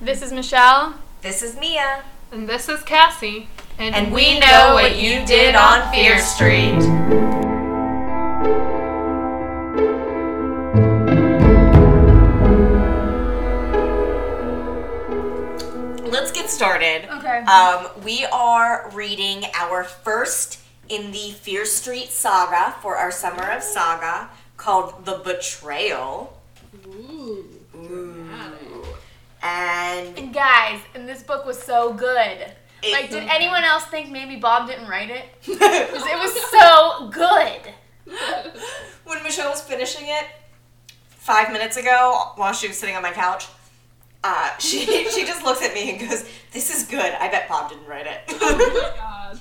This is Michelle. This is Mia, And this is Cassie. and we know what you did on Fear Street. Let's get started. Okay. Um, we are reading our first in the Fear Street saga for our Summer of Saga called The Betrayal. Ooh. And And guys, and this book was so good. It- like, did anyone else think maybe Bob didn't write it? 'Cause it was so good. when Michelle was finishing it five minutes ago while she was sitting on my couch, uh, she, she just looks at me and goes, This is good. I bet Bob didn't write it.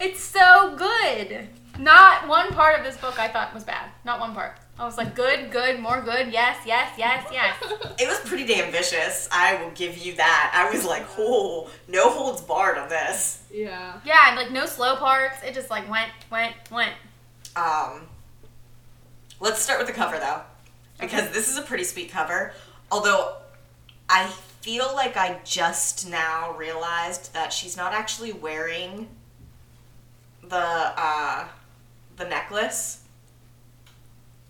It's so good. Not one part of this book I thought was bad. Not one part. I was like, good, good, more good. Yes, yes, yes, yes. it was pretty damn vicious. I will give you that. I was like, Oh, no holds barred on this. Yeah. Yeah, and like no slow parts. It just like went, went, went. Um, let's start with the cover though, because this is a pretty sweet cover. Although I feel like I just now realized that she's not actually wearing the uh, the necklace.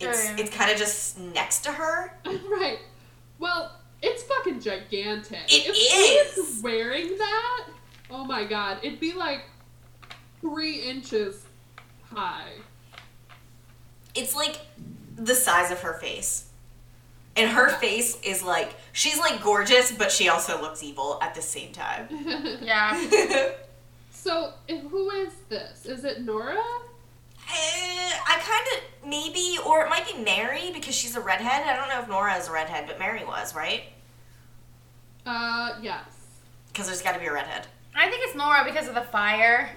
It's Oh, yeah. it's kind of just next to her. right. Well, it's fucking gigantic. It if is. she was wearing that, oh my god, it'd be like three inches high. It's like the size of her face. And her face is like she's like gorgeous, but she also looks evil at the same time. Yeah. so, eh, who is this? Is it Nora? Uh, I kind of maybe, or it might be Mary because she's a redhead. I don't know if Nora is a redhead, but Mary was, right? Uh, yes. Because there's got to be a redhead. I think it's Nora because of the fire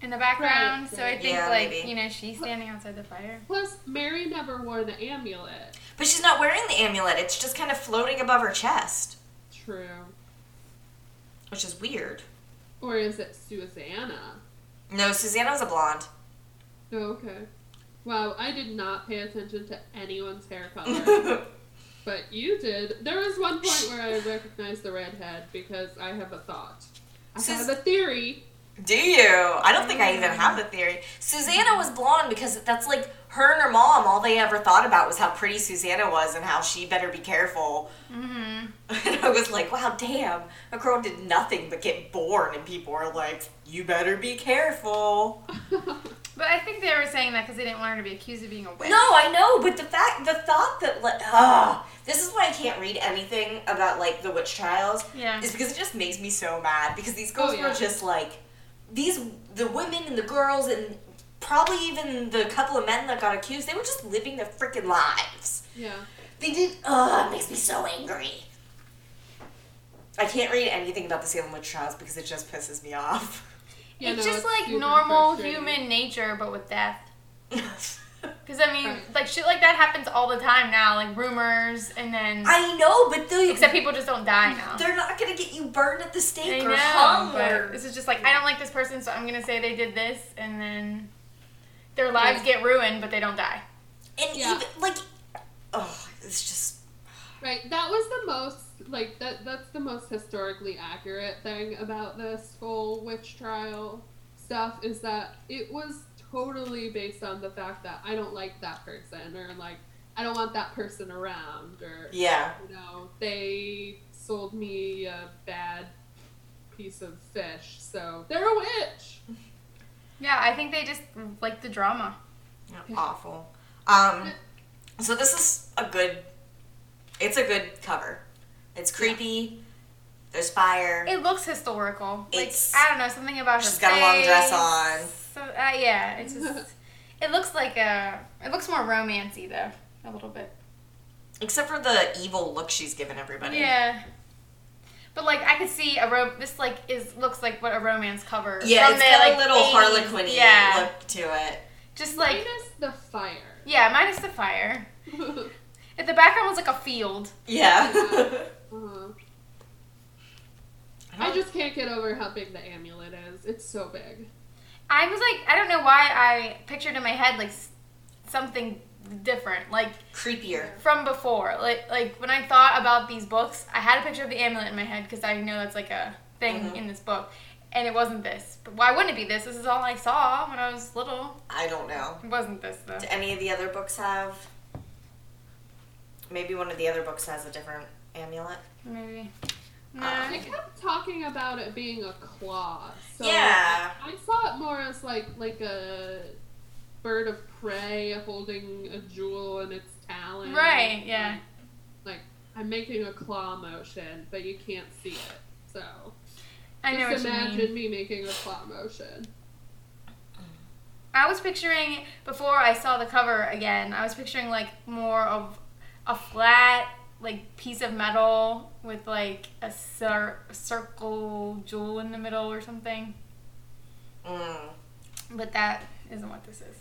in the background. Right. So I think Yeah, like maybe. you know she's standing outside the fire. Plus, Mary never wore the amulet. But she's not wearing the amulet. It's just kind of floating above her chest, True. which is weird. Or is it Susanna? No, Susanna was a blonde. Oh, okay. Wow, I did not pay attention to anyone's hair color. I But you did. There was one point where I recognized the redhead because I have a thought. I Sus- have a theory. Do you? I don't think I even have the theory. Susanna was blonde because that's like her and her mom. All they ever thought about was how pretty Susanna was and how she better be careful. Mm-hmm. And I was like, wow, damn. A girl did nothing but get born, and people are like, you better be careful. But I think they were saying that because they didn't want her to be accused of being a witch. No, I know, but the fact, the thought that, like, ah, this is why I can't read anything about, like, the witch trials, Yeah. is because it just makes me so mad. Because these girls Oh, yeah. were just like, these, the women and the girls, and probably even the couple of men that got accused, they were just living their freaking lives. Yeah. They did. Ugh, it makes me so angry. I can't read anything about the Salem witch trials because it just pisses me off. Yeah, it's no, just like super normal frustrating. human nature, but with death. I Because I mean, Right. like shit like that happens all the time now, like rumors, and then know, but they, except people just don't die now. they're not gonna get you burned at the I stake or know, hung. but Or, this is just like I don't like this person, so I'm gonna say they did this, and then their lives get ruined, but they don't die. and Yeah. even like, oh, it's just Right. That was the most like that that's the most historically accurate thing about this whole witch trial stuff is that it was totally based on the fact that I don't like that person or like I don't want that person around or yeah. you know, they sold me a bad piece of fish, so they're a witch. Yeah, I think they just like the drama. awful. Um, so this is a good. It's a good cover. It's creepy. There's fire. It looks historical. Like It's- I don't know something about her. She's got a long dress face. on. So uh, yeah, it's just it looks like a it looks more romancy though a little bit. Except for the evil look she's given everybody. Yeah. But like I could see a ro- this like is looks like what a romance cover. Yeah, from it's the, got like, a little 80s. harlequin Yeah, look to it. just like Minus the fire. yeah, minus the fire. uh-huh. If the background was like a field, Yeah. I just can't get over how big the amulet is. It's so big. I was like I don't know why I pictured in my head like s- something different. Like creepier. from before. Like like when I thought about these books, I had a picture of the amulet in my head because I know that's like a thing Mm-hmm. Mhm. in this book, and it wasn't this. But why wouldn't it be this? This is all I saw when I was little. I don't know. It wasn't this though. Do any of the other books have? Maybe one of the other books has a different amulet. Maybe. Uh, Nah. They kept talking about it being a claw. So Oh, Yeah. I saw it more as like like a bird of prey holding a jewel in its talon. Right, yeah. Like I'm making a claw motion, but you can't see it. So I know what just you mean. imagine me making a claw motion. I was picturing before I saw the cover again. I was picturing like more of a flat like piece of metal with like a cir- circle jewel in the middle or something. Mm. But that isn't what this is.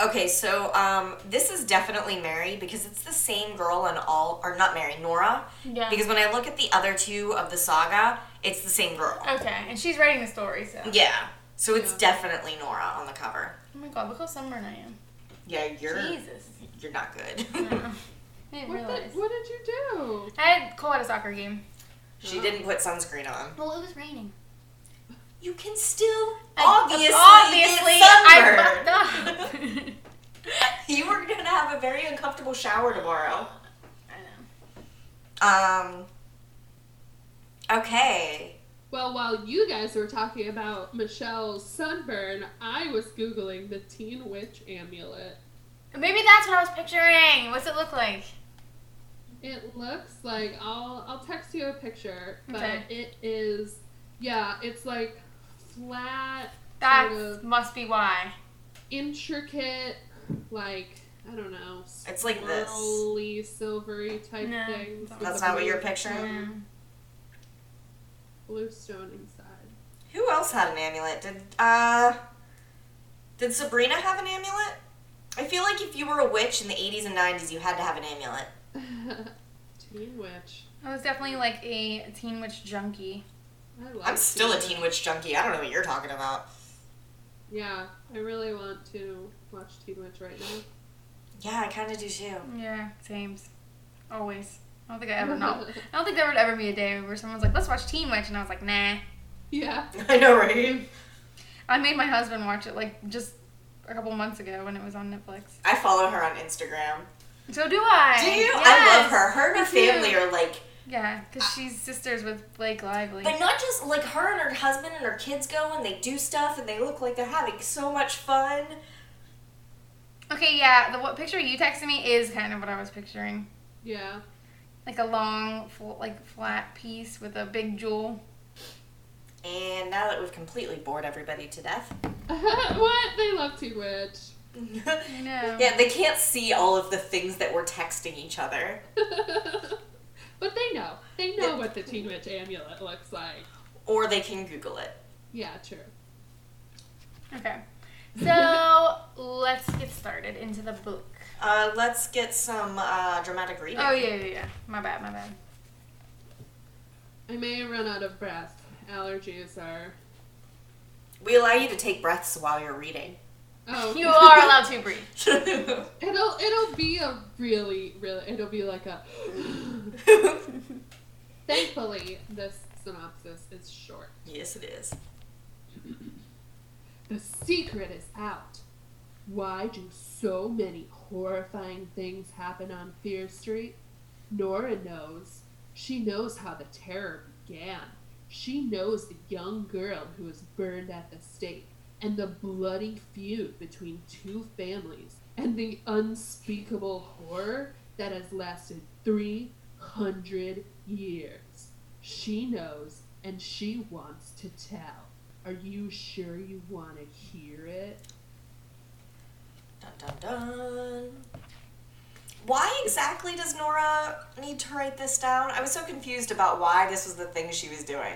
Okay, so um, this is definitely Mary because it's the same girl in all, or not Mary, Nora. Yeah. Because when I look at the other two of the saga, it's the same girl. okay, and she's writing the story, so. Oh. Yeah. So it's definitely Nora on the cover. Oh my god, look how sunburned I am. Yeah, you're Jesus. you're not good. I know. I didn't What, realize. the, what did you do? I had Cole at a soccer game. she didn't put sunscreen on. Well, it was raining. You can still I- obviously, obviously, get I sunburned. fucked up. you were gonna have a very uncomfortable shower tomorrow. I know. Um. Okay. Well, while you guys were talking about Michelle's sunburn, I was googling the Teen Witch amulet. Maybe that's what I was picturing. What's it look like? It looks like I'll I'll text you a picture, but Okay. it is yeah, it's like flat, That Sort of. must be why. intricate, like I don't know, It's like this. swirly, silvery type No, thing. that's with That's a not what you're blue- picturing. Blue stone inside. Who else had an amulet? Did uh Did Sabrina have an amulet? I feel like if you were a witch in the 80s and 90s, you had to have an amulet. Teen Witch. I was definitely like a Teen Witch junkie. I love I'm still a Witch. teen witch junkie. I don't know what you're talking about. Yeah, I really want to watch Teen Witch right now. Yeah, I kind of do too. Yeah, same. Always. I don't think I ever know. I don't think there would ever be a day where someone's like, let's watch Teen Witch. And I was like, nah. yeah. I know, right? I made my husband watch it like just a couple months ago when it was on Netflix. I follow her on Instagram. So do I. Do you? I Yes. love her. Her and her Me too. family are like, Yeah, because she's sisters with Blake Lively. but not just like her and her husband and her kids go and they do stuff and they look like they're having so much fun. Okay, yeah, the what picture you texted me is kind of what I was picturing, Yeah. like a long, fl- like flat piece with a big jewel. And now that we've completely bored everybody to death, what? They love Teen Witch. I know. yeah, they can't see all of the things that we're texting each other. but they know. They know Yeah. what the Teen Witch amulet looks like. or they can Google it. Yeah, true. Okay, so let's get started into the book. Uh, let's get some uh, dramatic reading. Oh yeah, yeah, yeah. My bad, my bad. I may run out of breath. Allergies are. We allow you to take breaths while you're reading. Oh, You are allowed to breathe. It'll it'll be a really really it'll be like a. Thankfully, this synopsis is short. yes, it is. The secret is out. Why do so many horrifying things happen on Fear Street? Nora knows. She knows how the terror began. She knows the young girl who was burned at the stake, and the bloody feud between two families, and the unspeakable horror that has lasted 300 years. She knows, and she wants to tell. Are you sure you want to hear it? Dun dun dun. Why exactly does Nora need to write this down? I was so confused about why this was the thing she was doing.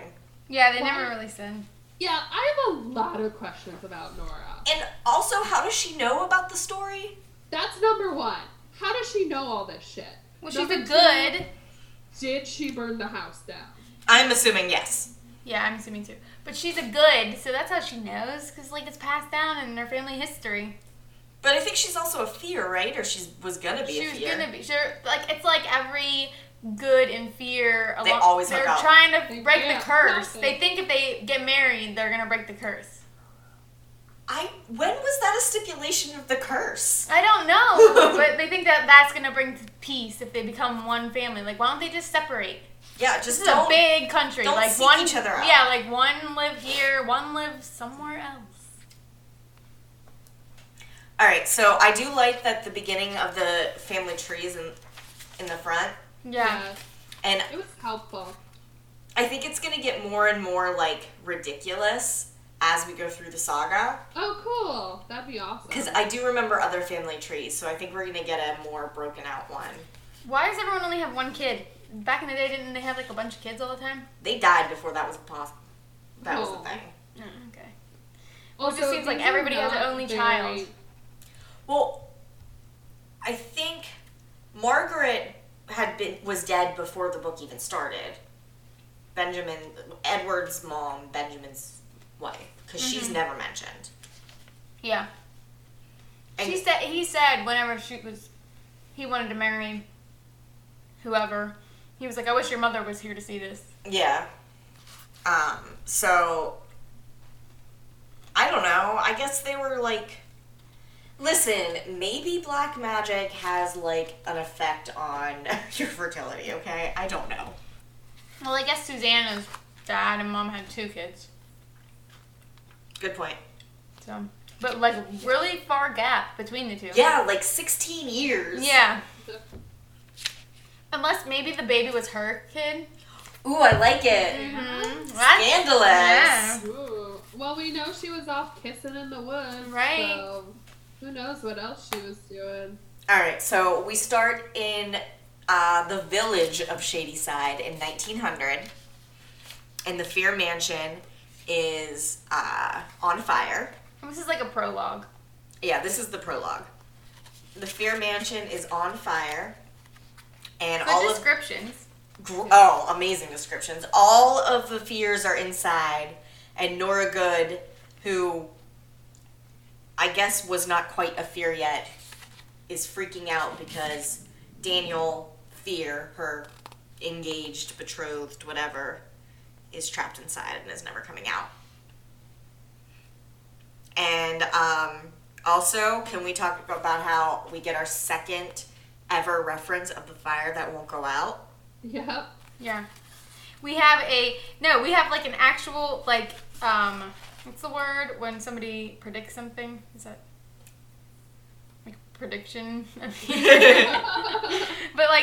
Yeah, they never really said. Yeah, I have a lot of questions about Nora. And also, how does she know about the story? That's number one. How does she know all this shit? Well, she's Number a two, good. Did she burn the house down? I'm assuming yes. Yeah, I'm assuming too. But she's a good, so that's how she knows, because like it's passed down in her family history. But I think she's also a fear, right? Or she was gonna be she a was fear. gonna be sure like it's like every good and fear They along- always hook they're up. trying to They break can't the curse stop it. they think if they get married they're gonna break the curse I when was that a stipulation of the curse? i don't know but they think that that's gonna bring peace if they become one family like why don't they just separate Yeah, this just is don't. a big country don't like seek one each other out. yeah like one live here one live somewhere else All right, so I do like that the beginning of the family trees in in the front, yeah, and It was helpful. I think it's gonna get more and more like ridiculous as we go through the saga. Oh, cool. That'd be awesome. Because I do remember other family trees, so I think we're gonna get a more broken out one. why does everyone only have one kid back in the day didn't they have like a bunch of kids all the time They died before that was possible. That was Oh. a thing. oh, okay also, it just seems like these are everybody has an not only very- child. Well, I think Margaret had been was dead before the book even started. Benjamin Edward's mom, Benjamin's wife, because she's never mentioned. yeah And She said he said whenever she was he wanted to marry whoever. He was like, I wish your mother was here to see this. yeah. Um. So I don't know. I guess they were like. Listen, maybe black magic has like an effect on your fertility, okay? I don't know. Well, I guess Susanna's dad and mom had two kids. Good point. So but like really far gap between the two. Yeah, like 16 years. Yeah. Unless maybe the baby was her kid. Ooh, I like it. Mm-hmm. Scandalous. Yeah. Ooh. Well, we know she was off kissing in the woods. Right. So who knows what else she was doing. All right, so we start in uh, the village of Shadyside in 1900, and the Fear Mansion is uh, on fire. This is like a prologue. Yeah, this is the prologue. The Fear Mansion is on fire, and Good all of descriptions. Gr- Oh, amazing descriptions. All of the fears are inside, and Nora Good, who I guess was not quite a fear yet, is freaking out because Daniel Fear, her engaged, betrothed, whatever, is trapped inside and is never coming out. And um, also, can we talk about how we get our second ever reference of the fire that won't go out? Yep. Yeah. We have a no, we have like an actual like um what's the word when somebody predicts something? Is that like prediction? but like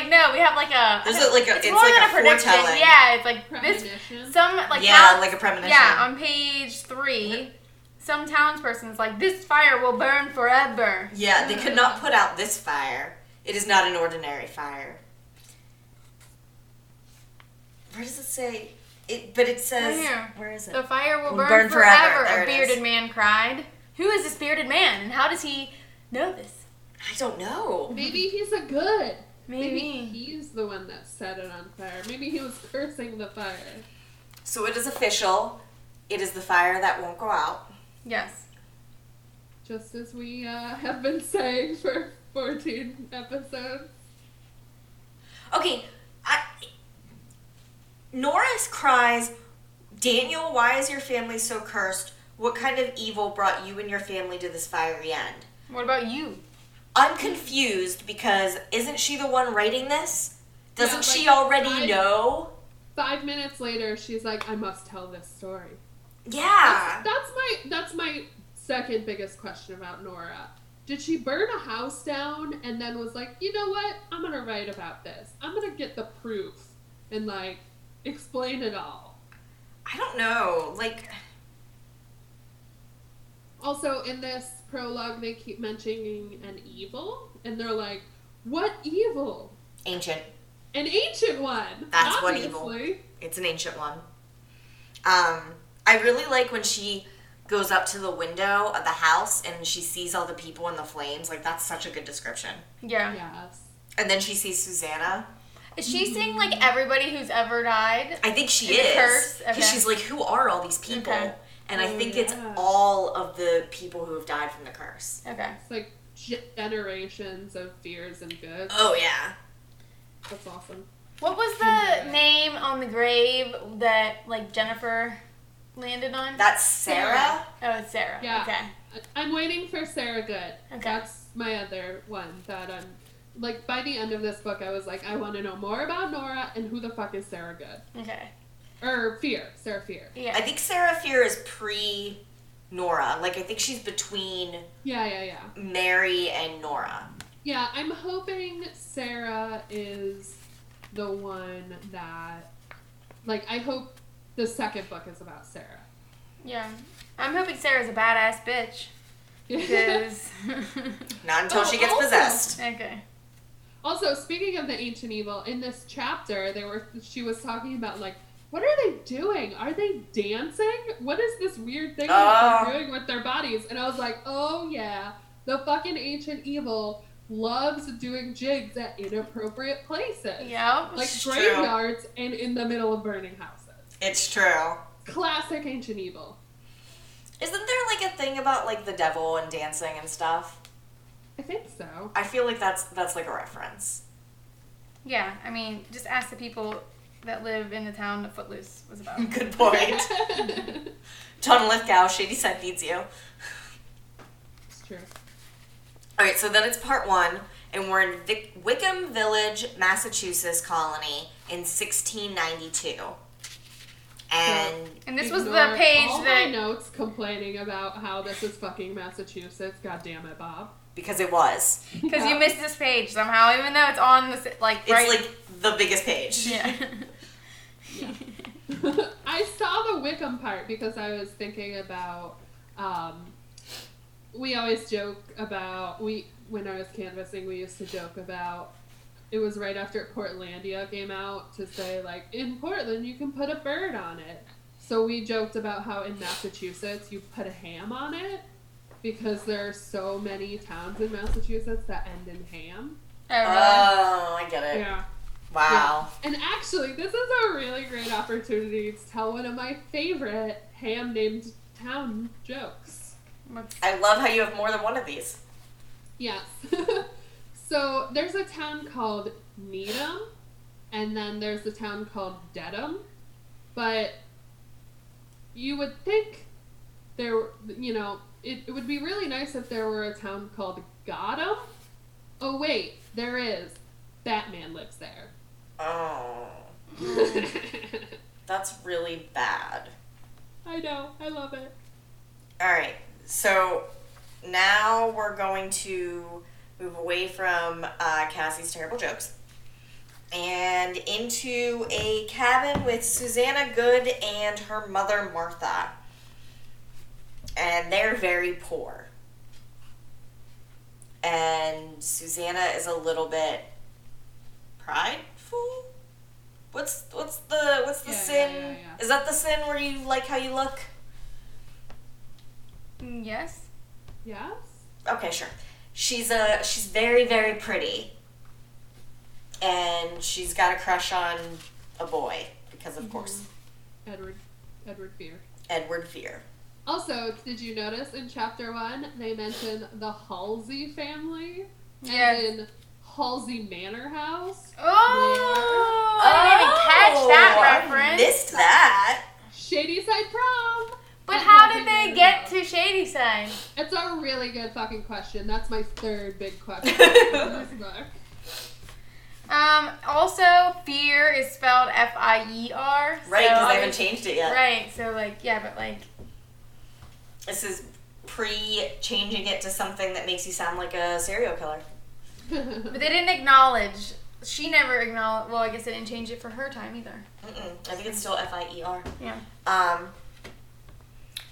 no, we have like a There's a- like a- it's like a foretelling. Yeah, it's like this Premonition. some like yeah, how- like a premonition. yeah, um, on page three, some townsperson's like this fire will burn forever. Yeah, they could not put out this fire. It is not an ordinary fire. Where does it say? It, but it says. here. Where is it? The fire will Will burn, burn forever. forever, There a it bearded is. man cried. Who is this bearded man, and how does he know this? I don't know. Maybe he's a good. Maybe. he's the one that set it on fire. Maybe he was cursing the fire. So it is official. It is the fire that won't go out. Yes. Just as we uh, have been saying for 14 episodes. Okay, I. Norris cries, Daniel, why is your family so cursed? What kind of evil brought you and your family to this fiery end? What about you? I'm confused because isn't she the one writing this? Doesn't Yeah, she like, already I- know? Five minutes later, she's like, I must tell this story. Yeah. That's my that's my second biggest question about Nora. Did she burn a house down and then was like, you know what? I'm gonna write about this. I'm gonna get the proof and like explain it all. I don't know. Like, Also, in this prologue, they keep mentioning an evil, and they're like, what evil? ancient. An ancient one. That's what obviously. evil. It's an ancient one. Um, I really like when she goes up to the window of the house and she sees all the people in the flames. Like, that's such a good description. Yeah. Yes. And then she sees Susanna. Is she seeing like everybody who's ever died? I think she Is it is. hers? Because Okay. she's like, who are all these people? Okay. And I Oh, think it's yeah. all of the people who have died from the curse. Okay. It's like generations of fears and goods. Oh yeah. That's awesome. What was the name on the grave that like Jennifer landed on? That's Sarah. Oh, it's Sarah. Yeah. Okay. I- I'm waiting for Sarah Good. Okay. That's my other one that I'm like by the end of this book I was like I want to know more about Nora and who the fuck is Sarah Good Okay. or Fear Sarah Fear. Yeah. I think Sarah Fear is pre Nora. Like I think she's between Yeah, yeah, yeah. Mary and Nora. Yeah, I'm hoping Sarah is the one that like I hope the second book is about Sarah. yeah. I'm hoping Sarah's a badass bitch. Because. Not until Oh, she gets also- possessed. okay. Also, speaking of the ancient evil, in this chapter, there were she was talking about like, what are they doing? Are they dancing? What is this weird thing that Ah. they're doing with their bodies? And I was like, oh yeah, the fucking ancient evil loves doing jigs at inappropriate places, Yep. like It's true. graveyards and in the middle of burning houses. It's true. Classic ancient evil. Isn't there like a thing about like the devil and dancing and stuff? I think so. I feel like that's that's like a reference. Yeah. I mean, just ask the people that live in the town of Footloose was about. Good point. John Lithgow, Shady Side needs you. it's true. All right, so then it's part one, and we're in Vic- Wickham Village, Massachusetts colony in 1692. And And this was Ignore the page all that. my notes complaining about how this is fucking Massachusetts. God damn it, Bob. because it was, Because Yeah. you missed this page somehow, even though it's on the s- like it's right. like the biggest page. yeah. I saw the Wickham part because I was thinking about. Um, we always joke about we when I was canvassing. We used to joke about it was right after Portlandia came out to say like in Portland you can put a bird on it. So we joked about how in Massachusetts you put a ham on it because there are so many towns in Massachusetts that end in ham. Oh, Oh, I get it. Yeah. Wow. And actually, this is a really great opportunity to tell one of my favorite ham named town jokes. really? I love how you have more than one of these. Yes. so there's a town called Needham, and then there's a town called Dedham. But you would think there, you know, it, it would be really nice if there were a town called Gotham. Oh, wait, there is. Batman lives Oh, there. that's really bad. I know. I love it. All right. So now we're going to move away from uh, Cassie's terrible jokes and into a cabin with Susanna Good and her mother Martha. And they're very poor. And Susanna is a little bit prideful. What's what's the what's the Yeah, yeah, sin? yeah, yeah. Is that the sin where you like how you look? Mm, Yes. Yes. okay, sure. She's a she's very very pretty, and she's got a crush on a boy because of Mm-hmm. course Edward. Edward Fear. Edward Fear. Also, did you notice in chapter one they mention the Halsey family Yes. in Halsey Manor House? Oh, I didn't even catch that Oh, I reference. missed that. Shady Side Prom. But At how Halsey did they Manor get House. to Shady Side? It's a really good fucking question. That's my third big question. in this book. Um. Also, fear is spelled F I E R. Right, so because I haven't obviously- changed it yet. Right. So like, yeah, but like, This is pre changing it to something that makes you sound like a serial killer. but they didn't acknowledge. She never acknowledged. Well, I guess they didn't change it for her time either. Mm-mm. I think it's still F I E R. Yeah. Um.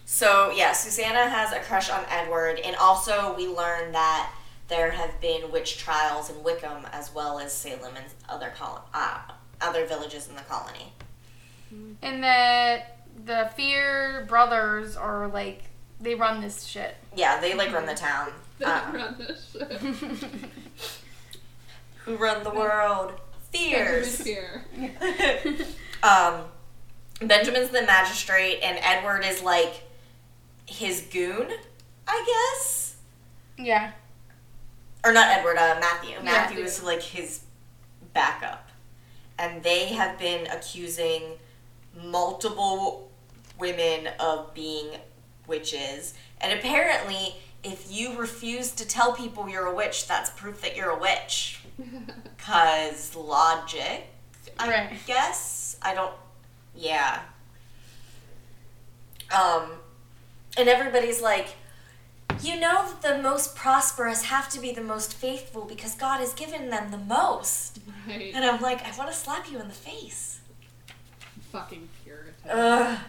So yeah, Susanna has a crush on Edward, and also we learn that there have been witch trials in Wickham as well as Salem and other col- uh, other villages in the colony. And that the fear brothers are like they run this shit. Yeah, they like run the town. They Uh, Um, run this shit. who Uh, run the world? Edward Fears. Fear. um, Benjamin's the magistrate, and Edward is like his goon, I guess. yeah. or not Edward, uh, Matthew. Yeah. Matthew is like his backup. And they have been accusing multiple women of being witches. And apparently, if you refuse to tell people you're a witch, that's proof that you're a witch. Because logic, I Right. guess. I don't. Yeah. Um, and everybody's like, you know that the most prosperous have to be the most faithful because God has given them the most. Right. And I'm like, I want to slap you in the face. Fucking Puritan. Uh, Ugh. Uh,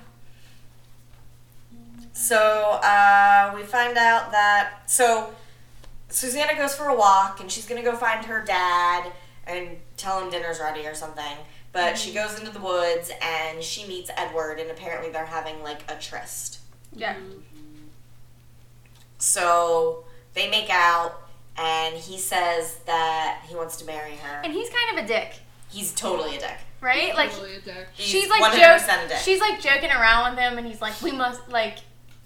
So uh, we find out that so Susanna goes for a walk and she's gonna go find her dad and tell him dinner's ready or something. But she goes into the woods and she meets Edward and apparently they're having like a tryst. Yeah. Mm. So they make out, and he says that he wants to marry her. And he's kind of a dick, He's totally a dick. right? Like Totally a dick. He's she's like 100% a dick. joking. She's like joking around with him, and he's like, "We must like."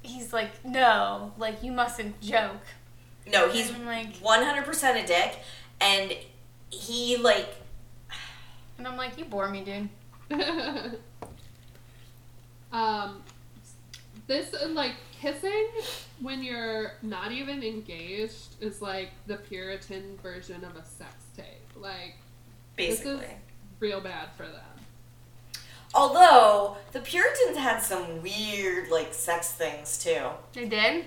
He's like, "No, like you mustn't joke." no, he's I'm like- one hundred percent a dick, and he like And I'm like, "You bore me, dude." um, this uh, like kissing when you're not even engaged is like the Puritan version of a sex tape. Like basically. this is real bad for them. Although the Puritans had some weird like sex things too. They did.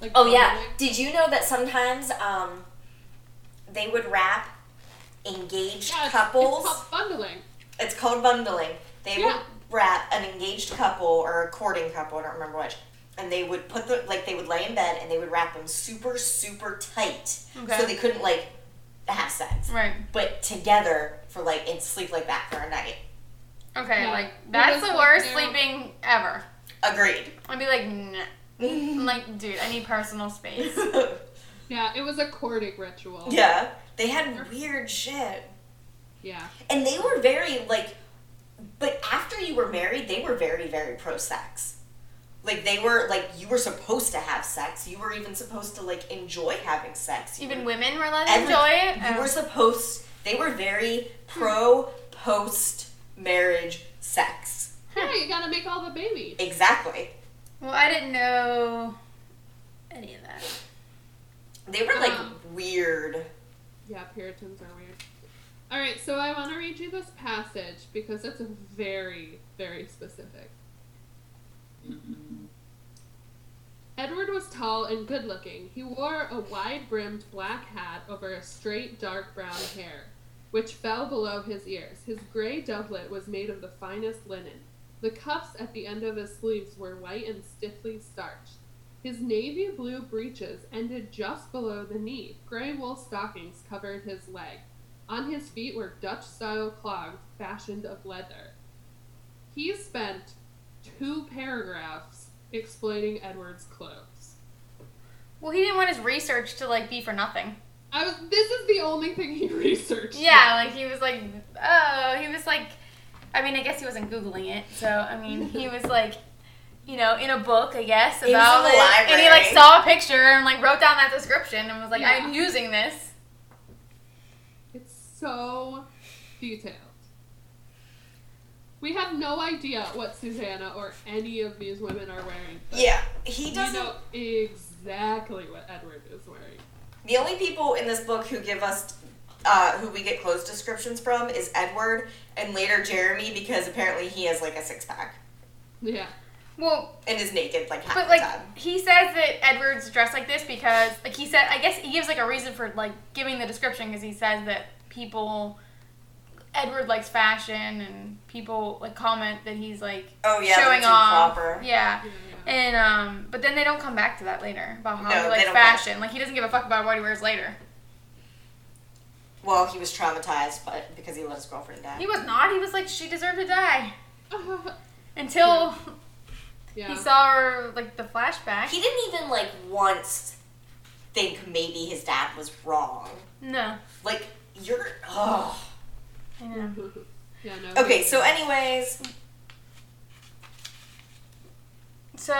Like Oh yeah, totally- did you know that sometimes um, they would wrap engaged Yeah, it's- couples? It's called bundling. It's called bundling. They Yeah. would wrap an engaged couple or a courting couple, I don't remember which, and they would put the like they would lay in bed and they would wrap them super super tight, Okay. so they couldn't like have sex, Right. but together for like and sleep like that for a night. Okay. Yeah. Like Well, that's that's the like worst now- sleeping ever. Agreed. I'd be like, nah. I'm like, dude, I need personal space. Yeah, it was a courting ritual. yeah, they had weird shit, Yeah. and they were very like, but after you were married, they were very very pro sex. Like they were like you were supposed to have sex. You were even supposed to like enjoy having sex. You were- Even women were let Every- enjoy it. You Oh. were supposed. They were very pro post marriage sex. Yeah, you gotta make all the babies. Exactly. Well, I didn't know any of that. They were like Um. weird. Yeah, Puritans are weird. All right, so I want to read you this passage because it's very, very specific. Edward was tall and good looking. He wore a wide brimmed black hat over a straight, dark brown hair, which fell below his ears. His gray doublet was made of the finest linen. The cuffs at the end of his sleeves were white and stiffly starched. His navy blue breeches ended just below the knee. Gray wool stockings covered his leg. On his feet were Dutch style clogs fashioned of leather. He spent two paragraphs explaining Edward's clothes. Well, he didn't want his research to like be for nothing. I was, this is the only thing he researched. Yeah, like he was like, oh, he was like, I mean, I guess he wasn't googling it, so I mean, he was like, you know, in a book, I guess, He was in about the it, and he like library. saw a picture and like wrote down that description and was like, Yeah. I'm using this. It's so detailed. We have no idea what Susanna or any of these women are wearing. but Yeah, he we doesn't. know exactly what Edward is wearing. the only people in this book who give us, uh, who we get clothes descriptions from, is Edward and later Jeremy because apparently he has like a six pack Yeah. Well, and is naked like half But the like time. he says that Edward's dressed like this because like he said I guess he gives like a reason for like giving the description because he says that people Edward likes fashion and people like comment that he's like Oh yeah, showing that's off. improper. Yeah. yeah, yeah. And um but then they don't come back to that later about how No, he they likes don't fashion. Like he doesn't give a fuck about what he wears later. Well, he was traumatized, but because he let his girlfriend die. He was not, he was like she deserved to die. Until Yeah. yeah. he saw her like the flashback. He didn't even like once think maybe his dad was wrong. no. Like you're oh. I know. yeah, no. Okay, so anyways, So,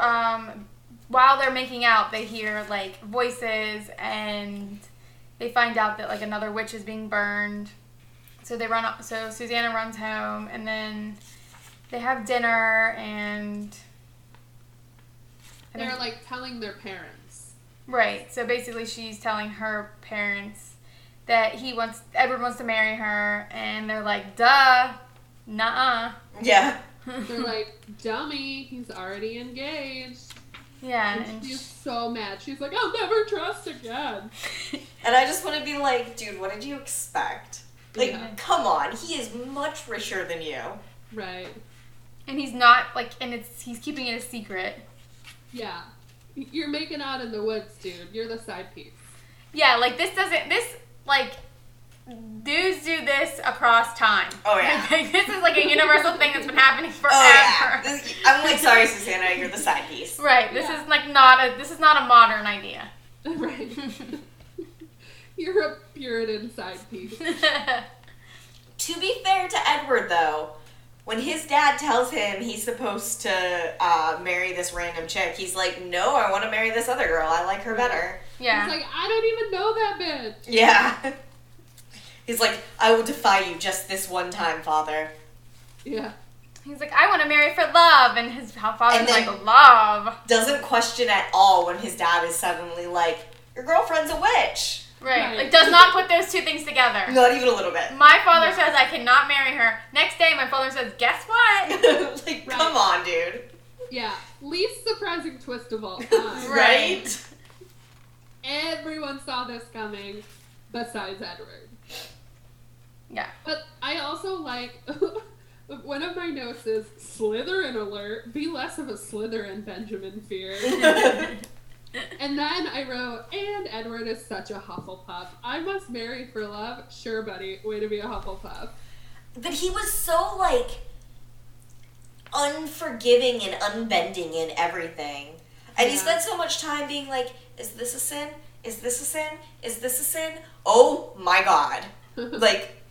um, while they're making out, they hear like voices and they find out that like another witch is being burned. So they run. So Susanna runs home, and then they have dinner, and I They're think- like telling their parents. right. So basically, she's telling her parents that he wants Edward wants to marry her, and they're like, "Duh, nah." Yeah. They're like, dummy, he's already engaged. yeah, And and she's so mad. She's like, I'll never trust again. she- And I just want to be like, dude, what did you expect? Like, Yeah. come on, he is much richer than you. Right. and he's not like, and it's he's keeping it a secret. Yeah. You're making out in the woods, dude. You're the side piece. Yeah, like this doesn't this like dudes do this across time. Oh, yeah. Like, this is like a universal thing that's been happening forever. Oh yeah, This- I'm like sorry, Susanna, you're the side piece. Right. This Yeah. is like not a this is not a modern idea. right. You're a Puritan side piece. To be fair to Edward, though, when his dad tells him he's supposed to uh, marry this random chick, he's like, "No, I want to marry this other girl. I like her better." yeah. He's like, I don't even know that bitch. Yeah. He's like, "I will defy you just this one time, father." Yeah. He's like, I want to marry for love, and his father's And then- like, love. Doesn't question at all when his dad is suddenly like, "Your girlfriend's a witch." Right. Right. Like does not put those two things together. Not even a little bit. My father No. says I cannot marry her. Next day, my father says, guess what? like, Right. come on, dude. Yeah. Least surprising twist of all time. Right. Everyone saw this coming besides Edward. Yeah. But I also like one of my notes is Slytherin alert. Be less of a Slytherin, Benjamin Fear. Right? and then I wrote, and Edward is such a Hufflepuff. I must marry for love. Sure, buddy. Way to be a Hufflepuff. But he was so like unforgiving and unbending in everything. And he Yeah. spent so much time being like, is this a sin? Is this a sin? Is this a sin? Oh my god. Like,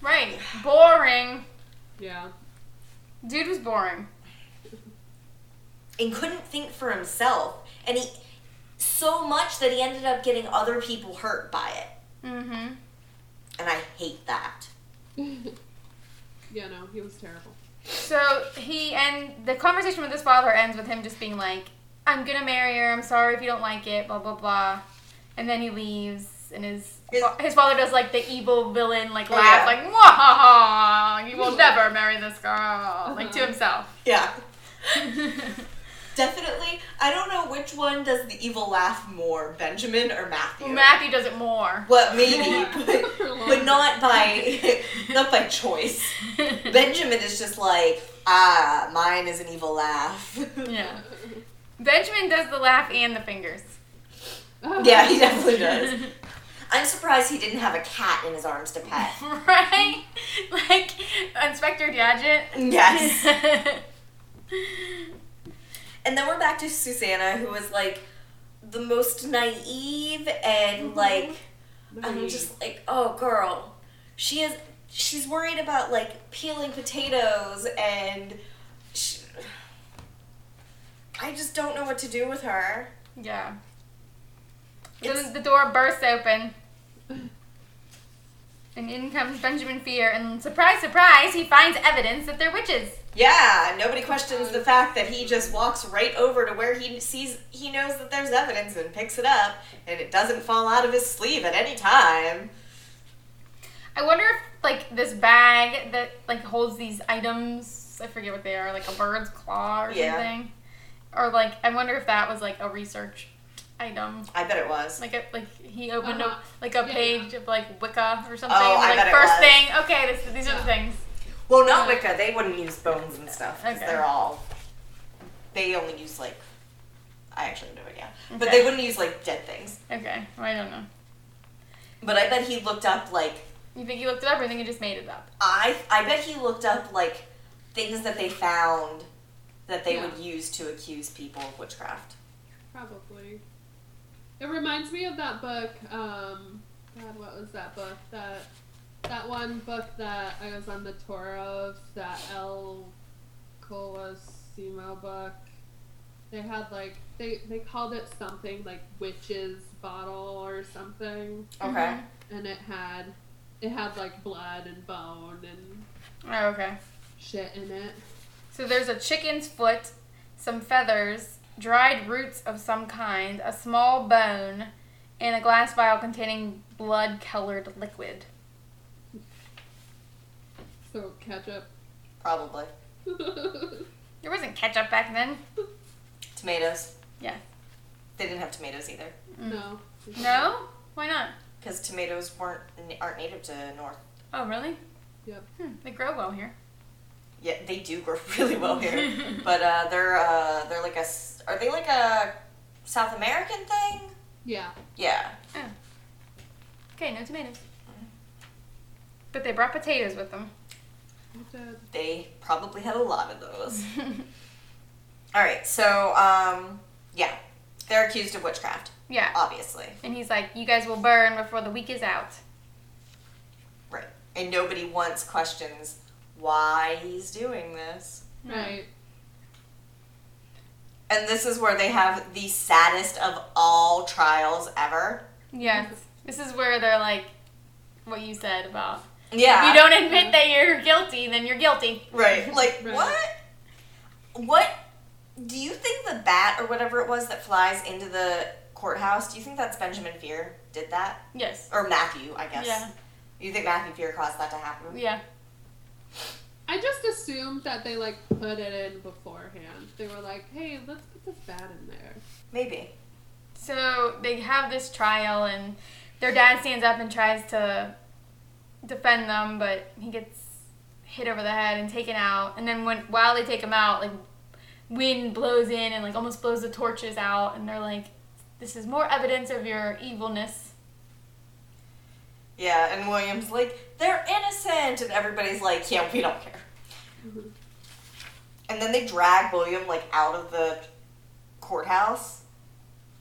Right. Boring. yeah. Dude was boring. and couldn't think for himself. And he so much that he ended up getting other people hurt by it. Mm-hmm. And I hate that. yeah, no, he was terrible. So he and the conversation with his father ends with him just being like, "I'm gonna marry her. I'm sorry if you don't like it." Blah blah blah, and then he leaves, and his His- his father does like the evil villain like Oh, laugh, yeah. like "Mwah, ha ha, you will Yeah. never marry this girl," like to Uh-huh. himself. Yeah. Definitely. I don't know which one does the evil laugh more, Benjamin or Matthew. Matthew does it more. Well, maybe, Yeah. but, but not by not by choice. Benjamin is just like, ah, mine is an evil laugh. yeah, Benjamin does the laugh and the fingers. yeah, he definitely does. I'm surprised he didn't have a cat in his arms to pet. right? Like Inspector Gadget. Yes. And then we're back to Susanna, who is like the most naive and Mhm. like I'm Nice. just like, oh girl, she is. She's worried about like peeling potatoes and. She, I just don't know what to do with her. yeah. It's- Then the door bursts open. And in comes Benjamin Fear, and surprise, surprise, he finds evidence that they're witches. Yeah, nobody questions the fact that he just walks right over to where he sees he knows that there's evidence and picks it up and it doesn't fall out of his sleeve at any time. I wonder if, like, this bag that, like, holds these items, I forget what they are, like a bird's claw or Yeah. something. Or, like, I wonder if that was, like, a research item. I bet it was. Like, a, like he opened Uh-huh. up like a Yeah, page of, like, Wicca or something. Oh, and, I like, bet it first was. thing, okay, this, these are the things. Well, not Wicca. They wouldn't use bones and stuff because Okay. they're all. They only use like. I actually have no idea, but Okay. they wouldn't use like dead things. Okay, well, I don't know. But I bet he looked up like You think he looked it up or you think he just made it up? I. I bet he looked up like things that they found that they Yeah. would use to accuse people of witchcraft. Probably. It reminds me of that book. Um, God, what was that book? That that one book that I was on the tour of. That El Colasimo book. They had like they they called it something like witch's bottle or something, Okay. and it had it had like blood and bone and Oh, okay. shit in it. So there's a chicken's foot, some feathers, dried roots of some kind, a small bone, and a glass vial containing blood colored liquid. So ketchup. Probably. There wasn't ketchup back then. Tomatoes. Yeah. They didn't have tomatoes either. no. No? Why not? Because tomatoes weren't aren't native to North. Oh, really? Yep. Hmm, they grow well here. Yeah, they do grow really well here. but uh, they're uh, they're like a s- are they like a South American thing? Yeah. Yeah. Okay, no tomatoes. But they brought potatoes with them. It did. They probably had a lot of those. All right. So um, yeah, they're accused of witchcraft, yeah. obviously. And he's like, you guys will burn before the week is out. Right. And nobody once questions why he's doing this. Right. And this is where they have the saddest of all trials ever. Yeah. This is where they're like, what you said about Yeah. if you don't admit that you're guilty, then you're guilty. Right. Like Right. what? What do you think the bat or whatever it was that flies into the courthouse? Do you think that's Benjamin Fear did that Yes. or Matthew? I guess. Yeah. You think Matthew Fear caused that to happen? Yeah. I just assumed that they like put it in beforehand. They were like, "Hey, let's put this bat in there." Maybe. So they have this trial, and their dad stands up and tries to defend them, but he gets hit over the head and taken out. And then when while they take him out, like wind blows in and like almost blows the torches out, and they're like, "This is more evidence of your evilness." Yeah. And William's like, they're innocent, and everybody's like, yeah, we don't care. Mhm. And then they drag William like out of the courthouse.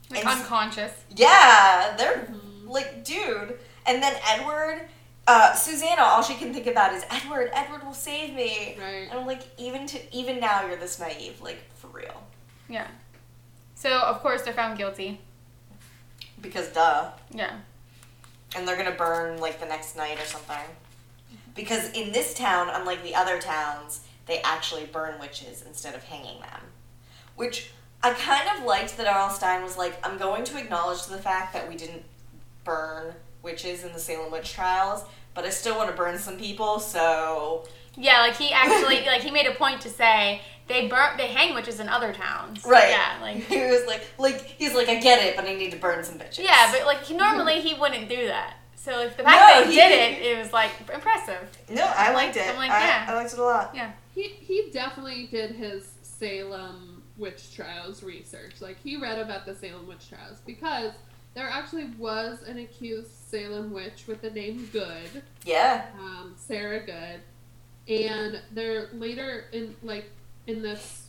Like And- unconscious. Yeah, they're Mhm. like, dude. And then Edward, uh, Susanna, all she can think about is Edward. Edward will save me. Right. And I'm like, even to even now, you're this naive, like for real. Yeah. So of course they're found guilty. Because duh. Yeah. And they're gonna burn like the next night or something. Because in this town, unlike the other towns, they actually burn witches instead of hanging them. Which I kind of liked that R.L. Stein was like, I'm going to acknowledge the fact that we didn't burn witches in the Salem witch trials, but I still want to burn some people, so Yeah, like he actually like he made a point to say they burn they hang witches in other towns. Right. Yeah, like he was like, like he's like, I get it, but I need to burn some bitches. Yeah, but like he- normally he wouldn't do that. So like the fact No, that he he- did it, it was like impressive. no, I liked it. I'm like, I, yeah. I liked it a lot. He he definitely did his Salem witch trials research. Like he read about the Salem witch trials because there actually was an accused Salem witch with the name Good, Yeah, um, Sarah Good, and there later in like in this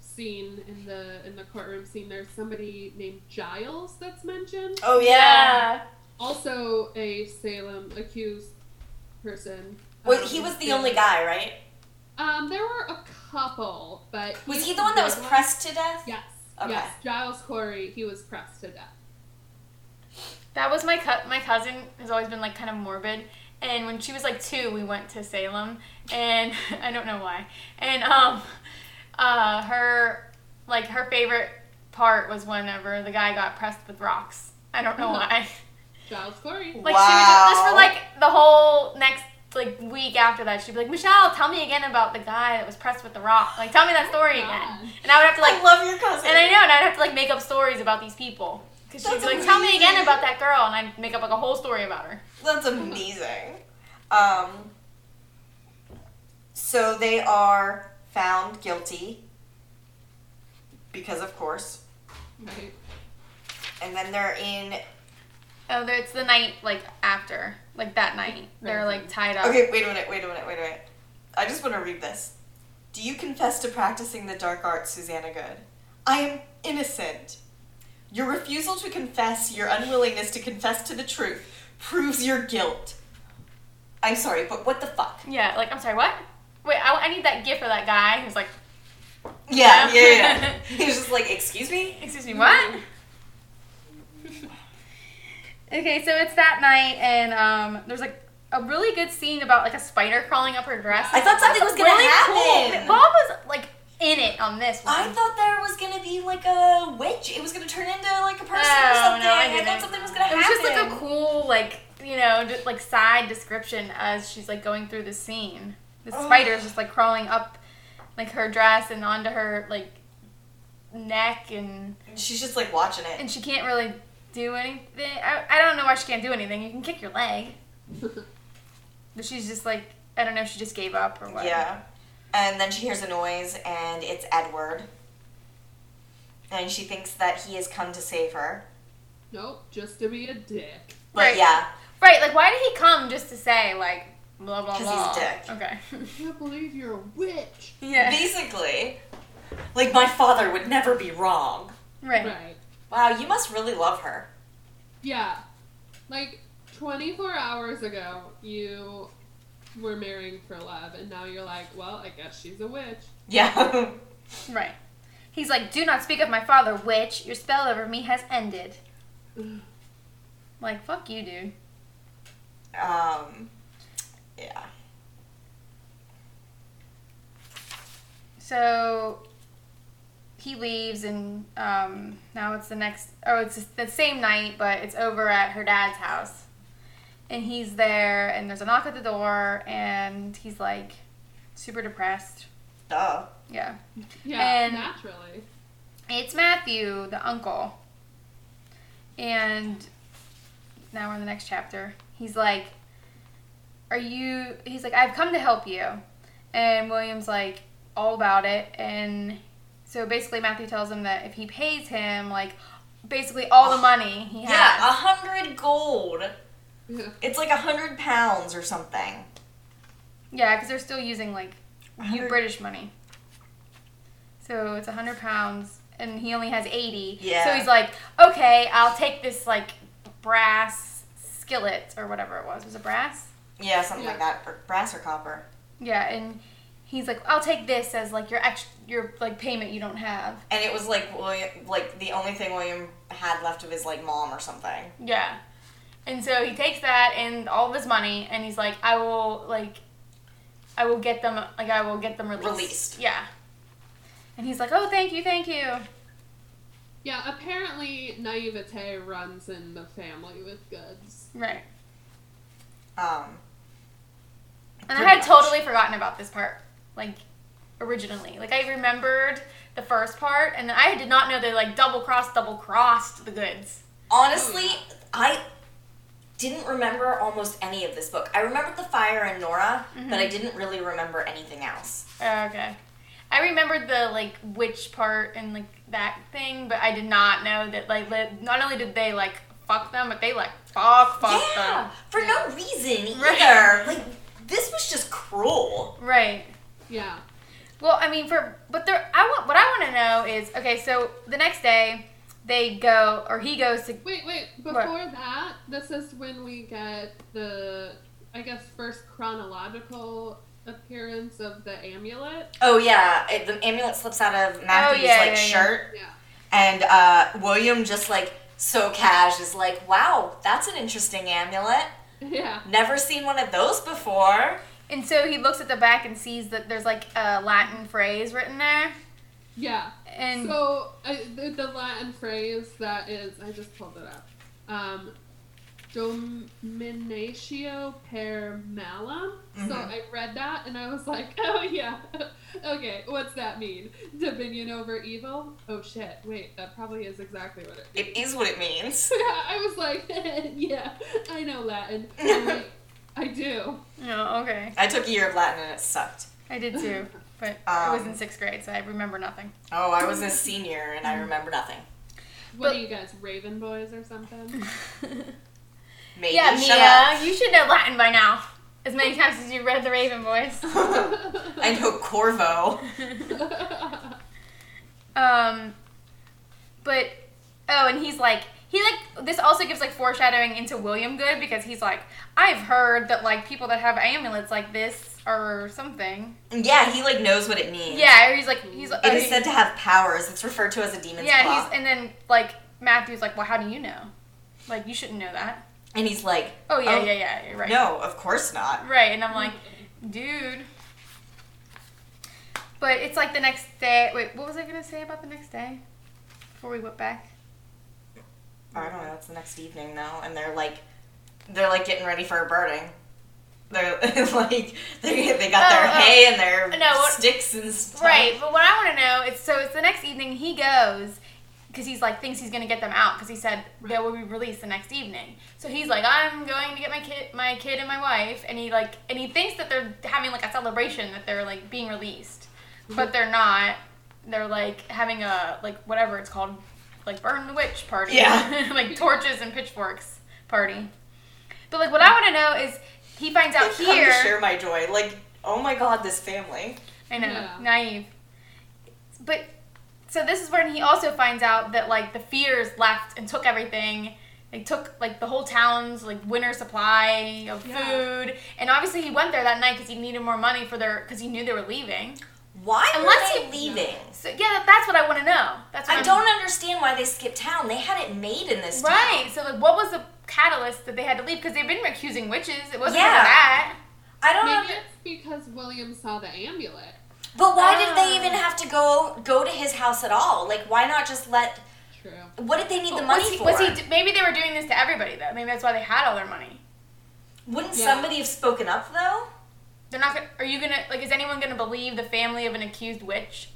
scene in the in the courtroom scene, there's somebody named Giles that's mentioned, oh yeah. also a Salem accused person. Well, Um, he was the yeah. only guy, right? Um, there were a couple, but Was he's he the one that was big pressed to death? Yes. Okay. Yes. Giles Corey. He was pressed to death. That was my cu- my cousin has always been like kind of morbid. And when she was like two, we went to Salem, and I don't know why. And um, uh, her like her favorite part was whenever the guy got pressed with rocks. I don't know why. Giles Oh. Corey. Like she would just for like the whole next like week after that, she'd be like, Michelle, tell me again about the guy that was pressed with the rock. Like tell me that story again. And I would have to I like love your cousin. and I know, and I'd have to like make up stories about these people. Cause she'd be That's like, tell me again amazing. about that girl, and I'd make up like a whole story about her. That's amazing. Um, so they are found guilty because, of course, Right. and then they're in. Oh, there- it's the night like after, like that night. They're like tied up. Okay, wait a minute, wait a minute, wait a minute. I just want to read this. Do you confess to practicing the dark arts, Susanna Good? I am innocent. Your refusal to confess, your unwillingness to confess to the truth, proves your guilt. I'm sorry, but what the fuck? Yeah, like I'm sorry, what? Wait, I, I need that gift for that guy who's like, Yeah, Yeah. yeah, yeah. He was just like, "Excuse me." Excuse me, what? okay, so it's that night, and um, there's like a really good scene about like a spider crawling up her dress. I thought something was gonna Really cool. happen. Bob was like in it on this one. I thought there was gonna be like a witch. It was gonna turn into like a person or Oh, something. no, I I, didn't. thought something was gonna it happen. was just like a cool like you know just like side description as she's like going through the scene. The Ugh. spider's just like crawling up like her dress and onto her like neck and She's just like watching it. and she can't really do anything. I, I don't know why she can't do anything. You can kick your leg, but she's just like I don't know. She just gave up or what? Yeah. And then she hears a noise, and it's Edward. And she thinks that he has come to save her. Nope, just to be a dick. But Right. yeah, Right. Like why did he come just to say like blah blah 'Cause he's a blah? dick. Okay. I can't believe you're a witch. yeah. basically, like my father would never be wrong. right. Right. Wow, you must really love her. Yeah. Like 24 hours ago, you were marrying for love, and now you're like, well, I guess she's a witch. Yeah. Right. He's like, do not speak of my father, witch. Your spell over me has ended. Ugh. Like fuck you, dude. um. Yeah. So he leaves, and um, now it's the next. Oh, it's the same night, but it's over at her dad's house, and he's there, and there's a knock at the door, and he's like super depressed. Duh. Yeah, Yeah, And- naturally. it's Matthew, the uncle, and now we're in the next chapter. He's like, "Are you?" He's like, "I've come to help you," and William's like, "All about it." And so basically, Matthew tells him that if he pays him, like, basically all the money he has. Yeah, a hundred gold. Yeah. It's like a hundred pounds or something. Yeah, because they're still using like A new hundred- British money. So it's a hundred pounds, and he only has eighty. So Yeah. he's like, okay, I'll take this like brass skillet or whatever it was. Was it brass? Yeah, something Yeah. like that. Or brass or copper. Yeah, and he's like, I'll take this as like your ex, your like payment you don't have. And it was like William, like the only thing William had left of his like mom or something. Yeah. And so he takes that and all of his money, and he's like, I will like, I will get them like I will get them released. Released. Yeah. And he's like, oh, thank you, thank you. Yeah, apparently naivete runs in the family with goods. Right. Um, And Pretty I had much. totally forgotten about this part, like originally. Like I remembered the first part, and I did not know they like double crossed, double crossed the goods. Oh, honestly, I didn't remember almost any of this book. I remembered the fire and Nora, but Mm-hmm. I didn't really remember anything else. Oh, okay, I remembered the like witch part and like that thing, but I did not know that like li- not only did they like fuck them, but they like fuck fuck yeah, for no reason either. Right. Like this was just cruel. them. Right. Yeah. Well, I mean, for but there, I want what I want to know is okay. So the next day, they go or he goes to Wait, wait, before What? that, this is when we get the, I guess, first chronological appearance of the amulet. Oh yeah, it, the amulet slips out of Matthew's Oh, yeah, like yeah, yeah. shirt. Yeah. And uh, William just like so cash is like, wow, that's an interesting amulet. Yeah. Never seen one of those before. And so he looks at the back and sees that there's like a Latin phrase written there. Yeah. And So I, the, the Latin phrase that is, I just pulled it up. Um, Dominatio per malum. Mm-hmm. So Mhm. I read that and I was like, oh yeah, okay, what's that mean? Dominion over evil? Oh shit, wait, that probably is exactly what it It is what it means. Yeah, I was like, yeah, I know Latin. I'm like, I do. no, oh, okay. I took a year of Latin and it sucked. I did too. But I was in Um, sixth grade, so I remember nothing. oh, I was a senior and Mm-hmm. I remember nothing. What But- are you guys, Raven Boys or something? Maybe yeah, shut Mia, you should know Latin by now. As many times as you read the Raven Boys. up. I know Corvo. um, but oh, and he's like, he like this also gives like foreshadowing into William Good because he's like I've heard that like people that have amulets like this or something. Yeah, he like knows what it means. Yeah, or he's like he's It is said to have powers. It's referred to as a demon's yeah, claw. he's and then like Matthew's like, well, how do you know? Like you shouldn't know that. and he's like, Oh yeah, Oh, yeah, yeah. You're right. no, of course not. Right, and I'm like, dude. But it's like the next day. Wait, what was I gonna say about the next day? Before we went back. I don't know. It's the next evening now, and they're like, they're like getting ready for a burning. They're like, they they got their Oh, oh. hay and their No, what- sticks and stuff. Right, but what I want to know is so it's the next evening he goes because he's like thinks he's gonna get them out because he said they will be released the next evening. So he's like, I'm going to get my kid, my kid and my wife, and he like and he thinks that they're having like a celebration that they're like being released, but they're not. They're like having a like whatever it's called, like burn the witch party. Yeah. like torches and pitchforks party. But like what I want to know is he finds out Come to here. share my joy. Like, oh my god, this family. I know, Yeah. naive. But so this is when he also finds out that like the fears left and took everything. They took like the whole town's like winter supply of Yeah. food, and obviously he went there that night because he needed more money for their because he knew they were leaving. Why Unless were you- they leaving? So yeah, that, that's what I want to know. That's what I I'm- don't understand why they skipped town. They had it made in this town. right. So like, what was the catalyst that they had to leave? Because they've been accusing witches. It wasn't Yeah. for that. I don't. Maybe under- it's because William saw the amulet. but why did Ah. they even have to go go to his house at all? Like, why not just let? True. What did they need the But money was he, for? was he? d- Maybe they were doing this to everybody though. Maybe that's why they had all their money. Wouldn't Yeah. somebody have spoken up though? They're not gonna. Are you gonna like? Is anyone gonna believe the family of an accused witch?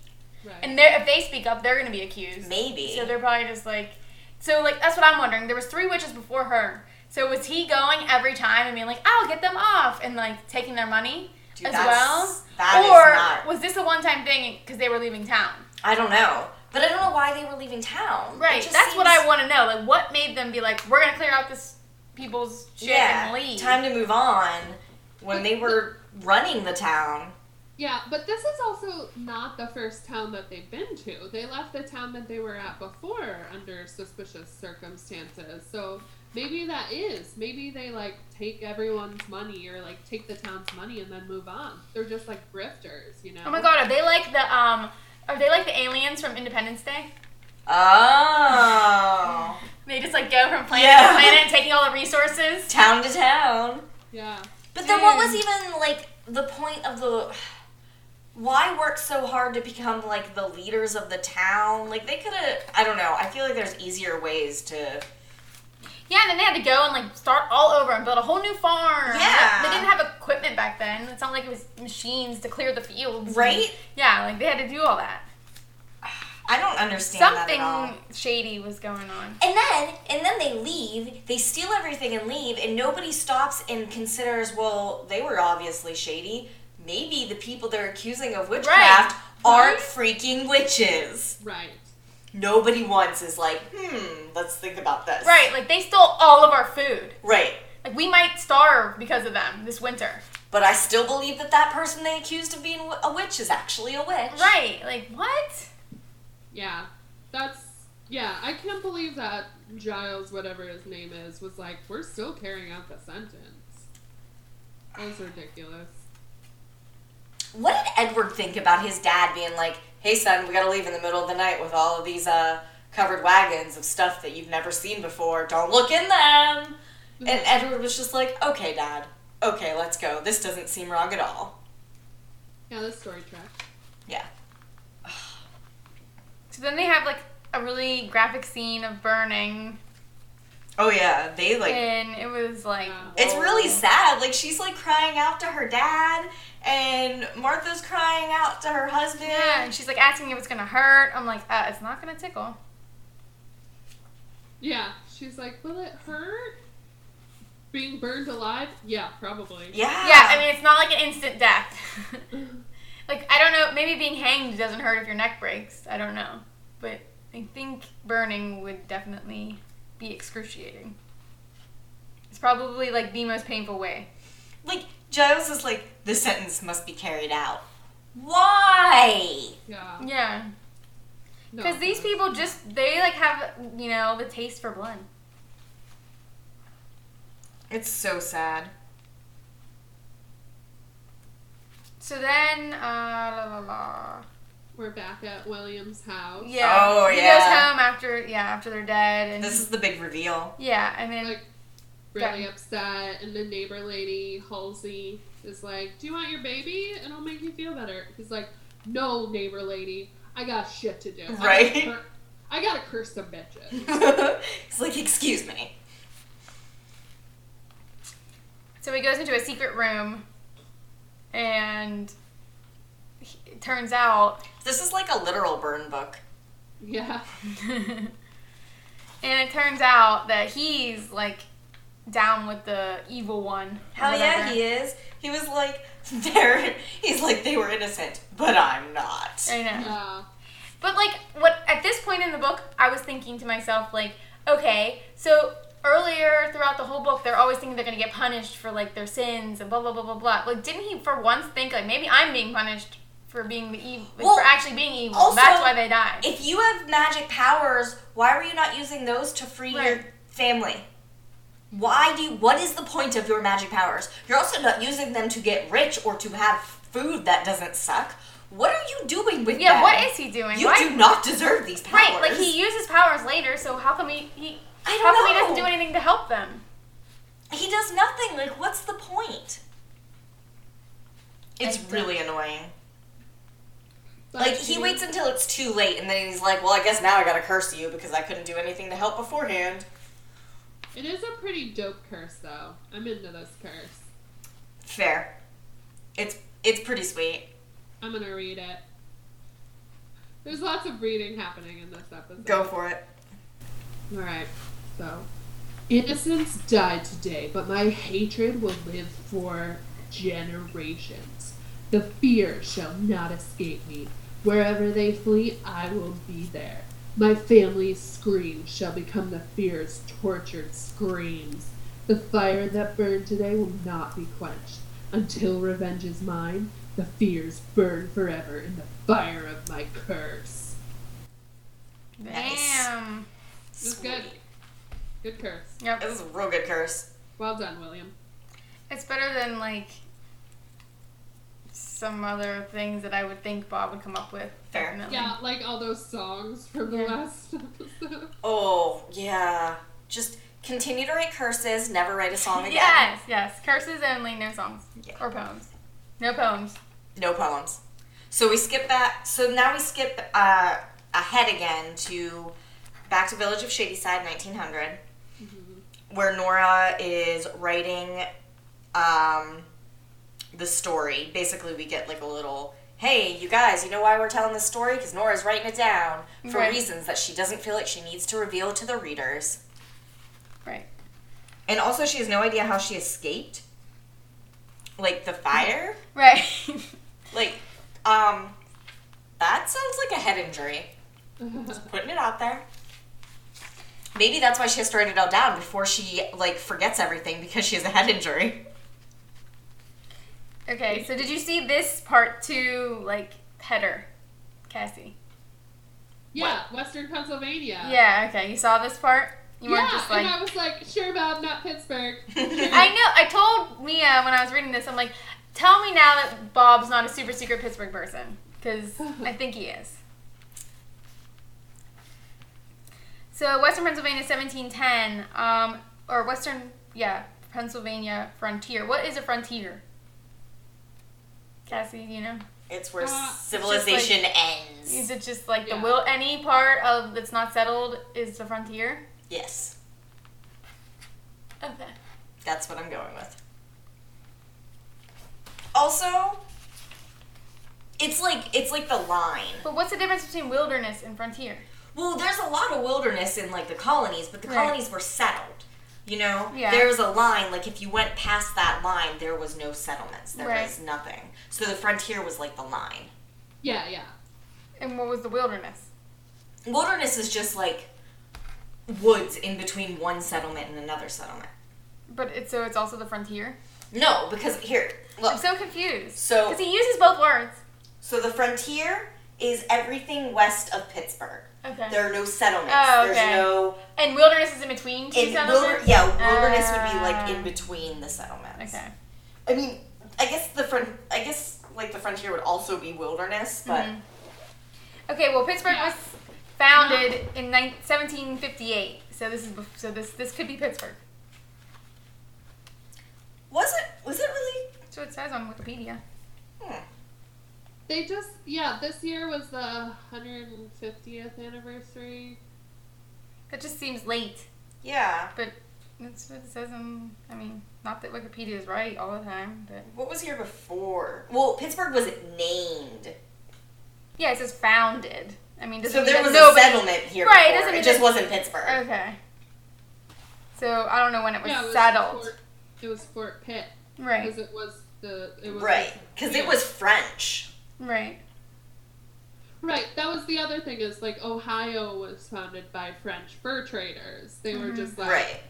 Right. And they are if they speak up, they're gonna be accused. Maybe. So they're probably just like. So like that's what I'm wondering. There was three witches before her. So was he going every time and being like, "I'll get them off," and like taking their money Dude, as that's- well? that is or not- was this a one-time thing because they were leaving town? I don't know. But I don't know why they were leaving town. It Right. just That's what I seems- want to know. Like, what made them be like, "We're gonna clear out this people's shit Yeah. and leave"? Time to move on. When they were running the town. Yeah, but this is also not the first town that they've been to. They left the town that they were at before under suspicious circumstances. So maybe that is. Maybe they like take everyone's money or like take the town's money and then move on. They're just like grifters, you know? oh my god, are they like the um? Are they like the aliens from Independence Day? Oh. They just like go from planet Yeah. to planet, taking all the resources. town to town. Yeah. But then what was even like the point of the why work so hard to become like the leaders of the town? Like they could have I don't know. I feel like there's easier ways to Yeah, and then they had to go and like start all over and build a whole new farm. Yeah. They didn't have equipment back then. It's not like it was machines to clear the fields. Right? Yeah, like they had to do all that. I don't understand that at all. Something shady was going on. And then, and then they leave. They steal everything and leave, and nobody stops and considers. Well, they were obviously shady. Maybe the people they're accusing of witchcraft aren't Right. freaking witches. Right. Nobody once is like, hmm, let's think about this. Right, like they stole all of our food. Right. Like we might starve because of them this winter. But I still believe that that person they accused of being wi- a witch is actually a witch. Right, like what? Yeah. That's yeah, I can't believe that Giles, whatever his name is, was like, We're still carrying out the sentence. That was ridiculous. What did Edward think about his dad being like, "Hey, son, we gotta leave in the middle of the night with all of these uh, covered wagons of stuff that you've never seen before. Don't look in them." And Edward was just like, "Okay, dad. Okay, let's go. This doesn't seem wrong at all." Yeah, this story track. Yeah. So then they have like a really graphic scene of burning, Oh yeah, they Oh. and it was like Wow. It's really whoa. sad. Like she's like crying out to her dad, and Martha's crying out to her husband. Yeah, and she's like asking if it's gonna hurt. I'm like, uh, it's not gonna tickle. Yeah, she's like, will it hurt? Being burned alive? Yeah, probably. Yeah. Yeah, I mean, it's not like an instant death. like, I don't know, maybe being hanged doesn't hurt if your neck breaks. I don't know. But I think burning would definitely be excruciating. It's probably like the most painful way. like Giles is like, "The sentence must be carried out." Why? Yeah. Yeah. No, Because these people just they like have you know the taste for blood. It's so sad. So then, uh, la la la. we're back at William's house. Yeah. Oh, he yeah. goes home after yeah after they're dead and This is the big reveal. yeah and then Like really upset, and the neighbor lady Halsey is like, "Do you want your baby? And I'll make you feel better." He's like, "No, neighbor lady, I got shit to do. I gotta Right? cur- I gotta curse some bitches." He's like, excuse me. so he goes into a secret room, and he, it turns out, This is like a literal burn book. Yeah. and it turns out that he's like down with the evil one. or Hell yeah, whatever. he is. He was like, they're, he's like, they were innocent, but I'm not. I know. Uh, But like what at this point in the book, I was thinking to myself like, okay, so earlier throughout the whole book, they're always thinking they're gonna get punished for like their sins and blah blah blah blah blah. Like, didn't he for once think like maybe I'm being punished for being the evil, Well, for actually being evil? also- That's why they died. If you have magic powers, why were you not using those to free your Right. family? Why do you, what is the point of your magic powers? You're also not using them to get rich or to have food that doesn't suck. What are you doing with yeah, them? what is he doing? You Why- do not deserve these powers. right, like he uses powers later, so how come he he I don't how come he know. doesn't do anything to help them? He does nothing. Like, what's the point? It's I don't- really annoying. but Like he waits until it's too late, and then he's like, "Well, I guess now I gotta curse you because I couldn't do anything to help beforehand." It is a pretty dope curse, though. I'm into this curse. Fair. It's it's pretty sweet. I'm gonna read it. There's lots of reading happening in this episode. Go for it. Alright, so. Innocents died today, but my hatred will live for generations. The fear shall not escape me. Wherever they flee, I will be there. My family's screams shall become the fear's tortured screams. The fire that burned today will not be quenched. Until revenge is mine, the fears burn forever in the fire of my curse. Nice. Damn. was Sweet. good. Good curse. Yep. This is a real good curse. Well done, William. It's better than like some other things that I would think Bob would come up with. Fair. Definitely. Yeah, like all those songs from the Yeah. last episode. Oh yeah. Just continue to write curses. Never write a song again. Yes, yes. Curses only, no songs Yeah. or poems. No poems. No poems. So we skip back. So now we skip uh, ahead again to back to Village of Shadyside, 1900, where Nora is writing um, the story. Basically, we get like a little. Hey, you guys, you know why we're telling this story? Because Nora's writing it down for Right. reasons that she doesn't feel like she needs to reveal to the readers. Right. And also, she has no idea how she escaped. Like the fire? Right. Like, um, that sounds like a head injury. Putting it out there. Maybe that's why she has to write it all down before she like forgets everything because she has a head injury. okay, so did you see this part two like header, Cassie? yeah, Western Pennsylvania. Yeah, okay. You saw this part? You yeah, weren't just like and I was like, sure, Bob, not Pittsburgh. I know I told Mia when I was reading this, I'm like, tell me now that Bob's not a super secret Pittsburgh person. Because I think he is. So Western Pennsylvania 1710, um, or Western, yeah, Pennsylvania frontier. What is a frontier? Cassie, you know? It's where Uh, it's just civilization Is ends. it just like Yeah. the will any part of that's not settled is the frontier? Yes, Okay. that's what I'm going with. Also, it's like it's like the line. But what's the difference between wilderness and frontier? Well, there's a lot of wilderness in like the colonies, but the Right. colonies were settled. You know, Yeah. there's a line. Like if you went past that line, there was no settlements. There Right. was nothing. So the frontier was like the line. yeah, yeah. And what was the wilderness? Wilderness is just like woods in between one settlement and another settlement. But it's so it's also the frontier. No, because here, I'm look. so confused. So- because he uses both words. So the frontier is everything west of Pittsburgh. Okay. There are no settlements. Oh, okay. There's no and wilderness is in between two in wilder, settlements. yeah, wilderness would be Ah. like in between the settlements. Okay. I mean, I guess the front I guess like the frontier would also be wilderness, but Mhm. Okay. Well, Pittsburgh was founded in nine- 1758, so this is bef- so this this could be Pittsburgh. was it was it really That's what it says on Wikipedia. hmm. They just yeah, this year was the 150th anniversary. That just seems late, Yeah. but that's what it says. On, I mean, not that Wikipedia is right all the time, but What was here before? Well, Pittsburgh was named. yeah, it says founded. I mean, doesn't So mean there that was nobody- a settlement here Right, it before. doesn't mean It just that- wasn't Pittsburgh. Okay. So I don't know when it was yeah, it was settled. Fort, it was Fort Pitt Right. because it was the it was Right, because it Yeah. was French. Right. Right. That was the other thing is like Ohio was founded by French fur traders. They were Mhm. just like Right.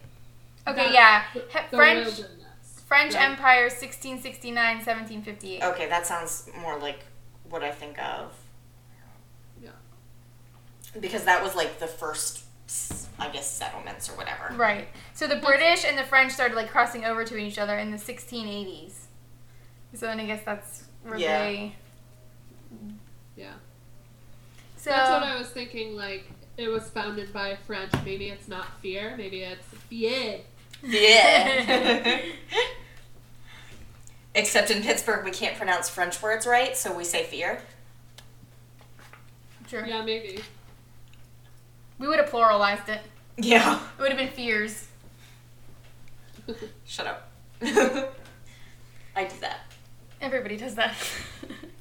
Okay, That's yeah. the- He- the French wilderness. French Yeah. Oh. Empire 1669 1758. Okay, that sounds more like what I think of. Yeah. Because that was like the first, s- I guess, settlements or whatever. Right. So the British and the French started like crossing over to each other in the 1680s. So then I guess that's where Yeah. they Yeah. So That's what I was thinking. Like it was founded by French. Maybe it's not fear. Maybe it's fier. Yeah. Except in Pittsburgh, we can't pronounce French words right, so we say fear. True. Yeah, maybe. We would have pluralized it. Yeah. It would have been fears. Shut up. I did that. Everybody does that.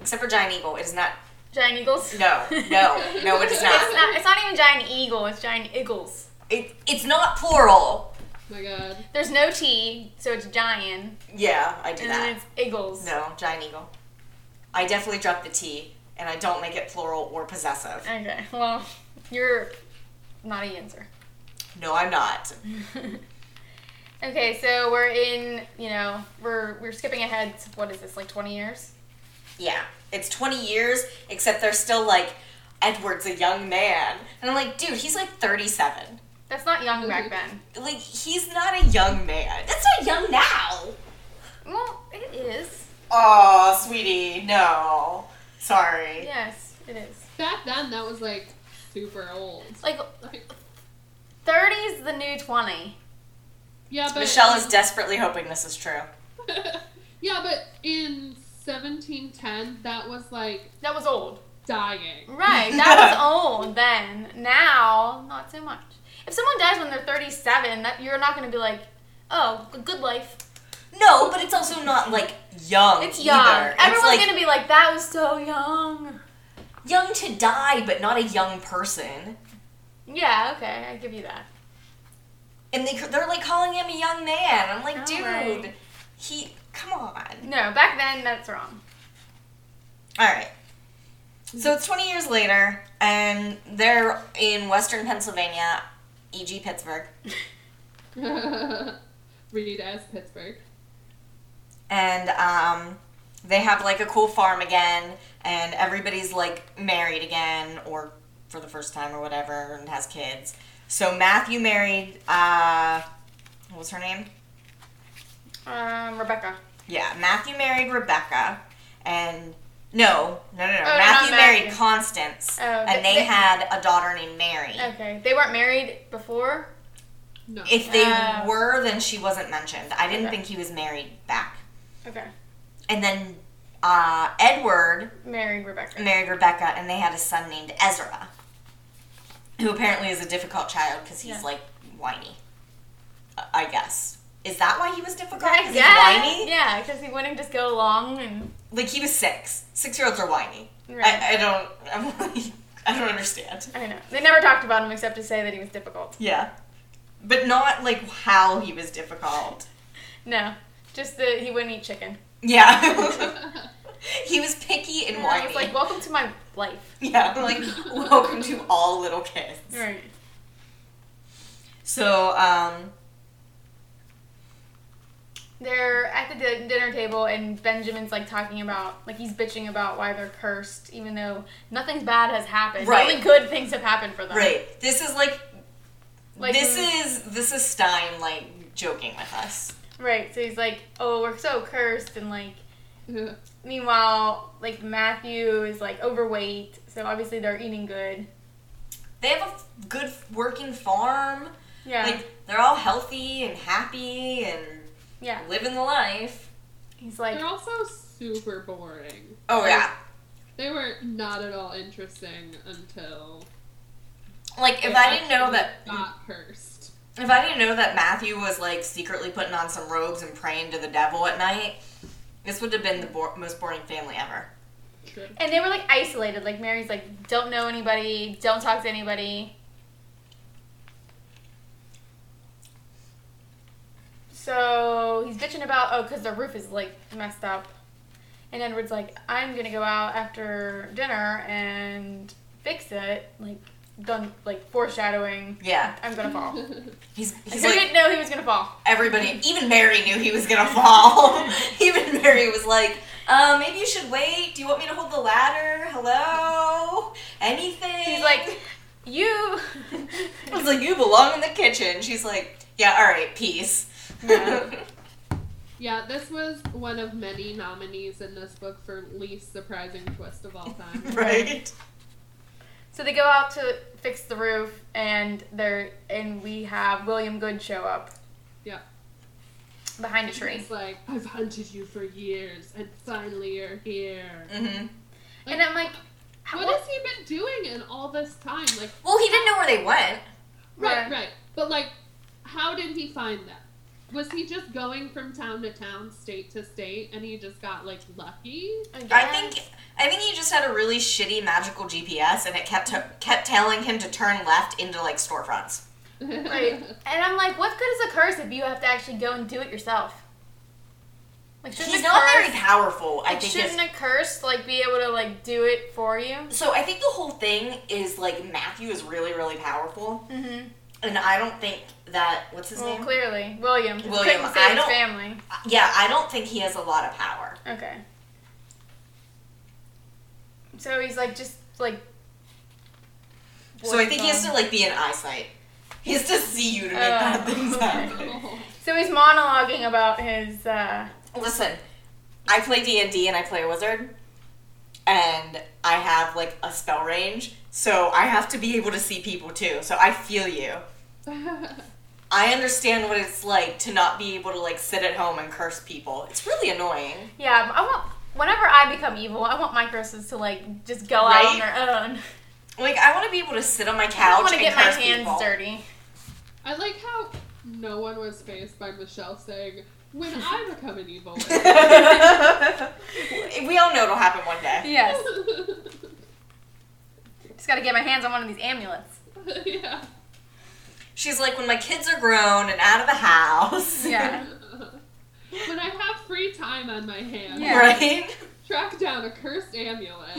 Except for Giant Eagle. It is not. giant eagles? No, no, no, it is It's not. not, it's not even giant eagle, it's giant eagles. It, it's not plural. my God. There's no T, so it's giant. Yeah, I did And that. then it's eagles. No, giant eagle. I definitely dropped the T, and I don't make it plural or possessive. Okay, well, you're not a answer. No, I'm not. okay, so we're in, you know, we're we're skipping ahead. to- What is this, like 20 years? Yeah, it's 20 years, except they're still like, Edward's a young man. And I'm like, dude, he's like 37. That's not young back then. Like, he's not a young man. That's not young now. Well, it is. Oh, sweetie, no. Sorry. Yes, it is. Back then, that was like super old. Like Like, 30 is the new 20. yeah, but Michelle is desperately hoping this is true. yeah, but in 1710, that was like That was old. dying. Right, that was old then. Now, not so much. If someone dies when they're 37, that you're not going to be like, oh, g- good life. No, but it's also not like young. Oh, It's young. Either. It's, Everyone's like, going to be like, that was so young. young to die, but not a young person. Yeah, okay, I give you that. And they they're like calling him a young man. I'm like, All dude, right. he come on. No, back then that's wrong. All right. So it's 20 years later, and they're in Western Pennsylvania, e.g. Pittsburgh, Read as Pittsburgh. and um, they have like a cool farm again, and everybody's like married again, or for the first time or whatever, and has kids. So Matthew married uh, what was her name? Um, Rebecca. Yeah, Matthew married Rebecca, and no, no, no, no. Oh, no, Matthew not married Matthew. Constance, Oh, and they- Oh, they, they- had a daughter named Mary. Okay, they weren't married before. No. If they Oh. were, then she wasn't mentioned. I didn't Okay. think he was married back. Okay, And then uh, Edward married Rebecca. married Rebecca, and they had a son named Ezra, who apparently is a difficult child because he's Yeah. like whiny. I- I guess. Is that why he was difficult? 'Cause he's yeah, whiny? yeah, because he wouldn't just go along and Like he was six. Six year olds are whiny. right. I, I don't. I'm like, I don't understand. I, know they never talked about him except to say that he was difficult. Yeah, but not like how he was difficult. No, just that he wouldn't eat chicken. Yeah, he was picky and And whiny. I was like, welcome to my life. yeah, like welcome to all little kids. Right. So, um, they're at the di- dinner table and Benjamin's like talking about like he's bitching about why they're cursed even though nothing bad has happened. Right. Only good things have happened for them. Right. This is like, Like this is this is Stein like joking with us. right. So he's like, "Oh, we're so cursed," and like Yeah. meanwhile, like Matthew is like overweight, so obviously they're eating good. They have a f- good working farm. Yeah. Like they're all healthy and happy and yeah. living the life. He's like, They're also super boring. Oh yeah. They were not at all interesting until Like if they I didn't know actually that Mm. got cursed. if I didn't know that Matthew was like secretly putting on some robes and praying to the devil at night, this would have been the bo- most boring family ever. True. and they were like isolated. Like Mary's like, "Don't know anybody. Don't talk to anybody." So he's bitching about oh, because the roof is like messed up, and Edward's like, "I'm gonna go out after dinner and fix it." Like, done like foreshadowing. Yeah. I'm gonna fall. He's he's Who like didn't know he was gonna fall? everybody, even Mary knew he was gonna fall. even Mary was like, uh, maybe you should wait. Do you want me to hold the ladder? Hello? Anything? He's like, you. He's like, you belong in the kitchen. She's like, yeah, all right, peace. Yeah. Yeah, this was one of many nominees in this book for least surprising twist of all time. right? so they go out to fix the roof, and they're and we have William Good show up yeah. behind a tree. He's like, I've hunted you for years, and finally you're here. Mm-hmm. And I'm like, how- What has he been doing in all this time? Like, Well, he didn't know where they went. right, Yeah. right. But like, how did he find that? Was he just going from town to town, state to state, and he just got like lucky? I think I think he just had a really shitty magical GPS, and it kept kept telling him to turn left into like storefronts. Right. And I'm like, what good is a curse if you have to actually go and do it yourself? Like, shouldn't He's a not very curse- powerful. I like, think. shouldn't is- a curse like be able to like do it for you? So I think the whole thing is like Matthew is really really powerful, Mm-hmm. and I don't think that what's his Well, name? clearly, William. 'cause he William, couldn't say I his don't- family. Yeah, I don't think he has a lot of power. Okay. So he's like just like. So I think he has to like be in eyesight. He has to see you to make Oh, bad things okay. happen. So he's monologuing about his. uh Listen, I play D and D and I play a wizard, and I have like a spell range, so I have to be able to see people too. So I feel you. Oh. I understand what it's like to not be able to like sit at home and curse people. It's really annoying. Yeah, I want. Whenever I become evil, I want my curses to like just go out on their own. Like I want to be able to sit on my I don't couch want to and get my curse hands people. dirty. I like how no one was faced by Michelle saying, "When I become an evil." we all know it'll happen one day. Yes, witch." just gotta get my hands on one of these amulets. yeah. She's like, when my kids are grown and out of the house. Yeah. When I have free time on my hands, Yeah. Right? track down a cursed amulet.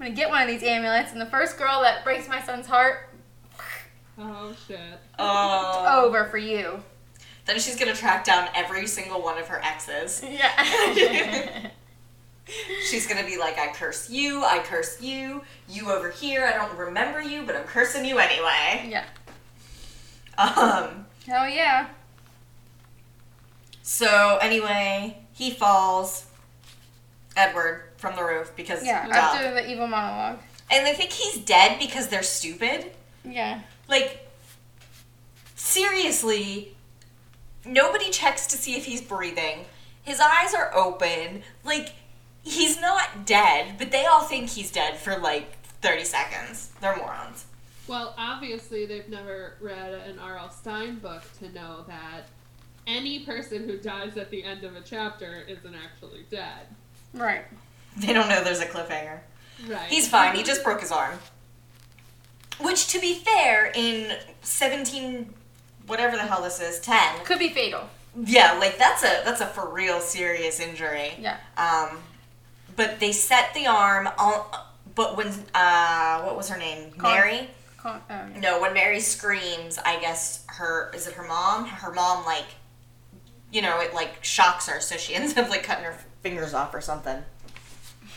I'm gonna get one of these amulets, and the first girl that breaks my son's heart, oh shit. Oh. over for you. Then she's gonna track down every single one of her exes. Yeah. She's gonna be like, I curse you, I curse you, you over here, I don't remember you, but I'm cursing you anyway. yeah. Um, Oh yeah. so anyway, he falls, Edward, from the roof because, Yeah. duh. After the evil monologue. And they think he's dead because they're stupid. Yeah. Like, seriously, nobody checks to see if he's breathing. His eyes are open. Like, he's not dead, but they all think he's dead for like 30 seconds. They're morons. Well, obviously, they've never read an R.L. Stein book to know that any person who dies at the end of a chapter isn't actually dead. Right. They don't know there's a cliffhanger. Right. He's fine. He just broke his arm. Which, to be fair, in 17, whatever the hell this is, 10. Could be fatal. Yeah, like that's a that's a for real serious injury. Yeah. Um, but they set the arm. All, but when uh, what was her name? Con- Mary. Con- oh, yeah. No, when Mary screams, I guess her is it her mom? Her mom like you know, it like shocks her, so she ends up like cutting her fingers off or something.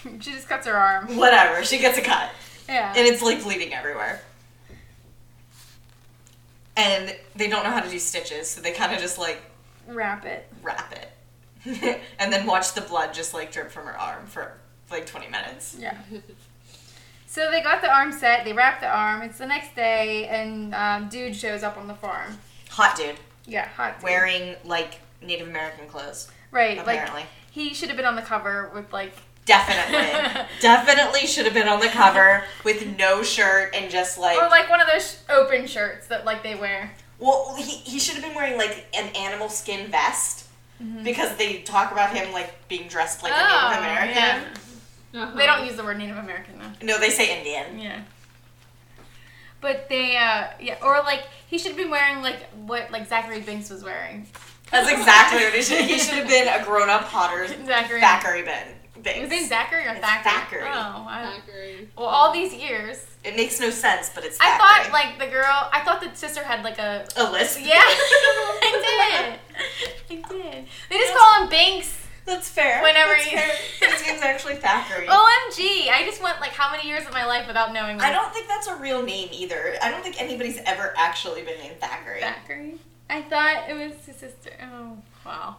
she just cuts her arm. Whatever, she gets a cut. Yeah. And it's like bleeding everywhere. And they don't know how to do stitches, so they kind of just like Wrap it. wrap it. and then watch the blood just like drip from her arm for like 20 minutes. Yeah. So they got the arm set. They wrapped the arm. It's the next day, and um, dude shows up on the farm. Hot dude, Yeah, hot. dude. wearing like Native American clothes, Right. apparently. Like he should have been on the cover with like. Definitely. Definitely should have been on the cover with no shirt and just like. Or like one of those sh- open shirts that like they wear. Well, he, he should have been wearing like an animal skin vest Mm-hmm. because they talk about him like being dressed like a Native American. Oh, yeah. Uh-huh. They don't use the word Native American though. No, they say Indian. Yeah. But they, uh, yeah, or like he should have been wearing like what like Zachary Binks was wearing. That's exactly what he should. He should have been a grown-up Potter Zachary. Thackeray Ben. It was Binks. named Zachary or It's Thackeray? Thackeray. Mm-hmm. Oh, I, Zachary. well, all these years, It makes no sense, but it's. I Thackeray. thought like the girl. I thought the sister had like a. a list. Yeah, I did. I did. They just call him Binks. that's fair. Whenever Oh, that's you- fair. his name's actually Thackeray. OMG! I just went like how many years of my life without knowing. I Like, don't think that's a real name either. I don't think anybody's ever actually been named Thackeray. Thackeray. I thought it was his sister. Oh wow.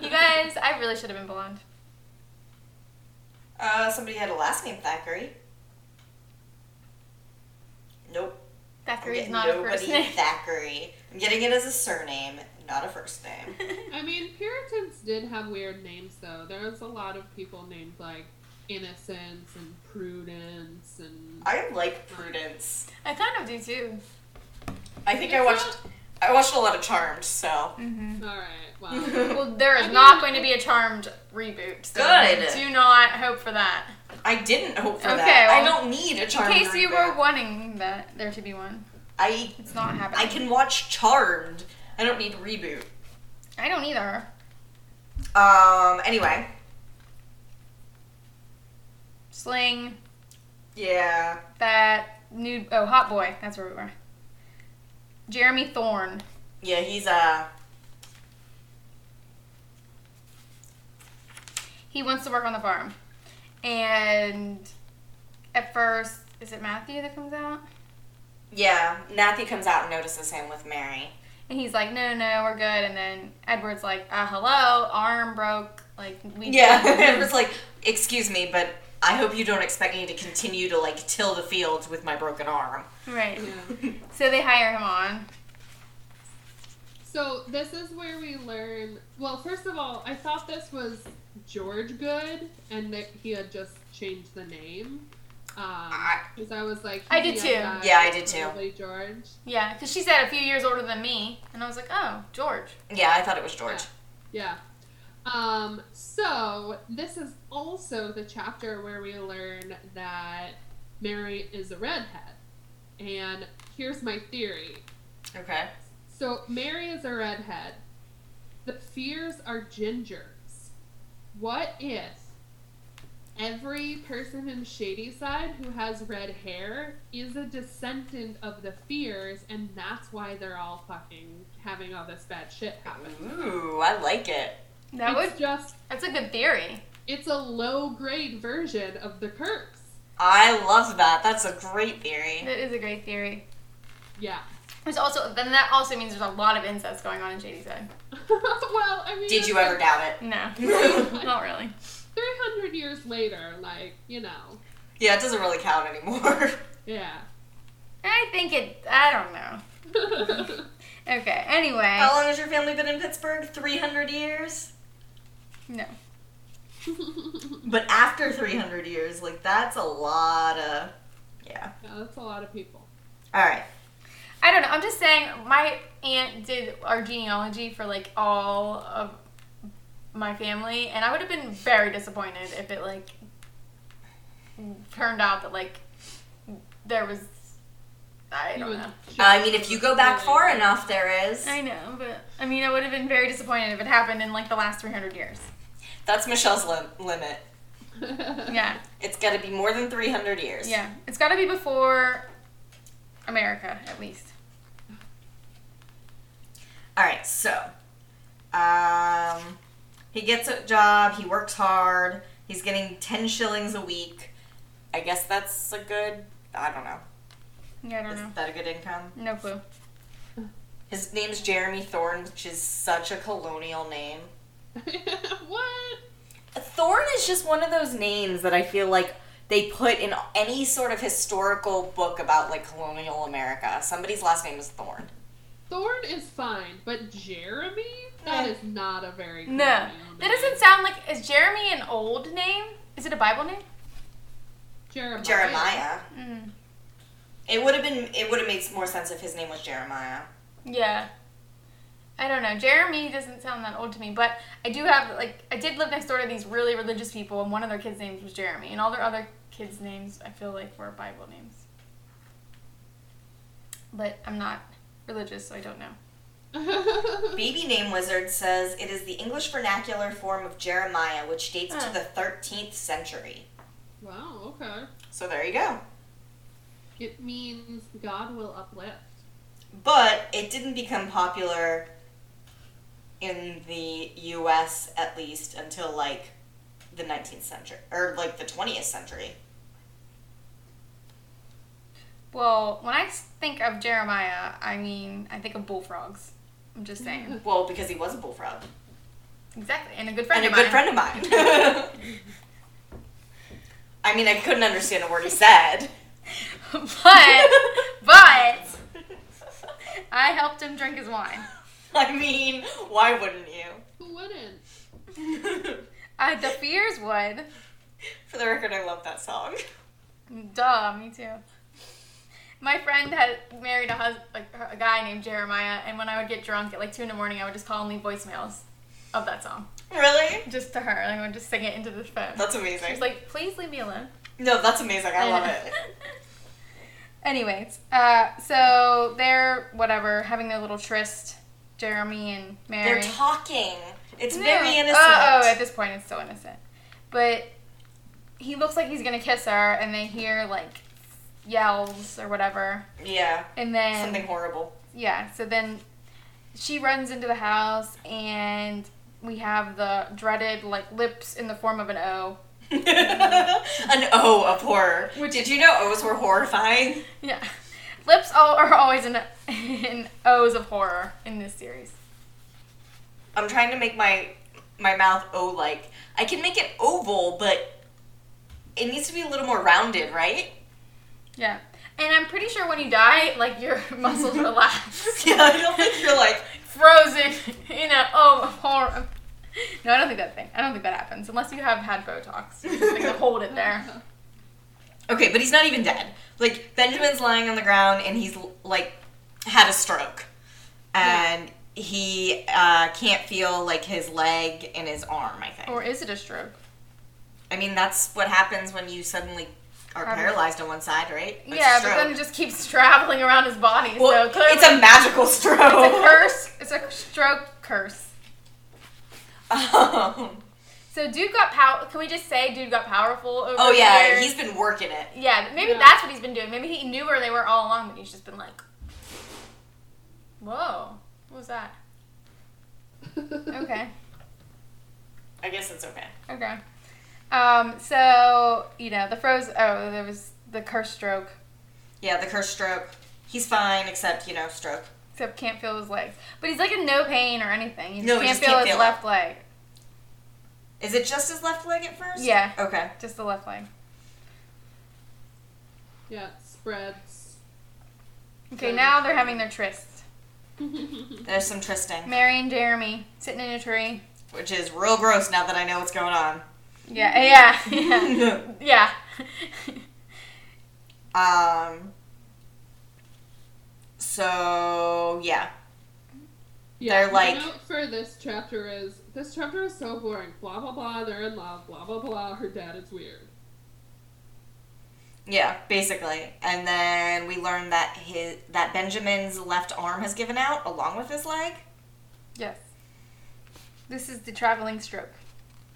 You guys, I really should have been blonde. Uh, somebody had a last name Thackeray. Nope. I'm Thackeray's getting not a nobody first name. Thackeray. I'm getting it as a surname, not a first name. I mean, Puritans did have weird names, though. There was a lot of people named like Innocence and Prudence and. I like Prudence. I kind of do too. I think I watched. I watched a lot of Charmed, so Mm. All right. Well. Well, there is I mean, not going to be a charmed reboot. So Good. Do not hope for that. I didn't hope for Okay, that. I well, don't need a In Charmed. case you reboot. were wanting that there to be one, I it's not happening. I can watch Charmed. I don't need reboot. I don't either. Um. Anyway. Sling Yeah. that nude. Oh, hot boy. That's where we were. Jeremy Thorne. Yeah. He's uh. He wants to work on the farm, and at first, is it Matthew that comes out? Yeah. Nathy comes out and notices him with Mary. And he's like, no, no, we're good. And then Edward's like, uh, hello, arm broke. Like, we Yeah, it was like, excuse me, but I hope you don't expect me to continue to like till the fields with my broken arm. Right. yeah. So they hire him on. So this is where we learn. Well, first of all, I thought this was George Good, and that he had just changed the name. I- Because I was like, I did yeah, too. that Yeah, I is did too. probably George. Yeah, because she said a few years older than me. And I was like, oh, George. Yeah, I thought it was George. Yeah. Um, so this is also the chapter where we learn that Mary is a redhead. And here's my theory. Okay. So Mary is a redhead. The fears are gingers. What if every person in Shadyside who has red hair is a descendant of the fears, and that's why they're all fucking having all this bad shit happen? Ooh, I like it. That it's would, just that's a good theory. it's a low grade version of the curse. I love that. That's a great theory. That is a great theory. Yeah. There's also, then that also means there's a lot of incest going on in Shady Side. well, I mean, Did you ever doubt No, it? not really. Three hundred years later, like you know, yeah, it doesn't really count anymore. yeah. I think it, I don't know. Okay, anyway. How long has your family been in Pittsburgh? 300 years? No. yeah, But after 300 years, like, that's a lot of. Yeah. that's a lot of people. All right. I don't know. I'm just saying, my aunt did our genealogy for like all of my family, and I would have been very disappointed if it like turned out that like there was. I You don't would know. just- Uh, I mean, if you go back far enough, there is. I know, but I mean, I would have been very disappointed if it happened in like the last 300 years. That's Michelle's lim- limit. Yeah, It's got to be more than 300 years. yeah. It's got to be before America, at least. All right, so Um, he gets a job. He works hard. He's getting ten shillings a week. I guess that's a good. I don't know. Yeah, I don't Is know. that a good income? No clue. His name's Jeremy Thorne, which is such a colonial name. what? Thorn Uh, is just one of those names that I feel like they put in any sort of historical book about like colonial America. Somebody's last name is Thorn. Thorn is fine, but Jeremy? That Eh. is not a very No, that doesn't sound like. Is Jeremy an old name? Is it a Bible name? Jeremiah. Jeremiah. Mm. It would have been. It would have made more sense if his name was Jeremiah. Yeah. I don't know. Jeremy doesn't sound that old to me, but I do have like I did live next door to these really religious people, and one of their kids' names was Jeremy, and all their other kids' names I feel like were Bible names. But I'm not religious, so I don't know. Baby Name Wizard says it is the English vernacular form of Jeremiah, which dates Huh. to the 13th century. wow, okay. So there you go. It means God will uplift. But it didn't become popular in the U.S. at least until like the 19th century or like the 20th century. Well, when I s- think of Jeremiah, I mean I think of bullfrogs. I'm just saying. Well, because he was a bullfrog exactly, and a good friend and a of good mine. friend of mine. I mean, I couldn't understand a word he said. but but I helped him drink his wine. I mean, why wouldn't Who wouldn't? you? Uh, the fears would. For the record, I love that song. Duh, me too. My friend had married a hus- like a guy named Jeremiah, and when I would get drunk at like two in the morning, I would just call and leave voicemails of that song Really? just to her. Like, I would just sing it into the phone. That's She amazing. was like, "Please leave me alone." no, that's amazing. I love it. Anyways, uh, so they're whatever having their little tryst, Jeremy and Mary. They're talking. It's No. very innocent. Oh, oh, at this point, it's still innocent. But he looks like he's gonna kiss her, and they hear like yells or whatever, yeah, and then something horrible. yeah. So then she runs into the house, and we have the dreaded like lips in the form of an O. An O of horror. Which- Did you know O's were horrifying? Yeah, lips all are always in, in O's of horror in this series. I'm trying to make my my mouth O like. I can make it oval, but it needs to be a little more rounded, right? Yeah, and I'm pretty sure when you die, like your muscles relax. Yeah, I don't think you're like frozen in a oh horror. No, I don't think that thing. I don't think that happens unless you have had Botox. You just, like, to hold it there. Okay, but he's not even dead. Like Benjamin's lying on the ground and he's like had a stroke, and he uh, can't feel like his leg and his arm. I think. Or is it a stroke? I mean, that's what happens when you suddenly are Probably. paralyzed on one side, right? It's a yeah, but stroke. then it just keeps traveling around his body. well, so clearly, it's a magical stroke. it's a curse. It's a stroke curse. Um, So dude got power. Can we just say dude got powerful? Over oh here? yeah, he's been working it. yeah. Maybe Yeah. that's what he's been doing. Maybe he knew where they were all along, but he's just been like, whoa, what was that? Okay. I guess it's okay. Okay. Um, so you know the froze. Oh, there was the curse stroke. Yeah, the curse stroke. He's fine, except you know, stroke. Except can't feel his legs, but he's like in no pain or anything. You No, just he can't just feel can't his feel it. left leg. Is it just his left leg at first? Yeah. Okay. Just the left leg. Yeah, it spreads. Okay, now they're having their tryst. There's some twisting, Mary and Jeremy sitting in a tree. which is real gross now that I know what's going on. Yeah, yeah, yeah, yeah. um. So yeah, Yeah, They're like- my note for this chapter is this chapter is so boring. Blah blah blah. They're in love. Blah blah blah. Her dad is weird. yeah, basically. And then we learn that his that Benjamin's left arm has given out along with his leg. yes. This is the traveling stroke.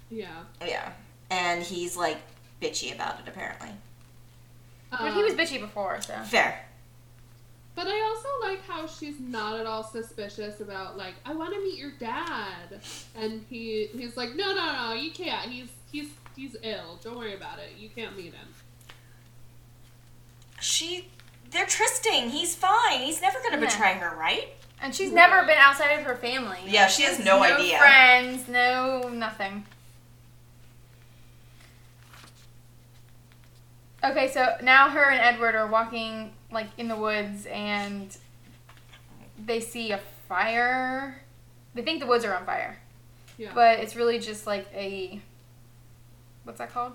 Yeah, Yeah, and he's like bitchy about it apparently. But he was bitchy before, so Fair. Um, But I also like how she's not at all suspicious about like I want to meet your dad, and he he's like no no no you can't he's he's he's ill don't worry about it you can't meet him. She, they're trysting. He's fine. He's never gonna Yeah. betray her, right? And she's never been outside of her family. Yeah, she has no idea. friends, no nothing. Okay, so now her and Edward are walking like in the woods and they see a fire. They think the woods are on fire, Yeah. but it's really just like a what's that called?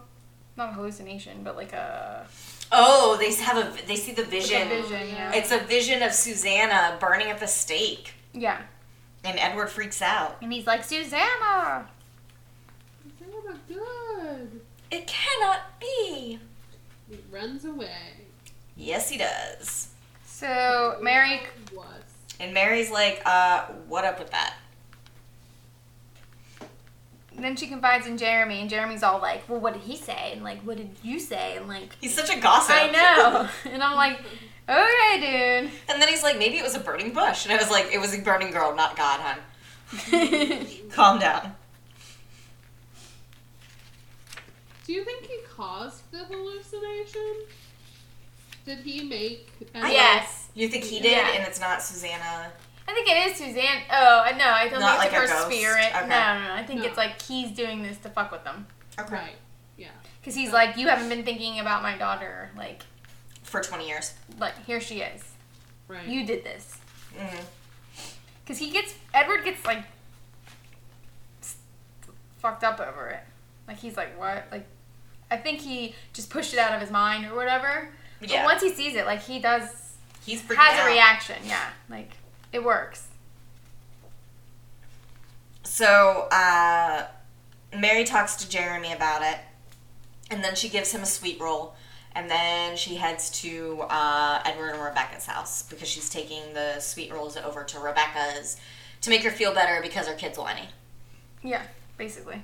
Not a hallucination, but like a Oh, they have a they see the like vision. a vision, yeah. It's a vision of Susanna burning at the stake, yeah. and Edward freaks out. And he's like, Susanna! He's like, "Oh, good. It cannot be. He runs away. Yes, he does. So Mary was. And Mary's like, uh, what up with that? then she confides in Jeremy, and Jeremy's all like, "Well, what did he say?" And like, "What did you say?" And like, He's such a gossip. I know. and I'm like, "Okay, and then he's like, maybe it was a burning bush. And I was like, it was a burning girl, not God, hon. dude." Calm down. Do you think he caused the hallucination? Did he make? and, like, yes, You think he did, Yeah. and it's not Susanna. I think it is Suzanne. Oh, I know. I don't Not think like a it's her ghost. spirit. Okay. No, no, no. I think No. it's like he's doing this to fuck with them Right. Yeah. because he's like, "You haven't been thinking about my daughter. Like, For 20 years. like here she is. Mm. Right. You did this." hmm Because he gets Edward gets like s- fucked up over it. Like he's like, what? Like, I think he just pushed it out of his mind or whatever. Yeah. But once he sees it, like he does He's freaking has out. a reaction. Yeah, like it works. So, uh, Mary talks to Jeremy about it, and then she gives him a sweet roll, and then she heads to uh, Edward and Rebecca's house because she's taking the sweet rolls over to Rebecca's to make her feel better because her kid's whiny. Yeah, basically.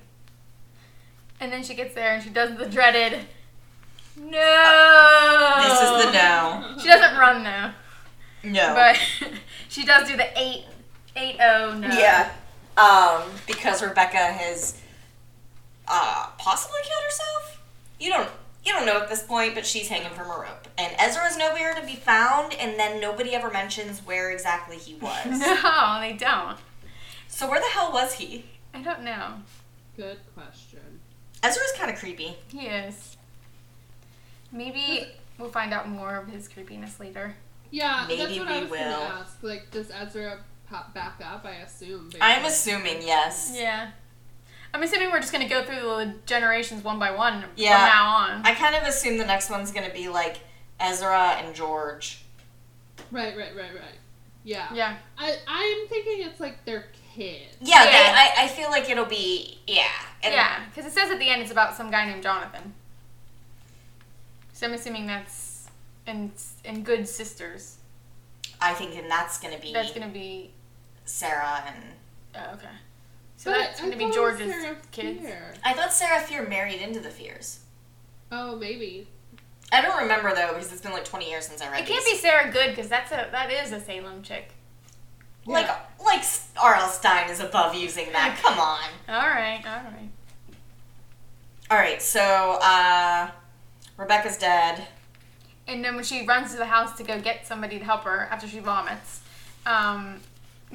And then she gets there and she does the dreaded. No. This is the no. She doesn't run though, No. but she does do the eight eight oh no. yeah. Um, because Rebecca has uh, possibly killed herself? You don't. You don't know at this point, but she's hanging from a rope. And Ezra is nowhere to be found, and then nobody ever mentions where exactly he was. No, they don't. So where the hell was he? I don't know. Good question. Ezra's kind of creepy. He is. Maybe we'll find out more of his creepiness later. Yeah, that's Maybe what we I was will. gonna ask. Like, does Ezra pop back up? I assume. I'm based assuming yes. Yeah. I'm assuming we're just gonna go through the generations one by one Yeah. from now on. I kind of assume the next one's gonna be like Ezra and George. on- Right. Right. Right. Right. Yeah. yeah. I I'm thinking it's like their kid. Yeah, They, Yeah. I, I feel like it'll be yeah. And yeah. Because it says at the end it's about some guy named Jonathan. So I'm assuming that's in in Good Sisters. I think and that's gonna be That's gonna be Sarah and oh, okay. So But that's I gonna be thought it was George's their kids. fear. I thought Sarah Fear married into the Fears. Oh, maybe. I don't remember though because it's been like 20 years since I read. It can't be these. Sarah Good because that's a that is a Salem chick. like Yeah. like R.L. Stein is above using that. Come on. All right. All right. All right, so uh, Rebecca's dead. And then when she runs to the house to go get somebody to help her after she vomits, um,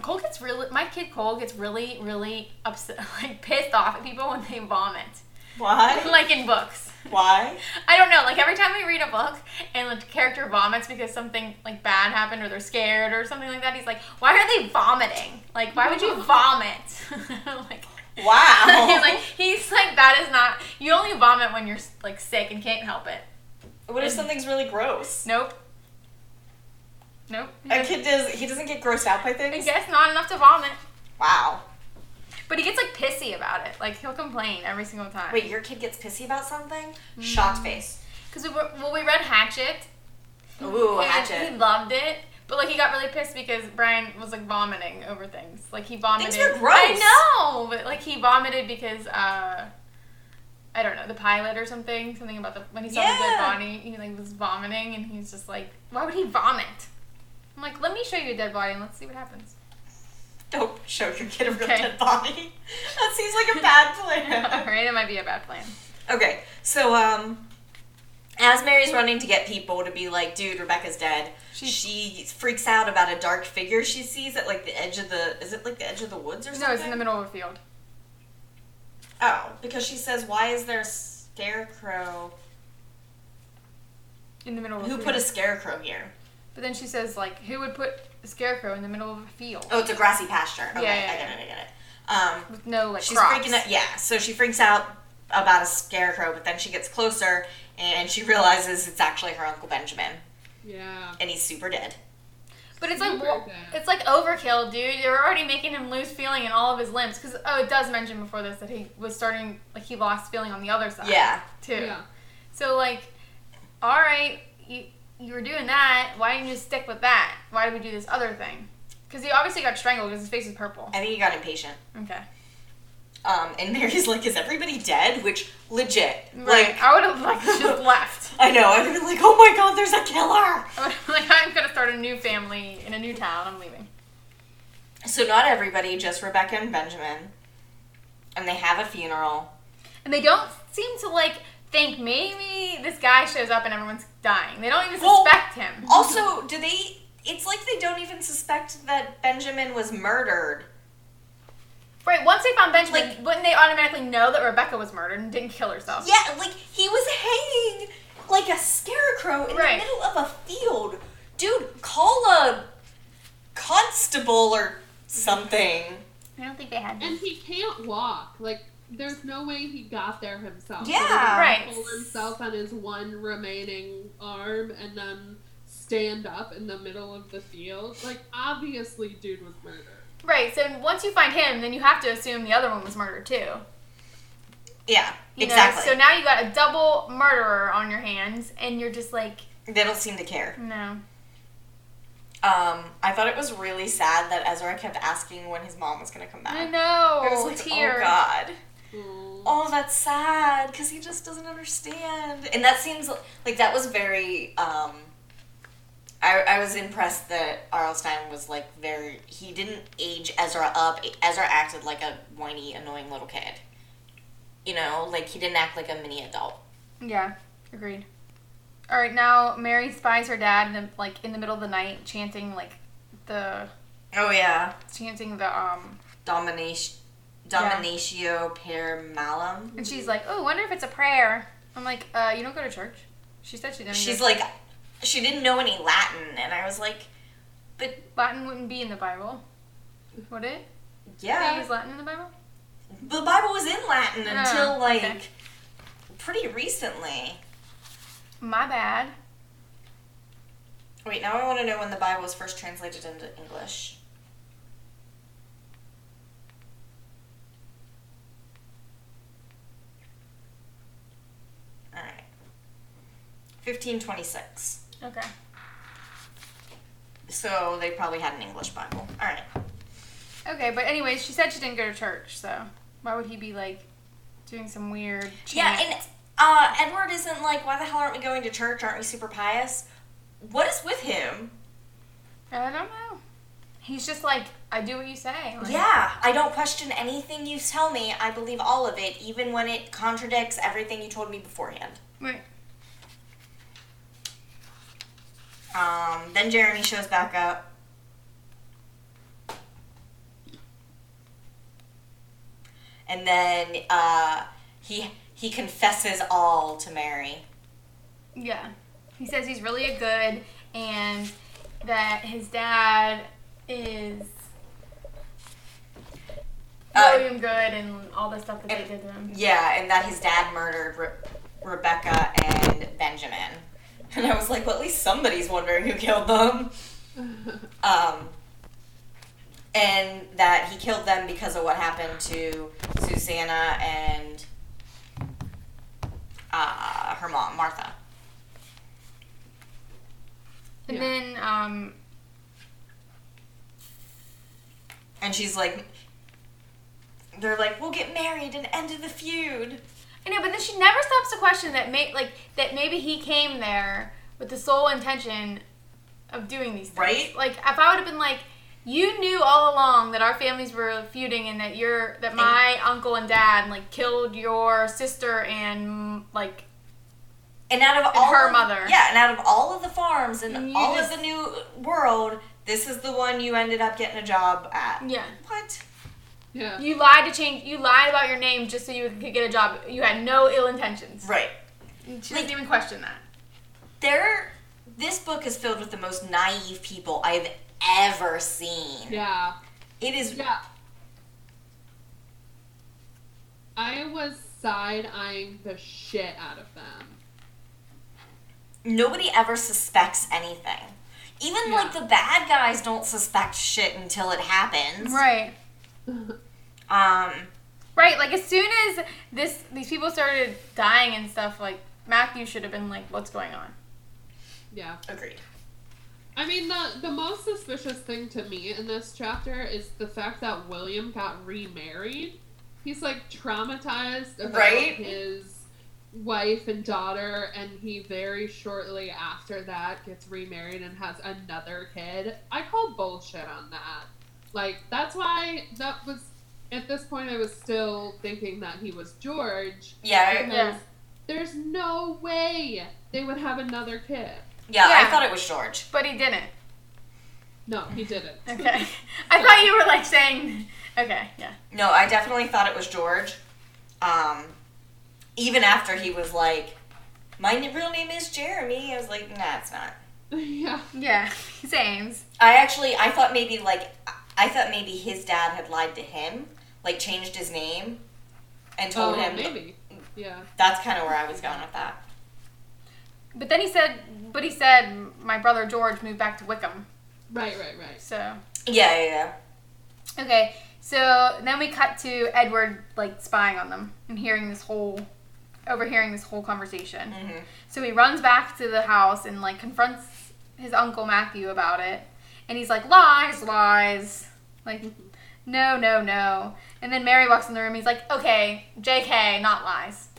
Cole gets really my kid Cole gets really really upset like pissed off at people when they vomit, Why? like in books. Why? I don't know. Like every time we read a book and the character vomits because something like bad happened or they're scared or something like that, he's like, "Why are they vomiting? Like, why would you vomit?" I'm like. Wow. he's like he's like that is not you only vomit when you're like sick and can't help it. What if something's really gross? Nope. Nope. A kid does he doesn't get grossed out by I things? guess not enough to vomit. Wow. But he gets like pissy about it. Like he'll complain every single time. Wait, your kid gets pissy about something? Shocked face. because we were, well we read Hatchet. Ooh, and He Oh, hatchet. loved it, but like he got really pissed because Brian was like vomiting over things. Like he vomited. Things are gross. I know, but like he vomited because uh, I don't know the pilot or something. Something about the when he saw the dead Yeah. body, he like was vomiting and he was just like, why would he vomit? I'm like, let me show you a dead body and let's see what happens. Don't show your kid a real Okay. dead body. That seems like a bad plan. All right, it might be a bad plan. Okay, so um, as Mary's running to get people to be like, "Dude, Rebecca's dead," She's- she freaks out about a dark figure she sees at like the edge of the. Is it like the edge of the woods or something? No, it's in the middle of a field. Oh, because she says, "Why is there a scarecrow? In the middle of a Who field. put a scarecrow here?" But then she says, like, who would put a scarecrow in the middle of a field Oh, it's a grassy pasture. Okay, Yeah, yeah, I get yeah. it. I get it. Um, with no like she's crops? freaking out. Yeah, so she freaks out about a scarecrow, but then she gets closer and she realizes it's actually her uncle Benjamin, Yeah. and he's super dead. But it's like Super wa- bad. it's like overkill, dude. You're already making him lose feeling in all of his limbs. Because oh, it does mention before this that he was starting like he lost feeling on the other side. Yeah. Too. Yeah. So like, all right, you you were doing that. Why didn't you just stick with that? Why did we do this other thing? Because he obviously got strangled because his face is purple. I think he got impatient. Okay. Um, and Mary's like, is everybody dead? Which, legit. Right. Like, I would have like just left. I know. I've been like, oh my god, there's a killer! I would have like I'm gonna start a new family in a new town. I'm leaving. So, not everybody, just Rebecca and Benjamin. And they have a funeral. And they don't seem to like think maybe this guy shows up and everyone's dying. They don't even Well, suspect him. Also, do they. It's like they don't even suspect that Benjamin was murdered. Right, once they found Benjamin, Like- wouldn't they automatically know that Rebecca was murdered and didn't kill herself? Yeah, like, he was hanging like a scarecrow in Right. the middle of a field. Dude, call a constable or something. I don't think they had And he can't walk. Like, there's no way he got there himself. Yeah. Right. Pull himself on his one remaining arm and then stand up in the middle of the field. Like, obviously, dude was murdered. Right, so once you find him, then you have to assume the other one was murdered too. Yeah, You know? exactly. So now you got a double murderer on your hands, and you're just like, they don't seem to care. no. Um, I thought it was really sad that Ezra kept asking when his mom was gonna come I back. know. I was like, tear. oh god, Mm. oh that's sad because he just doesn't understand. And that seems like that was very. Um, I I was impressed that Arlstein was like very. He didn't age Ezra up. Ezra acted like a whiny, annoying little kid. You know, like he didn't act like a mini adult. Yeah, agreed. All right, now Mary spies her dad, in the, like in the middle of the night, chanting like the Oh yeah, chanting the um, domination, Yeah. dominatio per malum. and she's like, oh, wonder if it's a prayer. I'm like, uh, you don't go to church. She said she didn't. she's like she didn't know any latin and i was like but Latin wouldn't be in the Bible, would it? yeah Is Latin in the Bible? the bible was in latin Oh, until like okay. pretty recently My bad. wait now i want to know when the bible was first translated into english All right. 1526. Okay. So they probably had an English Bible. All right. Okay, but anyways, she said she didn't go to church, so why would he be like doing some weird? Yeah, chant? and uh, Edward isn't like, why the hell aren't we going to church? Aren't we super pious? What is with him? I don't know. He's just like, I do what you say. like- Yeah, I don't question anything you tell me. I believe all of it, even when it contradicts everything you told me beforehand. Right. Um, then Jeremy shows back up. And then uh, he he confesses all to Mary. Yeah. He says he's really a good and that his dad is Uh, William Good and all the stuff that they and- did to him. Yeah, and that his dad murdered Re- Rebecca and Benjamin. And I was like, well, at least somebody's wondering who killed them. Um, and that he killed them because of what happened to Susanna and uh, her mom, Martha. And Yeah. then um And she's like, they're like, we'll get married and end the feud. I know, but then she never stops to question that may like that maybe he came there with the sole intention of doing these things. Right? Like if I would have been like, you knew all along that our families were feuding and that your that my uncle and dad like killed your sister and like And out of And all her of- mother. yeah, and out of all of the farms And and you all just- of the new world, this is the one you ended up getting a job at. yeah What? Yeah. you lied to change you lied about your name just so you could get a job. You had no ill intentions. Right. She didn't Like- even question that. There. This book is filled with the most naive people I've ever seen. Yeah. It is Yeah. I was side eyeing the shit out of them. nobody ever suspects anything. Even Yeah. like the bad guys don't suspect shit until it happens. Right. Um. Right, like as soon as this these people started dying and stuff, like Matthew should have been like, "What's going on?" Yeah. Agreed. I mean, the, the most suspicious thing to me in this chapter is the fact that William got remarried. He's like traumatized about Right? his wife and daughter, and he very shortly after that gets remarried and has another kid. I call bullshit on that. Like, that's why that was, at this point, I was still thinking that he was George. Yeah. Because Yeah. There's no way they would have another kid. Yeah. I Yeah. thought it was George. But he didn't. No, he didn't. Okay, I thought you were like saying, "Okay, yeah." No, I definitely thought it was George. Um, even after he was like, "My n- real name is Jeremy," I was like, "Nah, it's not." yeah. Yeah, he's Ames. I actually, I thought maybe like, I thought maybe his dad had lied to him, like changed his name, and told Oh, him. maybe. Yeah. That's kind of where I was going with that. But then he said, but he said, my brother George moved back to Wickham. Right, right, right. So, Yeah, yeah, yeah. okay, so then we cut to Edward, like, spying on them and hearing this whole, overhearing this whole conversation. Mhm. So he runs back to the house and, like, confronts his uncle Matthew about it. And he's like, lies, lies. Like, no, no, no. And then Mary walks in the room. He's like, okay, JK, not lies.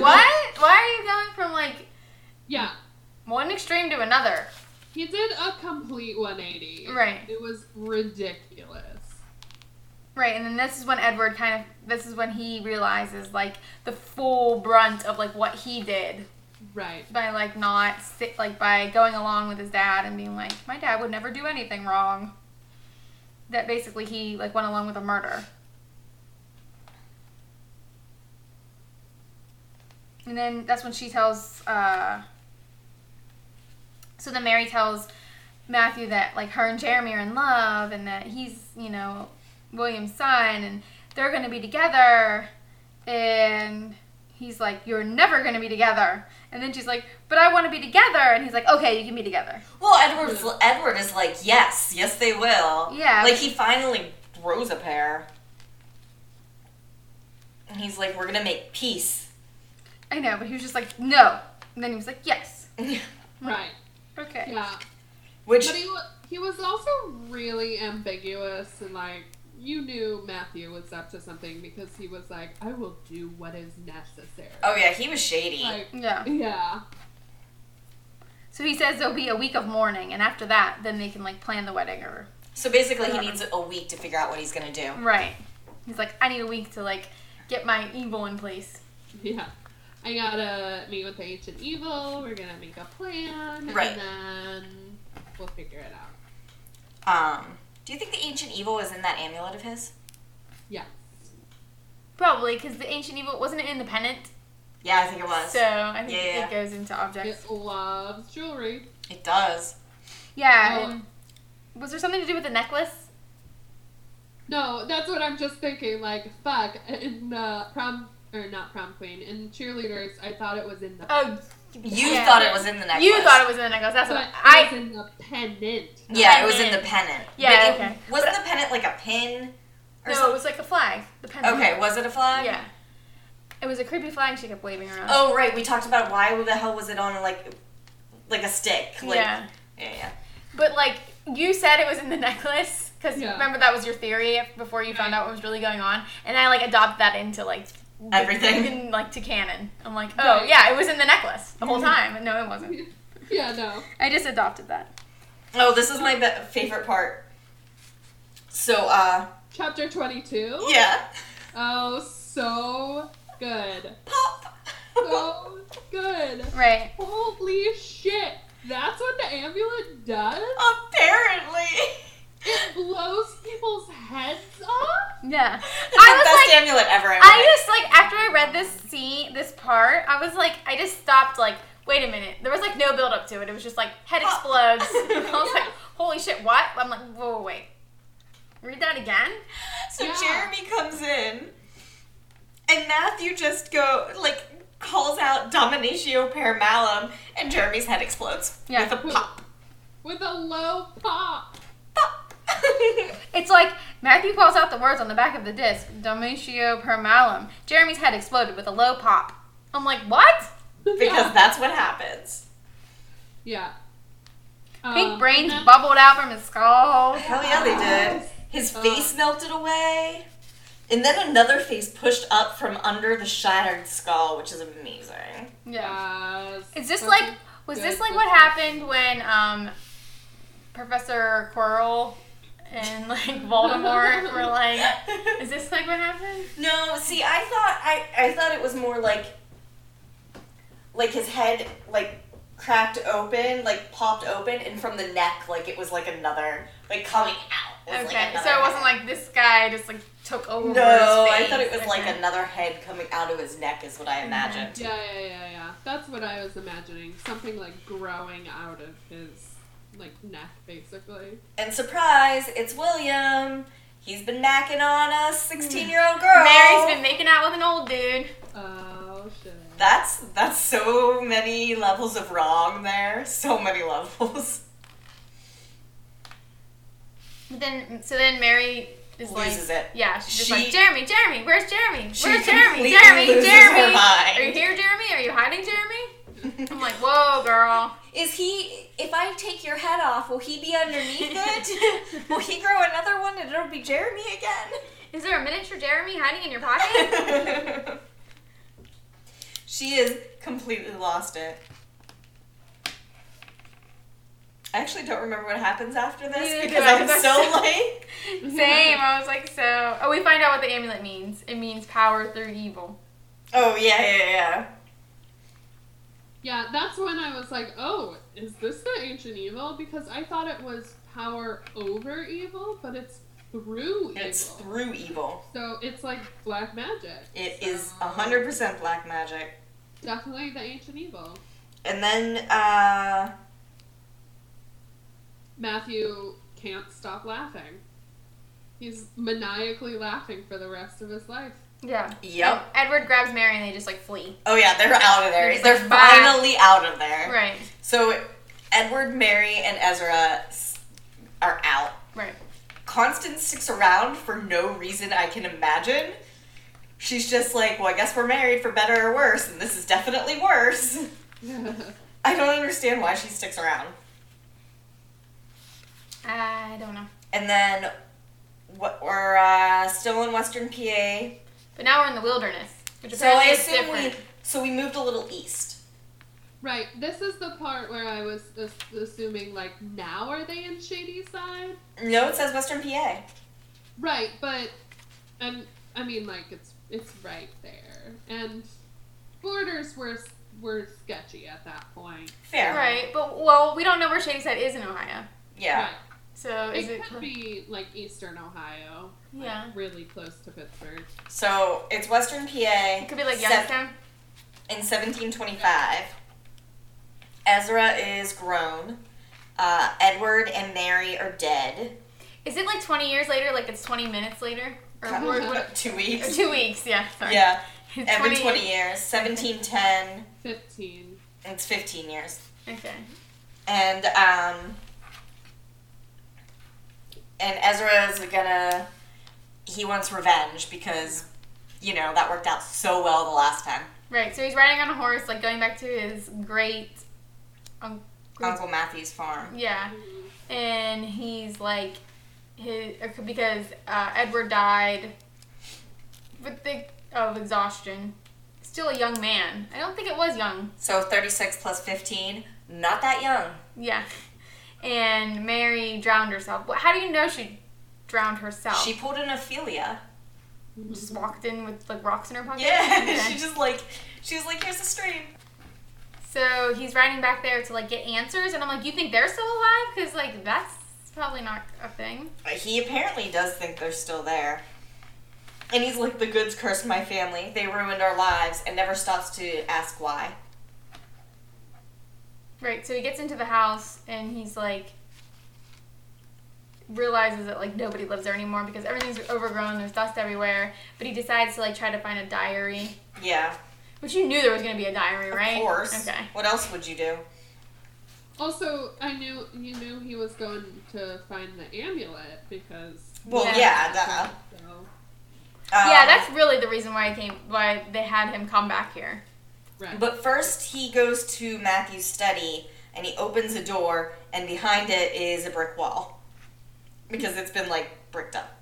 What? Why are you going from, like, Yeah. one extreme to another. He did a complete 180. Right. It was ridiculous. Right, and then this is when Edward kind of this is when he realizes like the full brunt of like what he did Right. by like not sit, like by going along with his dad and being like my dad would never do anything wrong. That basically he like went along with a murder. And then that's when she tells uh so then Mary tells Matthew that like her and Jeremy are in love and that he's, you know, William's son and they're going to be together. And he's like, You're never going to be together. And then she's like, But I want to be together. And he's like, Okay, you can be together. Well, Edward's Edward is like, yes, yes, they will. Yeah. Oh, Like he finally grows a pair. And he's like, we're gonna make peace. I know, but he was just like, No. And then he was like, Yes. Right. Okay. Yeah. Which But he, wa- he was also really ambiguous and like, you knew Matthew was up to something because he was like, I will do what is necessary. oh yeah, he was shady. Like, Yeah. yeah. So he says there'll be a week of mourning, and after that, then they can like plan the wedding or so basically, he Yeah. needs a week to figure out what he's gonna do. right. He's like, I need a week to like get my evil in place. Yeah. I gotta meet with the ancient evil. We're gonna make a plan. Right. And then we'll figure it out. Um, do you think the ancient evil was in that amulet of his? Yeah. Probably because the ancient evil wasn't it independent, Yeah, I think it was. so I think Yeah, yeah. it goes into objects. It loves jewelry. it does. Yeah. Oh. and was there something to do with the necklace? No, that's what I'm just thinking. Like, fuck, in the prom, or not prom queen, in cheerleaders, I thought it was in the. Oh, You Yeah. thought it was in the necklace. you thought it was in the necklace. That's but what it was I. in the pendant. Yeah, it was in Pennant. the pennant. Yeah, But it- okay. Wasn't But- the pennant like a pin? Or No, it was like a flag. The pendant. something? Okay, was it a flag? Yeah. It was a creepy flag she kept waving around. Oh right, we talked about why the hell was it on like like a stick? Like, yeah. yeah, yeah. But like you said, it was in the necklace because Yeah. remember that was your theory if- before you found Right. out what was really going on, and I like adopted that into like the- Everything. in, like to canon. I'm like, oh Right. yeah, it was in the necklace the whole time. No, it wasn't. Yeah, no. I just adopted that. Oh, this is my be- favorite part. So, uh, Chapter 22. yeah. Oh, so good. Pop! So good. Right. Holy shit. That's what the ambulance does? Apparently. It blows people's heads off? Yeah. It's I the was best like- amulet ever. I, I wanted. just like after I read this scene, this part, I was like, I just stopped. Like, wait a minute. There was like no build up to it. It was just like head explodes. I was like, holy shit, what? I'm like, whoa, whoa, wait. Read that again. So Yeah. Jeremy comes in, and Matthew just go like calls out Dominicio per malum, and Jeremy's head explodes Yeah. with a pop, With a low pop. pop. It's like Matthew calls out the words on the back of the disc, Domitio per malum. Jeremy's head exploded with a low pop. I'm like, what? because yeah. that's what happens. yeah. Pink Um, brains and that- bubbled out from his skull. Hell yeah, they did. His Uh. face melted away, and then another face pushed up from under the shattered skull, which is amazing. Yeah. Yes. Is this Okay. like was this Good. like what happened when um Professor Quirrell and like Voldemort were like is this like what happened? No, see, I thought I, I thought it was more like like his head like cracked open, like popped open, and from the neck, like it was like another like coming out. Was, like, Okay. another so it wasn't head. like this guy just like took over. his No, I face. thought it was like Okay. Mm-hmm. another head coming out of his neck, is what I imagined. Yeah, yeah, yeah, yeah. That's what I was imagining. Something like growing out of his like neck, basically. And surprise, it's William. He's been macking on a sixteen-year-old girl. Mm-hmm. Mary's been making out with an old dude. Oh shit. That's that's so many levels of wrong there. So many levels. But then so then Mary is Loses like it. Yeah, she's just like She- Jeremy, Jeremy, where's Jeremy? She Where's Jeremy? completely Jeremy, loses her Jeremy. mind. Are you here, Jeremy? Are you hiding, Jeremy? I'm like, whoa, girl. Is he? If I take your head off, will he be underneath it? will he grow another one, and it'll be Jeremy Is there a miniature Jeremy hiding in your pocket? again? she is completely lost it. I actually don't remember what happens after this Neither do because I, I'm 'cause I so still- late. Same. I was like, so. Oh, we find out what the amulet means. It means power through evil. Oh yeah, yeah, yeah. Yeah, that's when I was like, oh, is this the ancient evil? Because I thought it was power over evil, but it's through evil. It's through evil. so it's like black magic. It so is um, hundred percent black magic. Definitely the ancient evil. And then, uh, Matthew can't stop laughing. He's maniacally laughing for the rest of his life. Yeah. yep. And Edward grabs Mary and they just like flee. Oh yeah, they're out of there. It's They're like, bye. finally out of there. Right. So Edward, Mary, and Ezra s- are out. Right. Constance sticks around for no reason I can imagine. She's just like, well, I guess we're married for better or worse, and this is definitely worse. I don't understand why she sticks around. I don't know. And then wh- we're uh, still in Western PA. But now we're in the wilderness, which So I apparently is assume different. we, so we moved a little east. right, this is the part where I was as- assuming, like, now are they in Shady Side? No, it says Western PA. Right, but and I mean like it's it's right there. And borders were were sketchy at that point. Fair. Right. But well, we don't know where Shady Side is in Ohio. Yeah. Right. So Oh, is It, it? could be like eastern Ohio. like, Yeah. really close to Pittsburgh. So it's Western PA. It could be like Sev- Youngstown. In 1725, Ezra is grown. Uh, Edward and Mary are dead. Is it like 20 years later? Like it's 20 minutes later? Or, or what- Two weeks. Uh-huh. two weeks? Yeah. Sorry. Yeah, It's every 20 years. 1710, Fifteen. it's 15 years. Okay. And, um, and Ezra is gonna, he wants revenge because, you know, that worked out so well the last time. Right. So he's riding on a horse, like going back to his great. Um, great Uncle Matthew's farm. yeah. and he's like his because uh, Edward died with the of exhaustion. Still a young man. I don't think it was young. So 36 plus 15, not that young. Yeah. and Mary drowned herself. Wh- How do you know she drowned herself? She pulled an Ophelia. just walked in with like rocks in her pocket. Yeah, Okay. she just like she was like, here's the stream. So he's riding back there to like get answers, and I'm like, you think they're still alive? Because like that's probably not a thing. But He apparently does think they're still there. And he's like, the goods cursed my family. They ruined our lives, and never stops to ask why. Right. So he gets into the house, and he's like realizes that like nobody lives there anymore because everything's overgrown. There's dust everywhere. But he decides to like try to find a diary, Yeah, which you knew there was gonna be a diary, right? of course. Okay. What else would you do? Also, I knew you knew he was going to find the amulet because. Well, Yeah. yeah, duh. So, yeah, Um, that's really the reason why he came. Why they had him come back here. right. But first, he goes to Matthew's study and he opens a door, and behind it is a brick wall because it's been like bricked up.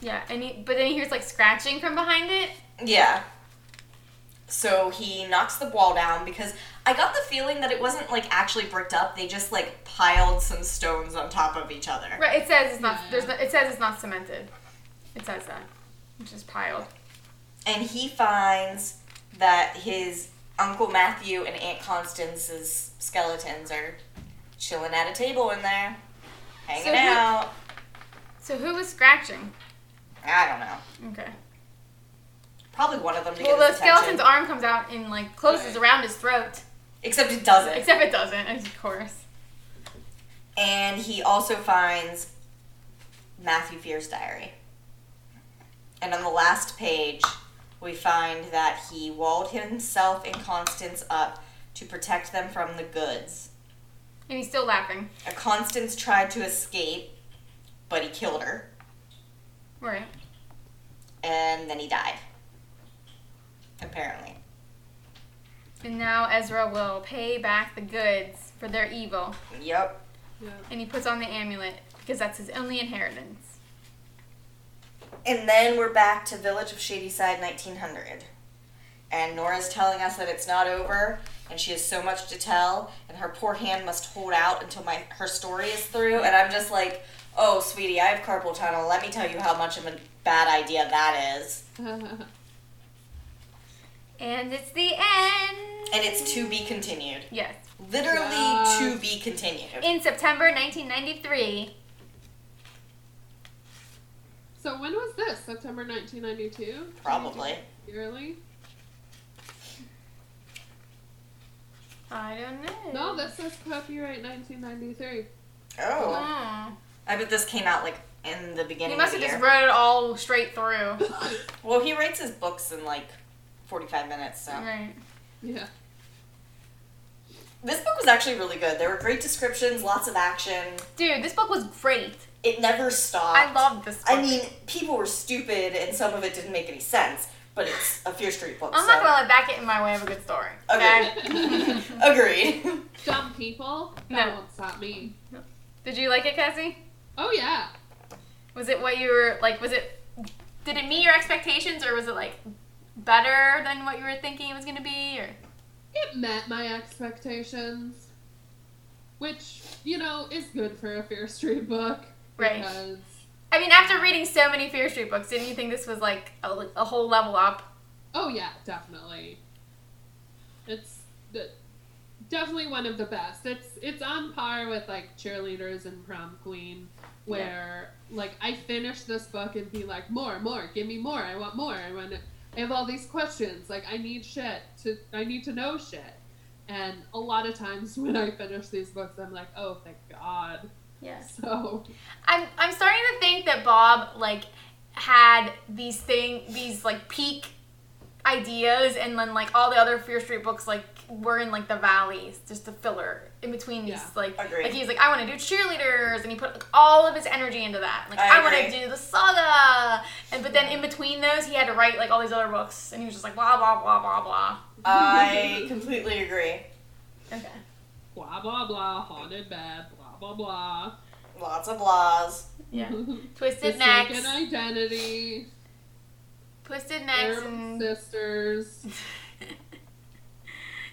Yeah, and he, but then he hears like scratching from behind it. Yeah. So he knocks the wall down because I got the feeling that it wasn't like actually bricked up. They just like piled some stones on top of each other. Right. It says it's not. Yeah. There's. No, it says it's not cemented. It says that, which is piled. And he finds that his Uncle Matthew and Aunt Constance's skeletons are chilling at a table in there, hanging So who- out. So who was scratching? I don't know. Okay. Probably one of them to Well, get the his attention. skeleton's arm comes out and like closes Right. around his throat. Except it doesn't. Except it doesn't, of course. and he also finds Matthew Fear's diary. And on the last page, we find that he walled himself and Constance up to protect them from the goods. And he's still laughing. A Constance tried to escape, but he killed her, Right. and then he died. Apparently. And now Ezra will pay back the goods for their evil, Yep. yeah. and he puts on the amulet because that's his only inheritance. And then we're back to Village of Shadyside 1900. And Nora's telling us that it's not over, and she has so much to tell, and her poor hand must hold out until my her story is through. And I'm just like, oh, sweetie, I have carpal tunnel. Let me tell you how much of a bad idea that is. And it's the end. And it's to be continued. Yes. Literally Yes. to be continued. In September 1993. so when was this? September 1992. Probably. Yearly? I don't know. No, this says copyright 1993. Oh. Oh. I bet this came out like in the He beginning must of have the just year. wrote it all straight through. well, he writes his books in like 45 minutes, so. Right. yeah. This book was actually really good. There were great descriptions, lots of action. Dude, this book was great. It never stopped. I loved this book. Uh, I mean, people were stupid, and some of it didn't make any sense. But it's a Fear Street book. I'm so. not gonna let that get in Oh my way of a good story. Okay. Agreed. Dumb people. That No. won't stop me. Did you like it, Cassie? Oh yeah. Was it what you were like? Was it? Did it meet your expectations, or was it like better than what you were thinking it was gonna be? Or It met my expectations. Which, you know, is good for a Fear Street book. Right. Because I mean, after reading so many Fear Street books, didn't you think this was like a, a whole level up? Oh yeah, definitely. It's the, definitely one of the best. It's it's on par with like cheerleaders and prom queen, where like I finish this book and be like, more, more, give me more. I want more. I want. I have all these questions. Like I need shit to. I need to know shit. And a lot of times when I finish these books, I'm like, oh thank God. Yes. So I'm I'm starting to think that Bob like had these thing these like peak ideas and then like all the other Fear Street books like were in like the valleys, just the filler in between these Yeah. like Agree. like he's like I want to do cheerleaders and he put like, all of his energy into that. Like I I, want agree. to do the saga. And but then in between those he had to write like all these other books and he was just like blah blah blah blah blah. I completely agree. Okay. blah blah blah, haunted bed, blah blah Lots of laws. Yeah. blah. Twisted Mistaken necks. identity. Twisted necks They're and sisters.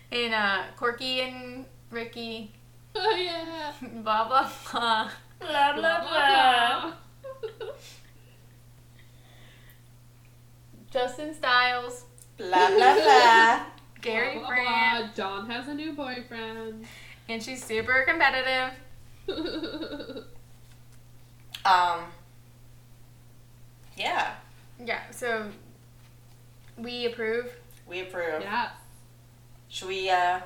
and uh, Corky and Ricky Oh, yeah. blah blah blah. Blah Blah, blah, blah. Justin Styles, Blah blah blah. Gary Blah, blah, Grant, blah. John has a new boyfriend. and she's super competitive. Um. Yeah, Yeah, so we approve. we approve. yes. Should we uh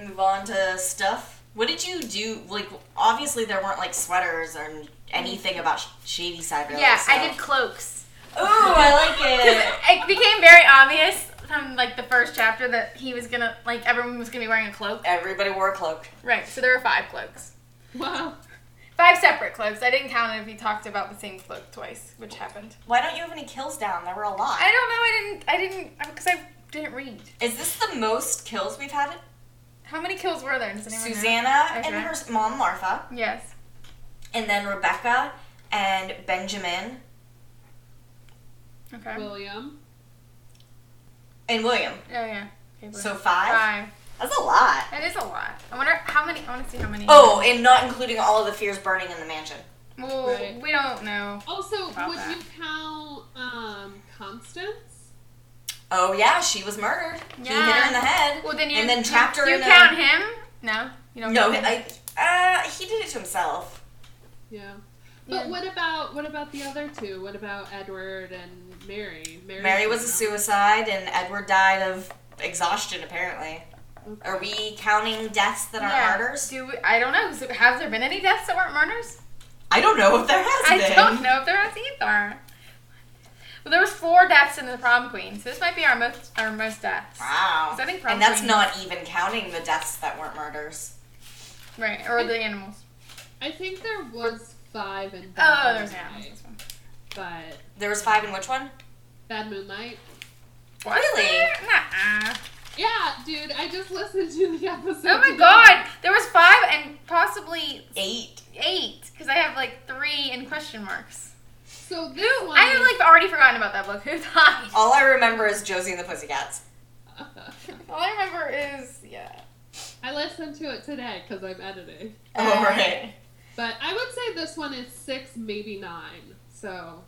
move on to stuff? What did you do? Like, obviously there weren't like sweaters or anything about sh- shady side. Really, yeah, so. I did cloaks. Ooh, I it like it. became very obvious from like the first chapter that he was gonna like everyone was gonna be wearing a cloak. Everybody wore a cloak. Right. So there were five cloaks. Wow. Five separate cloaks. I didn't count it if he talked about the same cloak twice, which happened. Why don't you have any kills down? There were a lot. I don't know. I didn't. I didn't because I didn't read. Is this the most kills we've had? How many kills were there? Does anyone know? Susanna and Okay. her s- mom Martha, Yes. and then Rebecca and Benjamin Okay. Oh William. and William. yeah. Okay, So five. five. That's a lot. That is a lot. I wonder how many. I want to see how many. Oh, and not including all of the fears burning in the mansion. Well, Right. we don't know. Also, About would that. you count um, Constance? Oh yeah, she was murdered. He hit her in the head. Well, then you. and then trapped her You in count him? No. You a. don't. No, count him? I, uh, he did it to himself. Yeah. But Yeah. what about what about the other two? What about Edward and Mary? Mary was a suicide, and Edward died of exhaustion. Apparently, Okay. are we counting deaths that are Yeah. murders? Do we, I don't know. So have there been any deaths that weren't murders? I don't know if there has I been. don't know if there was either. Well, there was four deaths in the prom queen, so this might be our most our most deaths. Wow. 'Cause I think and that's probably- not even counting the deaths that weren't murders. Right, or the animals. I think there was five and Oh, there's animals. This one. But There was five in which one? Bad Moonlight. Was Really? there? Nuh-uh. Yeah, dude, I just listened to the episode. Oh my today. god, there was five and possibly Eight. eight because I have like three in question marks. So Who? this one. I have like already forgotten about that book. Who died? All I remember is Josie and the Pussycats. All I remember is yeah. I listened to it today because I'm editing. Oh, right. But I would say this one is six, maybe nine. So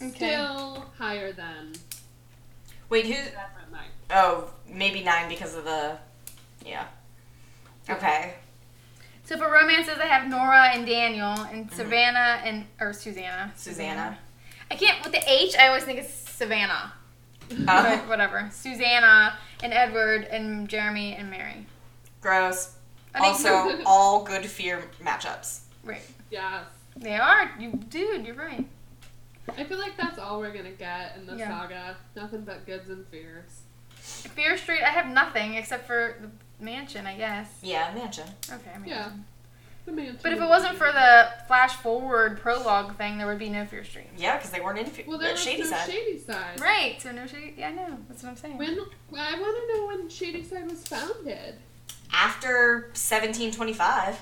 Okay. still higher than Wait, who? Bad Moonlight. Oh, maybe nine because of the. Yeah. Okay. So for romances, I have Nora and Daniel, and Savannah and or Mm-hmm. Susanna. Susanna. I can't with the H. I always think it's Savannah, Oh, but whatever. Susanna and Edward and Jeremy and Mary. gross. I think- Also, all good fear matchups. right? Yes. They are. You, dude, you're right. I feel like that's all we're gonna get in the Yeah. saga. Nothing but goods and fears. Fear Street. I have nothing except for the mansion, I guess. Yeah, mansion. Okay. Mansion. Yeah. The mansion. But if it wasn't for the flash forward prologue thing, there would be no Fear Street. Yeah, because they weren't in fe- well, there uh, was shady no side. shady side. Right. So no shade. Yeah, I know. That's what I'm saying. When I want to know when shady side was founded. After 1725,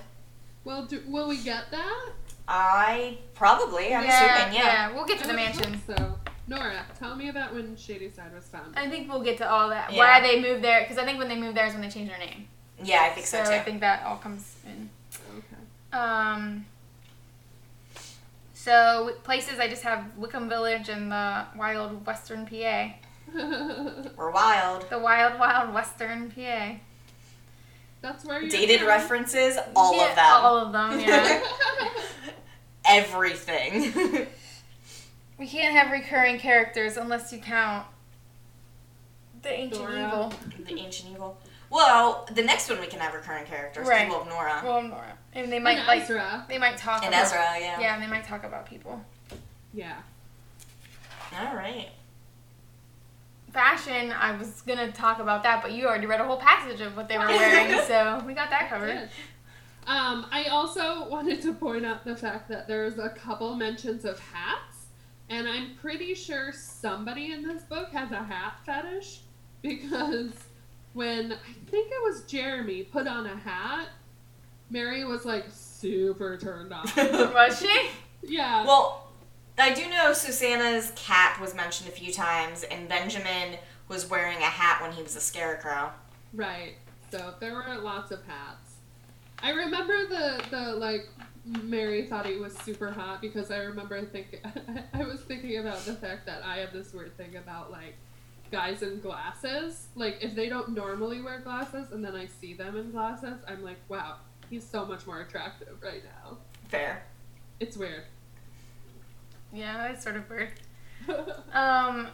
Well, do, will we get that? I probably. I'm assuming. Yeah. We'll get to the I would mansion. hope So, Nora, tell me about when shady side was founded. I think we'll get to all that. Yeah. Why they moved there? Because I think when they moved there is when they changed their name. Yeah, I think so, I too. think that all comes in. Okay. Um, so places I just have Wickham Village and the Wild Western PA. We're wild. The Wild Wild Western PA. That's where you Dated references, all of them. All of them. Yeah. Everything. we can't have recurring characters unless you count the ancient Dora. evil. the ancient evil. Well, the next one we can have recurring characters. Right. People of Nora. Well, Nora. And they might and like. Ezra. They might talk. and about, Ezra, yeah. Yeah, and they might talk about people. Yeah. All right. fashion, I was gonna talk about that, but you already read a whole passage of what they were wearing, so we got that covered. Good. Um, I also wanted to point out the fact that there's a couple mentions of hats, and I'm pretty sure somebody in this book has a hat fetish because when I think it was Jeremy put on a hat, Mary was like super turned on. Was she? yeah. well, I do know Susanna's cat was mentioned a few times, and Benjamin was wearing a hat when he was a scarecrow. right. so there were lots of hats. I remember the the like Mary thought he was super hot because I remember think I was thinking about the fact that I have this weird thing about like guys in glasses. Like if they don't normally wear glasses and then I see them in glasses, I'm like, wow, he's so much more attractive right now. Fair. It's weird. Yeah, that's sort of weird. Um,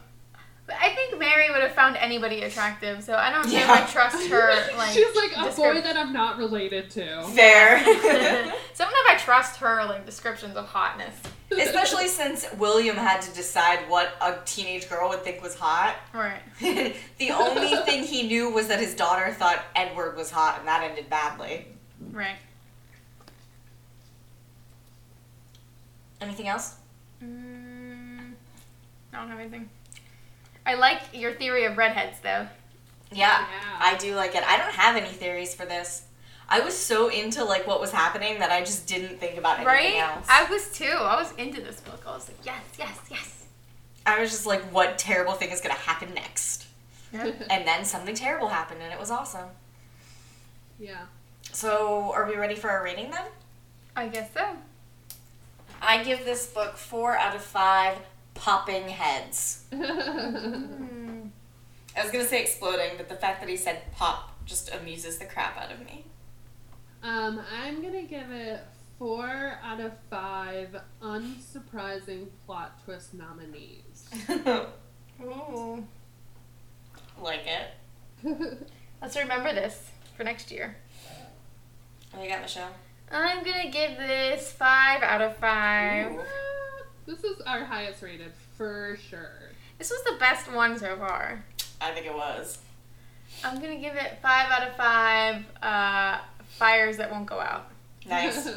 but I think Mary would have found anybody attractive, so I don't Yeah. ever trust her. Like She's like a boy descrip- that I'm not related to. Fair. so I don't know if I trust her like descriptions of hotness. Especially since William had to decide what a teenage girl would think was hot. Right. the only thing he knew was that his daughter thought Edward was hot, and that ended badly. Right. Anything else? Mm, I don't have anything. I like your theory of redheads though. Yeah, Yeah. I do like it. I don't have any theories for this. I was so into like what was happening that I just didn't think about anything Right? else. I was too. I was into this book. I was like, yes, yes, yes. I was just like, what terrible thing is gonna happen next? Yeah. And then something terrible happened, and it was awesome. yeah. So, are we ready for our rating then? I guess so. I give this book four out of five popping heads. Mm, I was gonna say exploding, but the fact that he said pop just amuses the crap out of me. Um, I'm gonna give it four out of five unsurprising plot twist nominees. Ooh. like it. Let's remember this for next year. What you got, Michelle? I'm gonna give this five out of five. Ooh. this is our highest rated for sure. This was the best one so far. I think it was. I'm gonna give it five out of five uh, fires that won't go out Nice.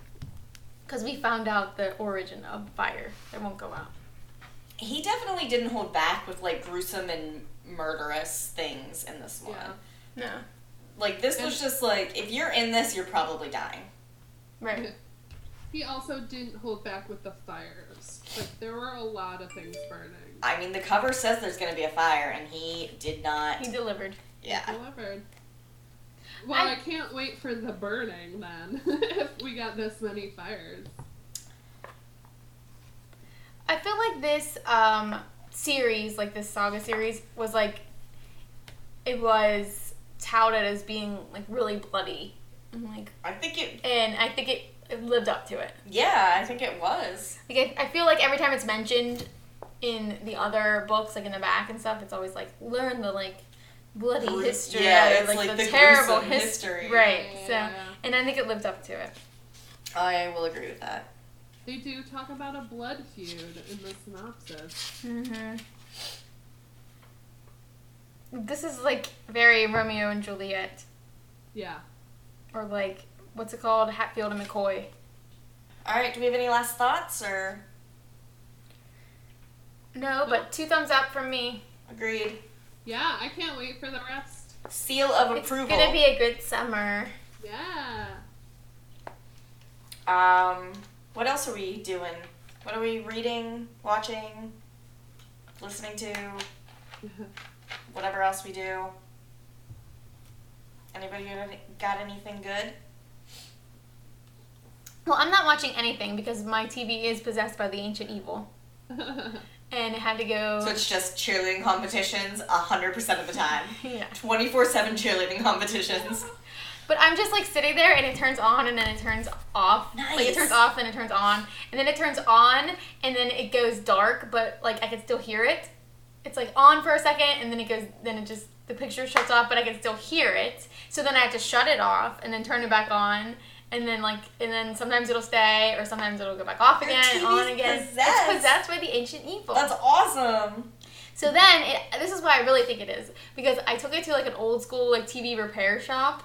because we found out the origin of fire that won't go out. he definitely didn't hold back with like gruesome and murderous things in this one. Yeah. No, Like this was And- just like if you're in this, you're probably dying. right? he also didn't hold back with the fires. Like there were a lot of things burning. I mean, the cover says there's gonna be a fire, and he did not. He delivered. yeah. However, well, I, I- can't wait for the burning then. if we got this many fires. I feel like this um, series, like this saga series, was like it was touted as being like really bloody, and like, I think it. and I think it, it lived up to it. Yeah, I think it was. Like I, I feel like every time it's mentioned in the other books, like in the back and stuff, it's always like learn the like bloody Gru- history, yeah, or, it's like the terrible gruesome his- history. right? So, Yeah. and I think it lived up to it. I will agree with that. They do talk about a blood feud in the synopsis. Mm-hmm. This is like very Romeo and Juliet, Yeah. or like what's it called, Hatfield and McCoy. All right. Do we have any last thoughts or No, but two thumbs up from me. agreed? Yeah, I can't wait for the rest. Seal of It's approval. gonna be a good summer. Yeah. Um, what else are we doing? What are we reading, watching, listening to? Whatever else we do. Anybody got any- got anything good? Well, I'm not watching anything because my TV is possessed by the ancient evil, and it had to go. So it's just cheerleading competitions, hundred percent of the time. yeah. Twenty four seven cheerleading competitions. But I'm just like sitting there and it turns on and then it turns off. Like it Nice. turns off and it turns on. And then it turns on and then it goes dark, but like I can still hear it. It's like on for a second and then it goes then it just the picture shuts off, but I can still hear it. So then I have to shut it off and then turn it back on. And then like and then sometimes it'll stay or sometimes it'll go back off Your again and on TV's again. possessed. It's possessed by the ancient evil. That's awesome. So then, it, this is why I really think it is because I took it to like an old school like TV repair shop.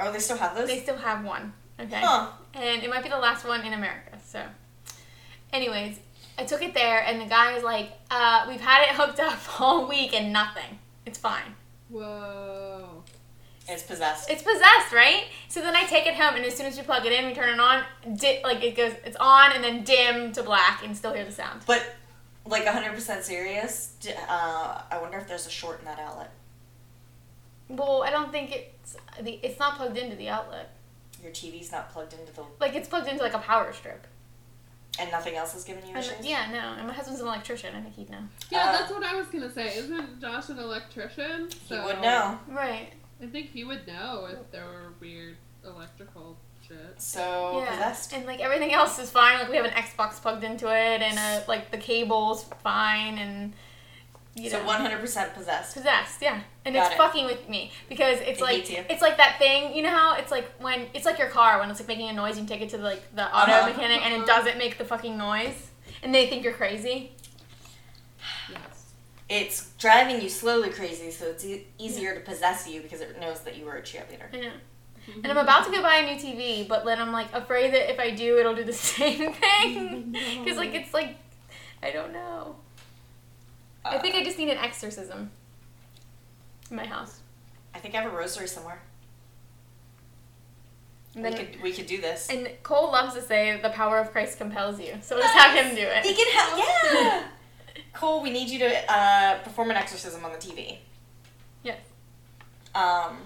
Oh, they still have those. They still have one. Okay. Huh. And it might be the last one in America. So, anyways, I took it there, and the guy was like, uh, "We've had it hooked up all week and nothing. It's fine. Whoa. It's possessed. It's possessed, right?" So then I take it home, and as soon as we plug it in, we turn it on. Di- like it goes, it's on, and then dim to black, and still hear the sound. but like hundred percent serious. d- Uh, I wonder if there's a short in that outlet. Well, I don't think it's the it's not plugged into the outlet. Your TV's not plugged into the Like it's plugged into like a power strip. and nothing else is giving you And, issues. yeah, no. And my husband's an electrician. I think he'd know. Yeah, Uh, that's what I was gonna say. Isn't Josh an electrician? You would know. Right. I think he would know if there were weird electrical shit. So yeah. possessed. And like everything else is fine. Like we have an Xbox plugged into it, and a, like the cable's fine, and you so know. one hundred percent possessed. possessed yeah and Got it's it. fucking with me because it's It like hates you. it's like that thing you know how it's like when it's like your car when it's like making a noise you take it to like the auto Uh-huh. mechanic and it Uh-huh. doesn't make the fucking noise and they think you're crazy Yes. It's driving you slowly crazy, so it's e- easier to possess you because it knows that you were a cheerleader. I know. and i'm about to go buy a new tv but then i'm like afraid that if i do it'll do the same thing because like it's like i don't know i think Uh, i just need an exorcism in my house I think I have a rosary somewhere. and, then, we could we could do this. and cole loves to say the power of christ compels you so just have him do it He can help. Yeah. Cole, we need you to uh, perform an exorcism on the TV. Yes. Um.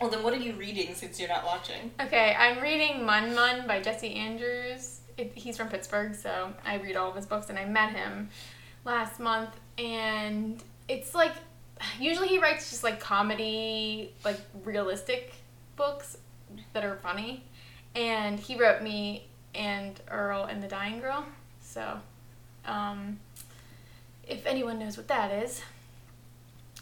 Well, then, what are you reading since you're not watching? Okay, I'm reading Mun Mun by Jesse Andrews. It, he's from Pittsburgh, so I read all of his books, and I met him last month. And it's like, usually he writes just like comedy, like realistic books that are funny. And he wrote me and Earl and the Dying Girl. So, um, if anyone knows what that is,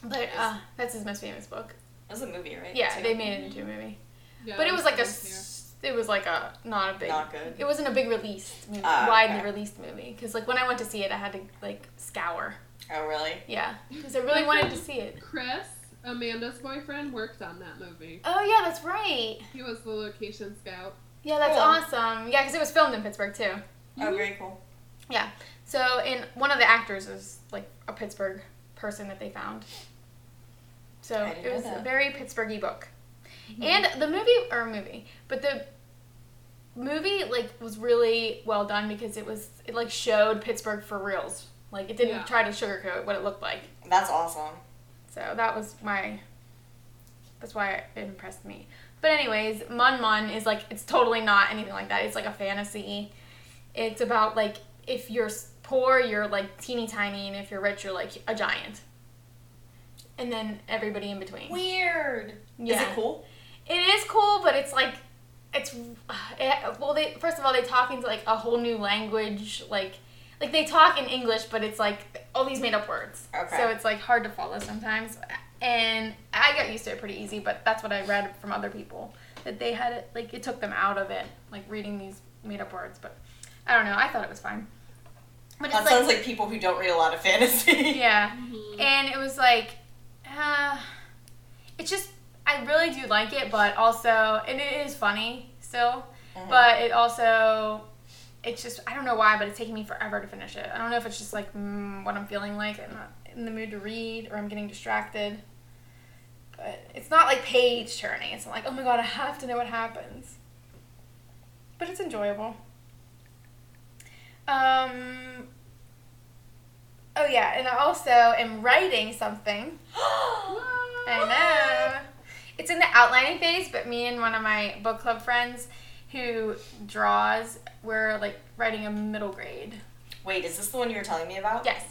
but uh, that's his most famous book. It was a movie, right? Yeah, Too? they made it into a movie Yeah, but it was like a yeah. s- it was like a not a big Not good. it wasn't a big released movie Ah, widely okay. released movie because like when i went to see it i had to like scour Oh, really? yeah because i really wanted to see it Chris, Amanda's boyfriend, worked on that movie. oh yeah that's right He was the location scout. yeah that's Cool. awesome yeah because it was filmed in pittsburgh too Mm-hmm. Oh, very cool. so and one of the actors is like a pittsburgh person that they found so I didn't it know was a that. Hmm. very pittsburghy book and the movie or movie but the movie like was really well done because it was it like showed pittsburgh for reals like it didn't Yeah. try to sugarcoat what it looked like That's awesome. so that was my that's why it impressed me but anyways mun mun is like it's totally not anything like that it's like a fantasy it's about like if you're s- poor you're like teeny tiny and if you're rich you're like a giant and then everybody in between Weird. Is it cool? it is cool, but it's like it's it, well. They first of all they talk into like a whole new language. Like like they talk in English, but it's like all these made up words. Okay. So it's like hard to follow sometimes. And I got used to it pretty easy, but that's what I read from other people that they had it like it took them out of it, like reading these made up words. But I don't know. I thought it was fine. But it's That sounds like people who don't read a lot of fantasy. yeah Mhm. and it was like uh, it's just i really do like it but also and it is funny still Mhm. but it also it's just i don't know why but it's taking me forever to finish it i don't know if it's just like mm, what i'm feeling like i'm not in the mood to read or i'm getting distracted but it's not like page turning it's not like oh my god i have to know what happens but it's enjoyable um oh yeah and i also am writing something I know. It's in the outlining phase, but me and one of my book club friends who draws, we're like writing a middle grade. Wait, is this the one you were telling me about? Yes.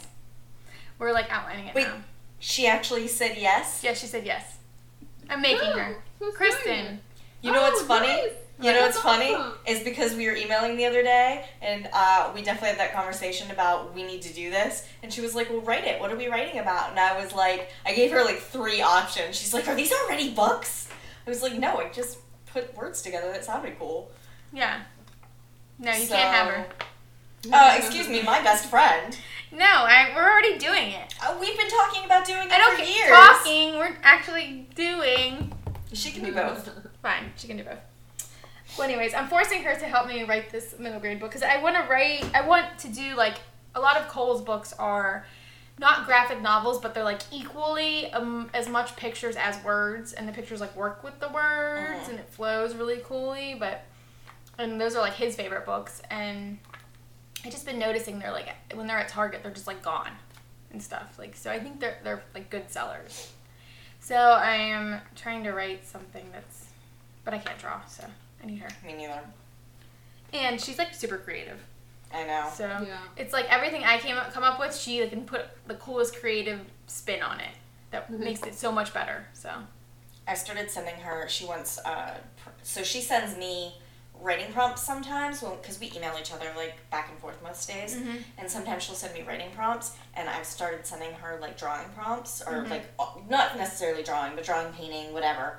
We're like outlining it Wait. now. She actually said yes. Yeah, she said yes. I'm making her. Who? Who's doing Kristen. it? You know Oh, what's funny? nice. You know That's what's funny awesome. is because we were emailing the other day, and uh, we definitely had that conversation about we need to do this. And she was like, "Well, write it. What are we writing about?" And I was like, I gave her like three options. She's like, "Are these already books?" I was like, "No, I just put words together that sounded cool." Yeah. No, you So- can't have her. Uh, excuse me, my best friend. No, I, we're already doing it. Uh, we've been talking about doing it I don't for get years. talking. We're actually doing. She can do both. Fine, she can do both. Well, anyways, I'm forcing her to help me write this middle grade book because I want to write. I want to do like a lot of Cole's books are not graphic novels, but they're like equally um, as much pictures as words, and the pictures like work with the words, and it flows really coolly. But and those are like his favorite books, and I just been noticing they're like when they're at Target, they're just like gone and stuff. Like so, I think they're they're like good sellers. So I am trying to write something that's, but I can't draw, so I need her. Me neither. And she's like super creative, I know. so Yeah. it's like everything I came up, come up with, she like, can put the coolest creative spin on it that Mhm. makes it so much better. So I started sending her. She wants, uh, pr- so she sends me writing prompts sometimes because we email each other like back and forth most days, Mhm. and sometimes she'll send me writing prompts, and I've started sending her like drawing prompts or Mhm. like uh, not necessarily drawing, but drawing, painting, whatever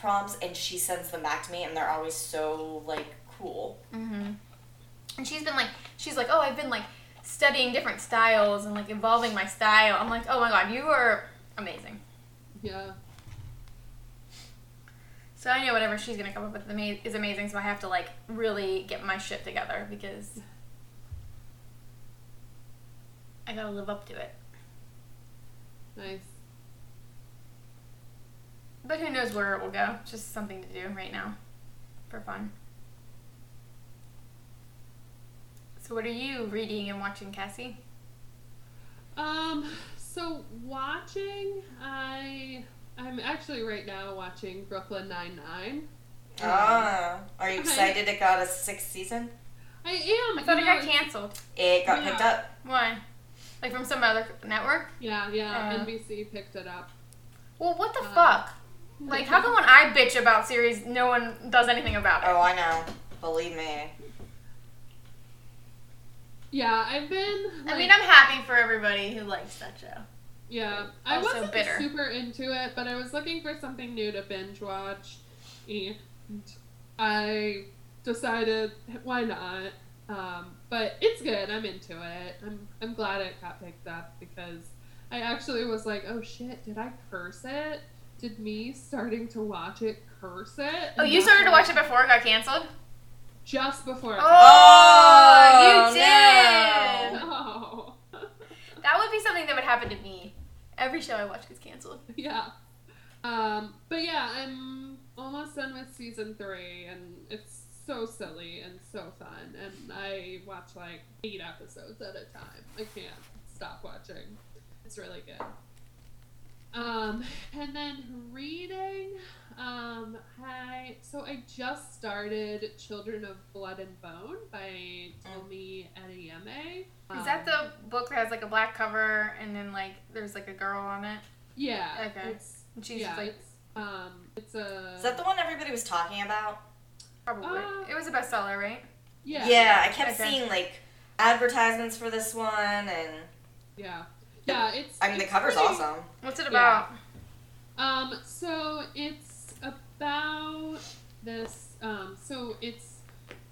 prompts, and she sends them back to me, and they're always so like cool. hmm And she's been like, she's like, oh, I've been like studying different styles and like evolving my style. I'm like, oh my god, you are amazing. Yeah. So I know whatever she's gonna come up with ama- is amazing. So I have to like really get my shit together because I gotta live up to it. Nice. But who knows where it will go? Just something to do right now, for fun. So what are you reading and watching, Cassie? Um, so watching, I I'm actually right now watching Brooklyn Nine Nine. Ah, are you Okay. excited? It got a sixth season. I am. I thought you it know, got canceled. It got Yeah. picked up. Why? Like from some other network? Yeah, yeah. Yeah. NBC picked it up. Well, what the Uh, fuck? Like, how come when I bitch about series, no one does anything about it? Oh, I know. Believe me. Yeah, I've been. I like, mean, I'm happy for everybody who likes that show. Yeah, I Also wasn't bitter. super into it, but I was looking for something new to binge watch, and I decided why not. Um, but it's good. I'm into it. I'm I'm glad it got picked up because I actually was like, oh shit, did I curse it? Did me starting to watch it curse it? Oh, you started to watch it Oh, before it got canceled? just before. it Oh, got- you no. did! No. That would be something that would happen to me. Every show I watch gets canceled. yeah. Um, but yeah, I'm almost done with season three, and it's so silly and so fun. And I watch like eight episodes at a time. I can't stop watching. It's really good. Um, and then reading, um, I so I just started *Children of Blood and Bone* by Tomi Adeyemi. Is that Um, the book that has like a black cover and then like there's like a girl on it? Yeah. Okay. It's, And she's yeah, just like, it's, um, it's a. Is that the one everybody was talking about? probably. Uh, it was a bestseller, right? Yeah. I kept Okay. seeing like advertisements for this one, and Yeah. Yeah, it's. I mean the it's cover's pretty- awesome. What's it Yeah. about? Um, so it's about this. Um, so it's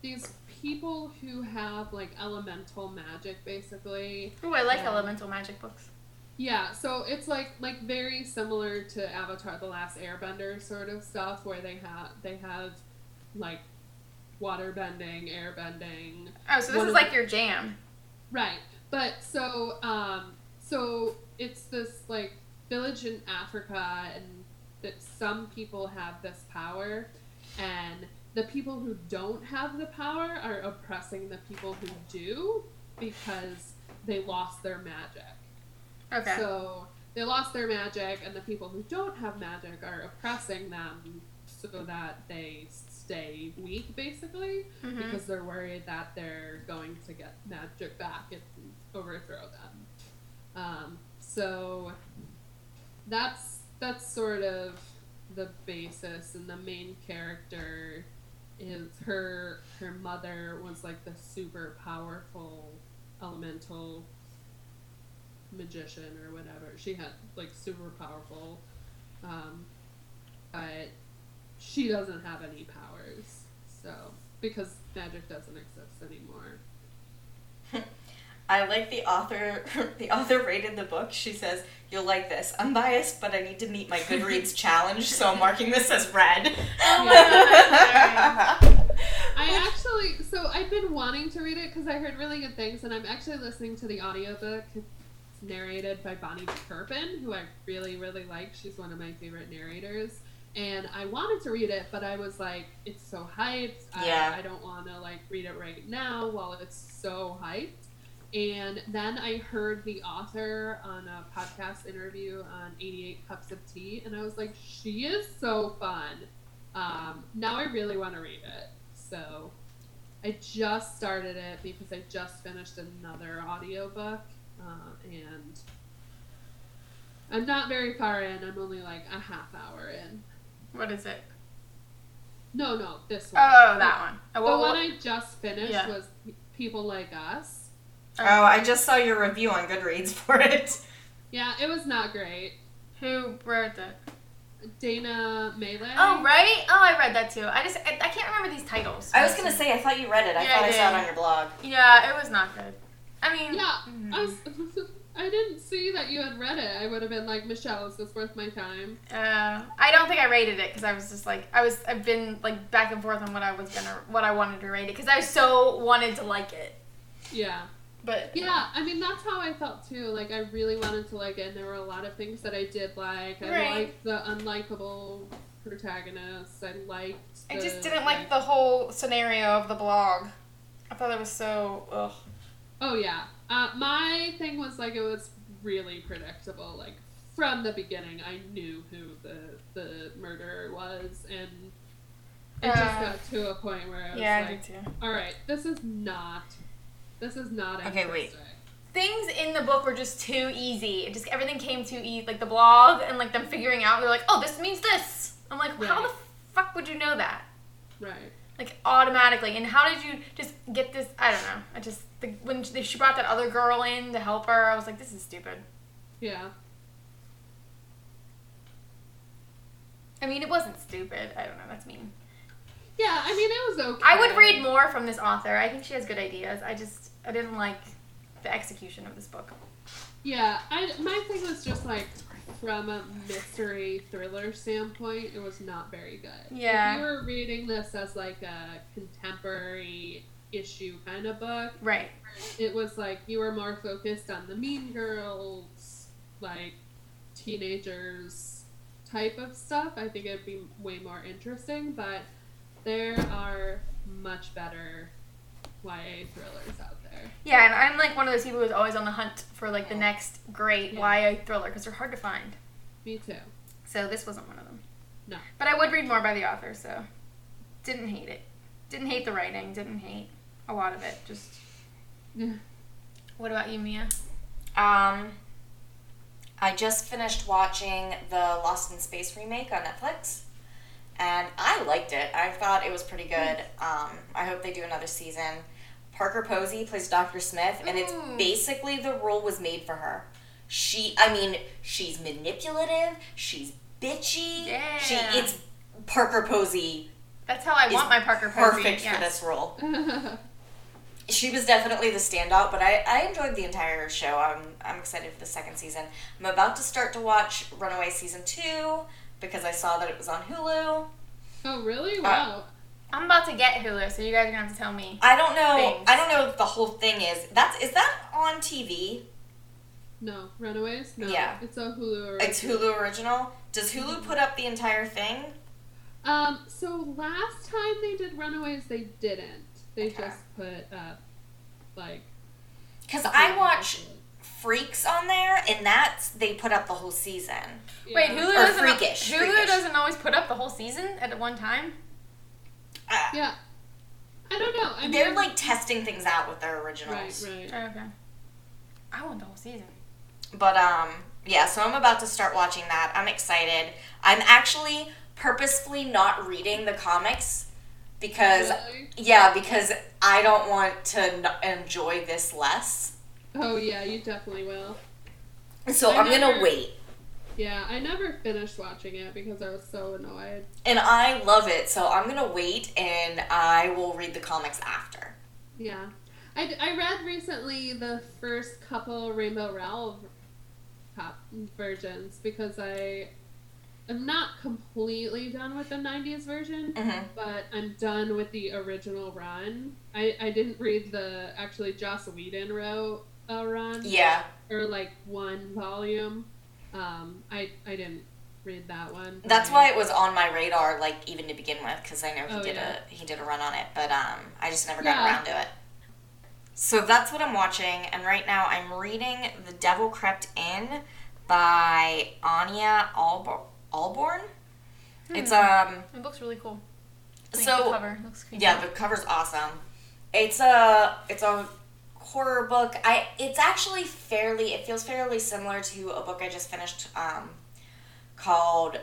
these people who have like elemental magic, basically. Ooh, I like Yeah. elemental magic books. Yeah, so it's like like very similar to Avatar: The Last Airbender sort of stuff, where they have they have like water bending, air bending, Oh, so this One is of like your jam. Right. But so um so it's this like village in Africa and that some people have this power and the people who don't have the power are oppressing the people who do because they lost their magic. Okay. So they lost their magic, and the people who don't have magic are oppressing them so that they stay weak, basically, Mhm. because they're worried that they're going to get magic back and overthrow them. Um, so that's that's sort of the basis, and the main character is her her mother was like the super powerful elemental magician or whatever. She had like super powerful, um, but she doesn't have any powers. So because magic doesn't exist anymore. I like the author. The author rated the book. She says, "You'll like this. I'm biased, but I need to meet my Goodreads challenge, so I'm marking this as red." Oh my God, I actually, so I've been wanting to read it because I heard really good things, and I'm actually listening to the audiobook. It's narrated by Bonnie Turpin, who I really, really like. She's one of my favorite narrators. And I wanted to read it, but I was like, it's so hyped. Yeah. I, I don't want to like read it right now while it's so hyped. And then I heard the author on a podcast interview on 88 Cups of Tea, and I was like, she is so fun. Um, now I really want to read it. So I just started it because I just finished another audiobook, uh, and I'm not very far in. I'm only like a half hour in. What is it? No, no, this one. Oh, that one. Oh, The well, one I just finished Yeah. was P- People Like Us. Oh, I just saw your review on Goodreads for it. Yeah, it was not great. who wrote that? Dana Melee. Oh, right. Oh, I read that too. I just I, I can't remember these titles. I was gonna say I thought you read it. I Yeah, thought I I saw it did. on your blog. Yeah, it was not good. I mean, Yeah, mhm. I, was, I didn't see that you had read it. I would have been like, Michelle, is this worth my time? Uh, I don't think I rated it because I was just like I was I've been like back and forth on what I was gonna what I wanted to rate it because I so wanted to like it, Yeah. but Yeah, I mean, that's how I felt too. Like, I really wanted to like it, and there were a lot of things that I did like. I Right. liked the unlikable protagonists. I liked. The, I just didn't like the whole scenario of the blog. I thought it was so ugh. Oh, yeah. Uh, my thing was like, it was really predictable. Like, from the beginning, I knew who the, the murderer was, and it just Uh, got to a point where I was Yeah, I like, did too. All right, this is not. This is not. Okay, wait. interesting. Things in the book were just too easy. It just everything came too easy. Like the blog and like them figuring out, they're like, oh, this means this. I'm like, how the Right. fuck would you know that? Right. like automatically. And how did you just get this? I don't know. I just the, when she, she brought that other girl in to help her, I was like, this is stupid. Yeah. I mean, it wasn't stupid. I don't know. That's mean. Yeah. I mean, it was okay. I would read more from this author. I think she has good ideas. I just I didn't like the execution of this book. Yeah. I my thing was just like from a mystery thriller standpoint, it was not very good. Yeah. If you were reading this as like a contemporary issue kind of book, Right. it was like you were more focused on the mean girls like teenagers type of stuff i think it'd be way more interesting but there are much better ya thrillers out there Yeah, and I'm like one of those people who's always on the hunt for like the next great YA thriller because they're hard to find. me too So this wasn't one of them. No. But I would read more by the author, so didn't hate it. Didn't hate the writing. Didn't hate a lot of it. Just What about you, Mia? Um, I just finished watching the Lost in Space remake on Netflix, and I liked it. I thought it was pretty good. Um, I hope they do another season. Parker Posey plays Dr. Smith, and it's Ooh. basically the role was made for her. She, I mean, she's manipulative. She's bitchy. She, Yeah. it's Parker Posey. That's how I is want my Parker Posey. Perfect yes. for this role yeah she was definitely the standout, but I, I enjoyed the entire show. I'm, I'm excited for the second season. I'm about to start to watch Runaway Season 2 because I saw that it was on Hulu. oh really wow I'm about to get Hulu, so you guys are gonna have to tell me. I don't know Thanks. I don't know if the whole thing is that's is that on TV? no runaways no Yeah. it's a hulu original. It's Hulu original. Does Hulu put up the entire thing? um so last time they did runaways they didn't they Okay. just put up like Cuz Mm-hmm. I watch Freaks on there and that's they put up the whole season. Wait, Yeah. Hulu Or doesn't. Freakish, Hulu Freakish. doesn't always put up the whole season at one time. Uh, Yeah. I don't know. I mean, They're like testing things out with their originals. right, right. Oh, Okay. I want the whole season. But um yeah, so I'm about to start watching that. I'm excited. I'm actually purposefully not reading the comics because Really? yeah, because I don't want to n- enjoy this less. Oh yeah, you definitely will. So I I'm going to never- wait. Yeah, I never finished watching it because I was so annoyed. And I love it, so I'm going to wait and I will read the comics after. Yeah. I, d- I read recently the first couple Rainbow Rowell v- pop versions because I am not completely done with the 90s version, Mhm. but I'm done with the original run. I, I didn't read the actually Joss Whedon wrote a run. Yeah. or like one volume. Um, I I didn't read that one. That's why it was on my radar like even to begin with cuz I know he Oh, did yeah. a he did a run on it, but um I just never got Yeah. around to it. So that's what I'm watching, and right now I'm reading The Devil Crept In by Anya Alb- Alborn. It's Hmm. um It looks really cool. Like, So- the cover looks creepy. yeah, the cover's awesome. It's a it's a horror book. I it's actually fairly it feels fairly similar to a book I just finished um called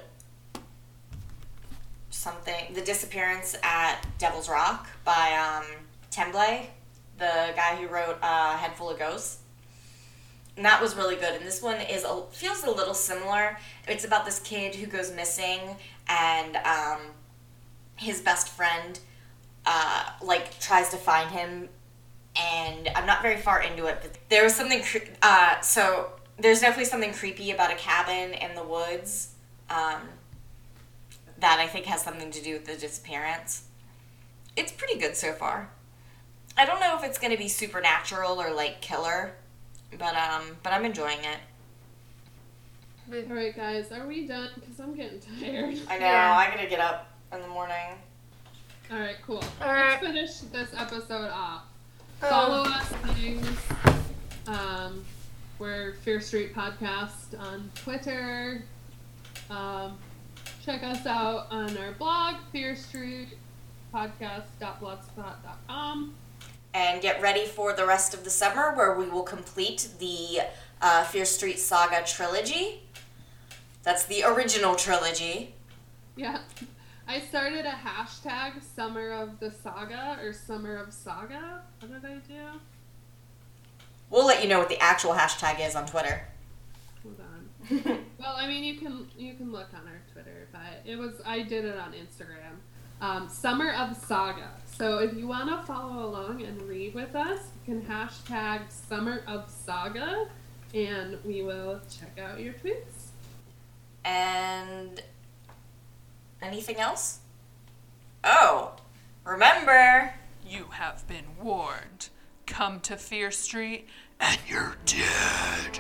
something The Disappearance at Devil's Rock by um Temblay, the guy who wrote uh, Head Full of Ghosts. And that was really good. And this one is a, feels a little similar. It's about this kid who goes missing and um, his best friend uh, like tries to find him and i'm not very far into it but there was something cre- uh, so there's definitely something creepy about a cabin in the woods um, that i think has something to do with the disappearance it's pretty good so far i don't know if it's going to be supernatural or like killer but um but i'm enjoying it But- All right, guys, are we done? Because I'm getting tired. i know Yeah. i gotta get up in the morning All right, cool. All Let's right. finish this episode off. Um, Follow us things. Um, we're Fear Street Podcast on Twitter. Um, check us out on our blog, fearstreetpodcast.blogspot.com. and get ready for the rest of the summer where we will complete the uh, Fear Street Saga trilogy. That's the original trilogy. Yeah. I started a hashtag Summer of the Saga or Summer of Saga. What did I do? We'll let you know what the actual hashtag is on Twitter. Hold on. Well, I mean, you can you can look on our Twitter, but it was I did it on Instagram. Um, Summer of Saga. So if you want to follow along and read with us, you can hashtag Summer of Saga, and we will check out your tweets. and anything else? Oh, remember. You have been warned. Come to Fear Street and you're dead.